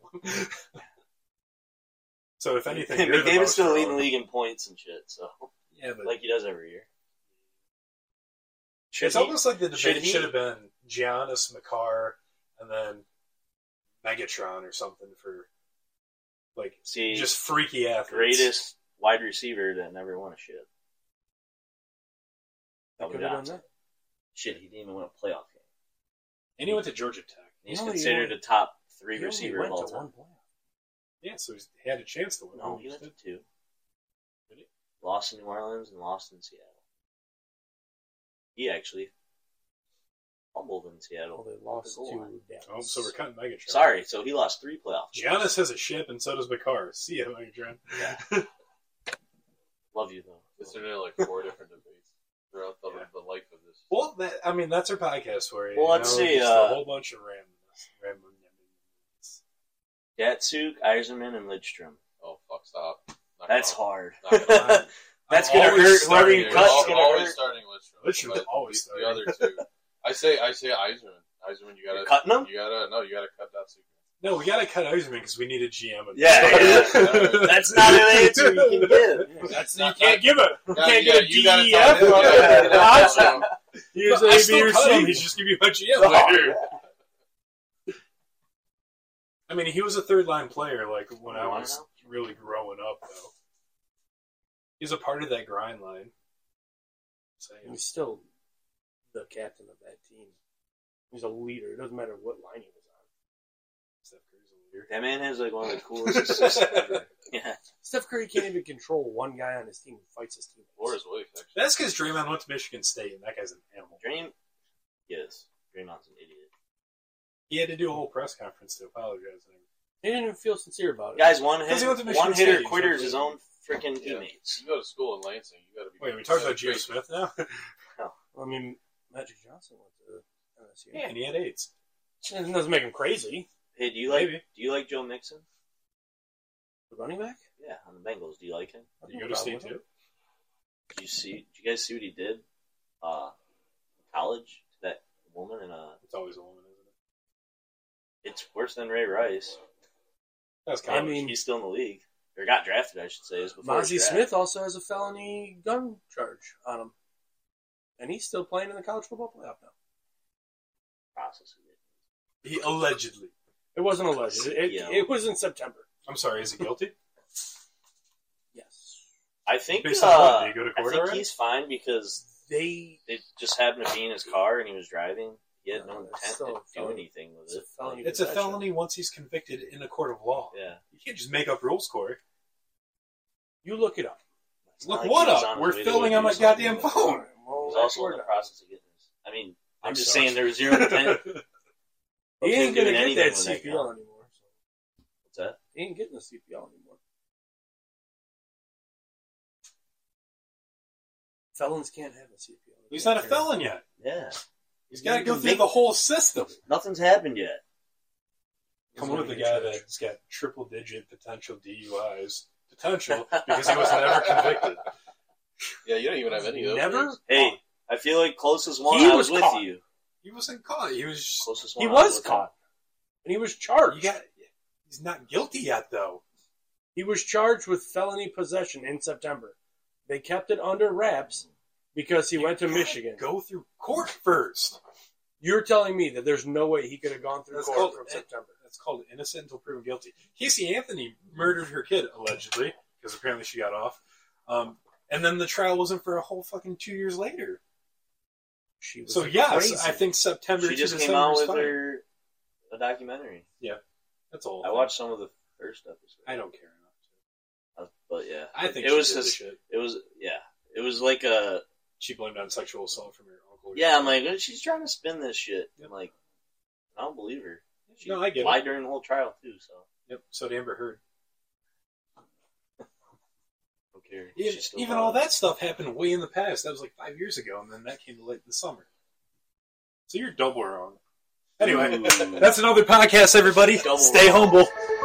[SPEAKER 1] [laughs] so if anything, you're the
[SPEAKER 5] McDavid's
[SPEAKER 1] most
[SPEAKER 5] still leading [laughs] the
[SPEAKER 1] wrong.
[SPEAKER 5] league in points and shit, so
[SPEAKER 1] Yeah, but
[SPEAKER 5] like he does every year. Should
[SPEAKER 1] it's
[SPEAKER 5] he-
[SPEAKER 1] almost like the
[SPEAKER 5] should
[SPEAKER 1] debate
[SPEAKER 5] he-
[SPEAKER 1] should have been Giannis, Makar, and then Megatron or something for like
[SPEAKER 5] see
[SPEAKER 1] just freaky athletes.
[SPEAKER 5] greatest wide receiver that never won a shit.
[SPEAKER 3] I
[SPEAKER 5] Calvin
[SPEAKER 3] could have done
[SPEAKER 5] Johnson.
[SPEAKER 3] that.
[SPEAKER 5] Shit, he didn't even win a playoff game.
[SPEAKER 1] And he went to Georgia Tech.
[SPEAKER 5] He's
[SPEAKER 3] No, he
[SPEAKER 5] considered
[SPEAKER 3] won-
[SPEAKER 5] a top
[SPEAKER 3] He
[SPEAKER 5] three
[SPEAKER 3] only
[SPEAKER 5] receiver
[SPEAKER 3] went
[SPEAKER 5] of all
[SPEAKER 3] to
[SPEAKER 5] time.
[SPEAKER 3] one playoff.
[SPEAKER 1] Yeah, so he's- he had a chance to win.
[SPEAKER 5] No, Oh, he went to two.
[SPEAKER 1] Did he?
[SPEAKER 5] Lost in New Orleans and lost in Seattle. He actually fumbled in
[SPEAKER 3] Well,
[SPEAKER 5] Seattle.
[SPEAKER 3] Oh, they lost
[SPEAKER 5] Goal
[SPEAKER 3] to
[SPEAKER 5] line.
[SPEAKER 1] Oh,
[SPEAKER 3] Dallas.
[SPEAKER 1] so [laughs] we're cutting Megatron.
[SPEAKER 5] Sorry, so he lost three playoff. games.
[SPEAKER 1] Giannis has a ship, and so does Bakar. See ya, Megatron.
[SPEAKER 5] Love you though.
[SPEAKER 4] Is there like four different debates throughout the,
[SPEAKER 1] Yeah.
[SPEAKER 4] the life of this?
[SPEAKER 1] well, that, I mean, that's our podcast for you.
[SPEAKER 5] Well,
[SPEAKER 1] you
[SPEAKER 5] let's
[SPEAKER 1] know,
[SPEAKER 5] see,
[SPEAKER 1] just
[SPEAKER 5] uh,
[SPEAKER 1] a whole bunch of ram, ram,
[SPEAKER 5] Datsuk, Eiserman, and Lidstrom.
[SPEAKER 4] Oh fuck! Stop. Not
[SPEAKER 5] That's
[SPEAKER 4] gonna-
[SPEAKER 5] hard.
[SPEAKER 4] not gonna-
[SPEAKER 5] [laughs] That's gonna hurt whoever you
[SPEAKER 4] You're
[SPEAKER 5] cut's
[SPEAKER 4] al-
[SPEAKER 5] gonna
[SPEAKER 4] always
[SPEAKER 5] hurt.
[SPEAKER 4] starting with
[SPEAKER 1] Lidstrom
[SPEAKER 4] Lidstrom, but
[SPEAKER 1] always
[SPEAKER 4] the,
[SPEAKER 1] starting.
[SPEAKER 4] the other two. I say I say Eiserman. Eiserman, you
[SPEAKER 5] [laughs]
[SPEAKER 4] gotta
[SPEAKER 5] You're cutting him?
[SPEAKER 4] [laughs] You gotta no, you gotta cut that secret.
[SPEAKER 1] No, we gotta cut Eiserman because we need a GM. in [laughs]
[SPEAKER 5] Yeah,
[SPEAKER 1] this.
[SPEAKER 4] yeah.
[SPEAKER 5] That's not an answer you can give.
[SPEAKER 1] That's you can't give it. You
[SPEAKER 4] No,
[SPEAKER 1] can't
[SPEAKER 4] yeah,
[SPEAKER 1] get a
[SPEAKER 4] you gotta
[SPEAKER 1] DEF.
[SPEAKER 4] tell him.
[SPEAKER 1] brother.
[SPEAKER 4] Yeah,
[SPEAKER 1] [laughs]
[SPEAKER 4] you gotta [laughs] tell him.
[SPEAKER 3] Here's
[SPEAKER 1] I
[SPEAKER 3] A, B,
[SPEAKER 1] still
[SPEAKER 3] or
[SPEAKER 1] cut
[SPEAKER 3] C.
[SPEAKER 1] him. He's just gonna be my GM
[SPEAKER 5] Oh.
[SPEAKER 1] later. I mean, he was a third line player like when I was really growing up, though. He was a part of that grind line. So, yeah.
[SPEAKER 3] He's still the captain of that team. He's a leader. It doesn't matter what line he was on.
[SPEAKER 1] Steph Curry's a leader.
[SPEAKER 5] That man has like one of the coolest assists ever. Yeah.
[SPEAKER 3] Steph Curry can't even control one guy on his team who fights his team.
[SPEAKER 4] Or his wife, actually.
[SPEAKER 1] That's because Draymond went to Michigan State, and that guy's an animal.
[SPEAKER 5] Dream Yes. Draymond's an idiot.
[SPEAKER 1] He had to do a whole press conference to apologize. and everything.
[SPEAKER 3] He didn't even feel sincere about it.
[SPEAKER 5] Guys, one
[SPEAKER 1] Because
[SPEAKER 5] hit,
[SPEAKER 1] he went to Michigan
[SPEAKER 5] one hitter
[SPEAKER 1] State,
[SPEAKER 5] quitters
[SPEAKER 1] exactly.
[SPEAKER 5] his own freaking
[SPEAKER 4] Yeah.
[SPEAKER 5] teammates.
[SPEAKER 4] You go to school in Lansing, you gotta be.
[SPEAKER 1] Wait, we talked about Geo
[SPEAKER 4] Geo
[SPEAKER 1] Smith now? [laughs]
[SPEAKER 3] I mean, Magic Johnson went to
[SPEAKER 1] yeah,
[SPEAKER 3] MSU.
[SPEAKER 1] and he had AIDS.
[SPEAKER 3] It doesn't make him crazy.
[SPEAKER 5] Hey, do you like
[SPEAKER 1] Maybe.
[SPEAKER 5] do you like Joe Mixon?
[SPEAKER 3] The running back?
[SPEAKER 5] Yeah, on the Bengals. Do you like him?
[SPEAKER 3] I have
[SPEAKER 1] You
[SPEAKER 3] no
[SPEAKER 1] go to
[SPEAKER 3] problem
[SPEAKER 1] state
[SPEAKER 3] with
[SPEAKER 1] too?
[SPEAKER 3] it.
[SPEAKER 5] Did you see? Did you guys see what he did? Uh, in college to that woman in a.
[SPEAKER 1] It's always a woman, isn't it?
[SPEAKER 5] It's worse than Ray Rice.
[SPEAKER 1] That's
[SPEAKER 3] I
[SPEAKER 1] kind of
[SPEAKER 3] mean,
[SPEAKER 5] he's still in the league or got drafted, I should say. Is before his
[SPEAKER 3] Mozzie
[SPEAKER 5] draft.
[SPEAKER 3] Smith also has a felony gun charge on him. And he's still playing in the college football playoff now.
[SPEAKER 5] process of it.
[SPEAKER 1] he allegedly.
[SPEAKER 3] It wasn't alleged. It,
[SPEAKER 5] Yeah.
[SPEAKER 3] it was in September.
[SPEAKER 1] I'm sorry, is he guilty?
[SPEAKER 3] Yes.
[SPEAKER 5] I think.
[SPEAKER 1] Based on
[SPEAKER 5] uh,
[SPEAKER 1] what? Did he go to
[SPEAKER 5] I
[SPEAKER 1] court
[SPEAKER 5] think
[SPEAKER 1] already?
[SPEAKER 5] he's fine because
[SPEAKER 3] They.
[SPEAKER 5] it just happened to be in his car and he was driving. He had no
[SPEAKER 3] Uh,
[SPEAKER 5] intent
[SPEAKER 3] it's still
[SPEAKER 5] to
[SPEAKER 3] a
[SPEAKER 5] do
[SPEAKER 3] felony.
[SPEAKER 5] anything with
[SPEAKER 3] It's a
[SPEAKER 5] it.
[SPEAKER 3] felony.
[SPEAKER 1] It's a
[SPEAKER 3] possession.
[SPEAKER 1] felony once he's convicted in a court of law.
[SPEAKER 5] Yeah.
[SPEAKER 1] You can't just make up rules,
[SPEAKER 5] [laughs]
[SPEAKER 1] Corey.
[SPEAKER 3] You
[SPEAKER 5] [clears throat]
[SPEAKER 3] look it up.
[SPEAKER 5] It's
[SPEAKER 1] Look
[SPEAKER 5] not like
[SPEAKER 1] what
[SPEAKER 5] he was
[SPEAKER 1] up?
[SPEAKER 5] his
[SPEAKER 1] We're
[SPEAKER 5] way to
[SPEAKER 1] filming
[SPEAKER 5] go
[SPEAKER 1] on
[SPEAKER 5] do
[SPEAKER 1] my
[SPEAKER 5] something
[SPEAKER 1] goddamn
[SPEAKER 5] with it.
[SPEAKER 1] phone.
[SPEAKER 5] He
[SPEAKER 3] Well,
[SPEAKER 5] was also in
[SPEAKER 3] that's
[SPEAKER 5] the
[SPEAKER 3] where-
[SPEAKER 5] process of getting this. I mean, I'm,
[SPEAKER 1] I'm
[SPEAKER 5] just
[SPEAKER 1] sorry.
[SPEAKER 5] saying there was zero [laughs] intent.
[SPEAKER 3] He
[SPEAKER 5] doing
[SPEAKER 3] ain't gonna get
[SPEAKER 5] anything
[SPEAKER 3] that
[SPEAKER 5] with
[SPEAKER 3] CPL
[SPEAKER 5] that gun.
[SPEAKER 3] anymore. So.
[SPEAKER 5] What's that?
[SPEAKER 3] He ain't getting the CPL anymore. Felons can't have a CPL.
[SPEAKER 1] [laughs] He's not a felon yet.
[SPEAKER 5] Yeah.
[SPEAKER 1] He's got to go through the whole system.
[SPEAKER 5] Nothing's happened yet.
[SPEAKER 1] Come up with a guy that's got triple digit potential DUIs. Potential because he was never
[SPEAKER 5] [laughs]
[SPEAKER 1] convicted.
[SPEAKER 4] Yeah, you don't even have any of those.
[SPEAKER 3] Never.
[SPEAKER 4] things.
[SPEAKER 5] Hey, I feel like closest one
[SPEAKER 3] He
[SPEAKER 5] I
[SPEAKER 3] was
[SPEAKER 5] was, with
[SPEAKER 3] caught.
[SPEAKER 5] you.
[SPEAKER 1] He wasn't caught. He was just.
[SPEAKER 5] Closest one
[SPEAKER 3] He
[SPEAKER 5] I
[SPEAKER 3] was
[SPEAKER 5] with you.
[SPEAKER 3] caught, and he was
[SPEAKER 1] You
[SPEAKER 3] charged.
[SPEAKER 1] got, he's not guilty yet, though.
[SPEAKER 3] He was charged with felony possession in September. They kept it under wraps because he went to
[SPEAKER 1] You gotta
[SPEAKER 3] Michigan.
[SPEAKER 1] Go through court first.
[SPEAKER 3] You're telling me that there's no way he could have gone through
[SPEAKER 1] That's
[SPEAKER 3] court
[SPEAKER 1] called-
[SPEAKER 3] from September.
[SPEAKER 1] That's called innocent until proven guilty. Casey Anthony murdered her kid allegedly because apparently she got off. Um, and then the trial wasn't for a whole fucking two years later.
[SPEAKER 3] She was
[SPEAKER 1] So yes,
[SPEAKER 3] crazy.
[SPEAKER 1] I think September.
[SPEAKER 5] She
[SPEAKER 1] to
[SPEAKER 5] just came
[SPEAKER 1] December
[SPEAKER 5] out
[SPEAKER 1] is
[SPEAKER 5] with
[SPEAKER 1] fine.
[SPEAKER 5] her a documentary.
[SPEAKER 1] That's all.
[SPEAKER 5] I watched some of the first episode,
[SPEAKER 1] I don't care enough.
[SPEAKER 5] Uh, but yeah,
[SPEAKER 1] To. I think
[SPEAKER 5] it
[SPEAKER 1] she
[SPEAKER 5] was
[SPEAKER 1] did the
[SPEAKER 5] just
[SPEAKER 1] shit.
[SPEAKER 5] it was yeah, it was like a
[SPEAKER 1] She blamed it on sexual assault from her uncle. or
[SPEAKER 5] yeah. I'm
[SPEAKER 1] something.
[SPEAKER 5] like "Oh, she's trying to spin this shit.
[SPEAKER 1] Yep.
[SPEAKER 5] I'm like I don't believe her. She
[SPEAKER 1] No, I get it.
[SPEAKER 5] lied during the whole trial too. So
[SPEAKER 1] Yep. So did Amber Heard.
[SPEAKER 5] okay,
[SPEAKER 1] Even, even all that stuff happened way in the past. That was like five years ago, and then that came to light this summer. So you're double wrong. Anyway,
[SPEAKER 5] Ooh.
[SPEAKER 4] [laughs]
[SPEAKER 1] that's another podcast, everybody.
[SPEAKER 5] Double
[SPEAKER 1] Stay
[SPEAKER 5] wrong.
[SPEAKER 1] humble.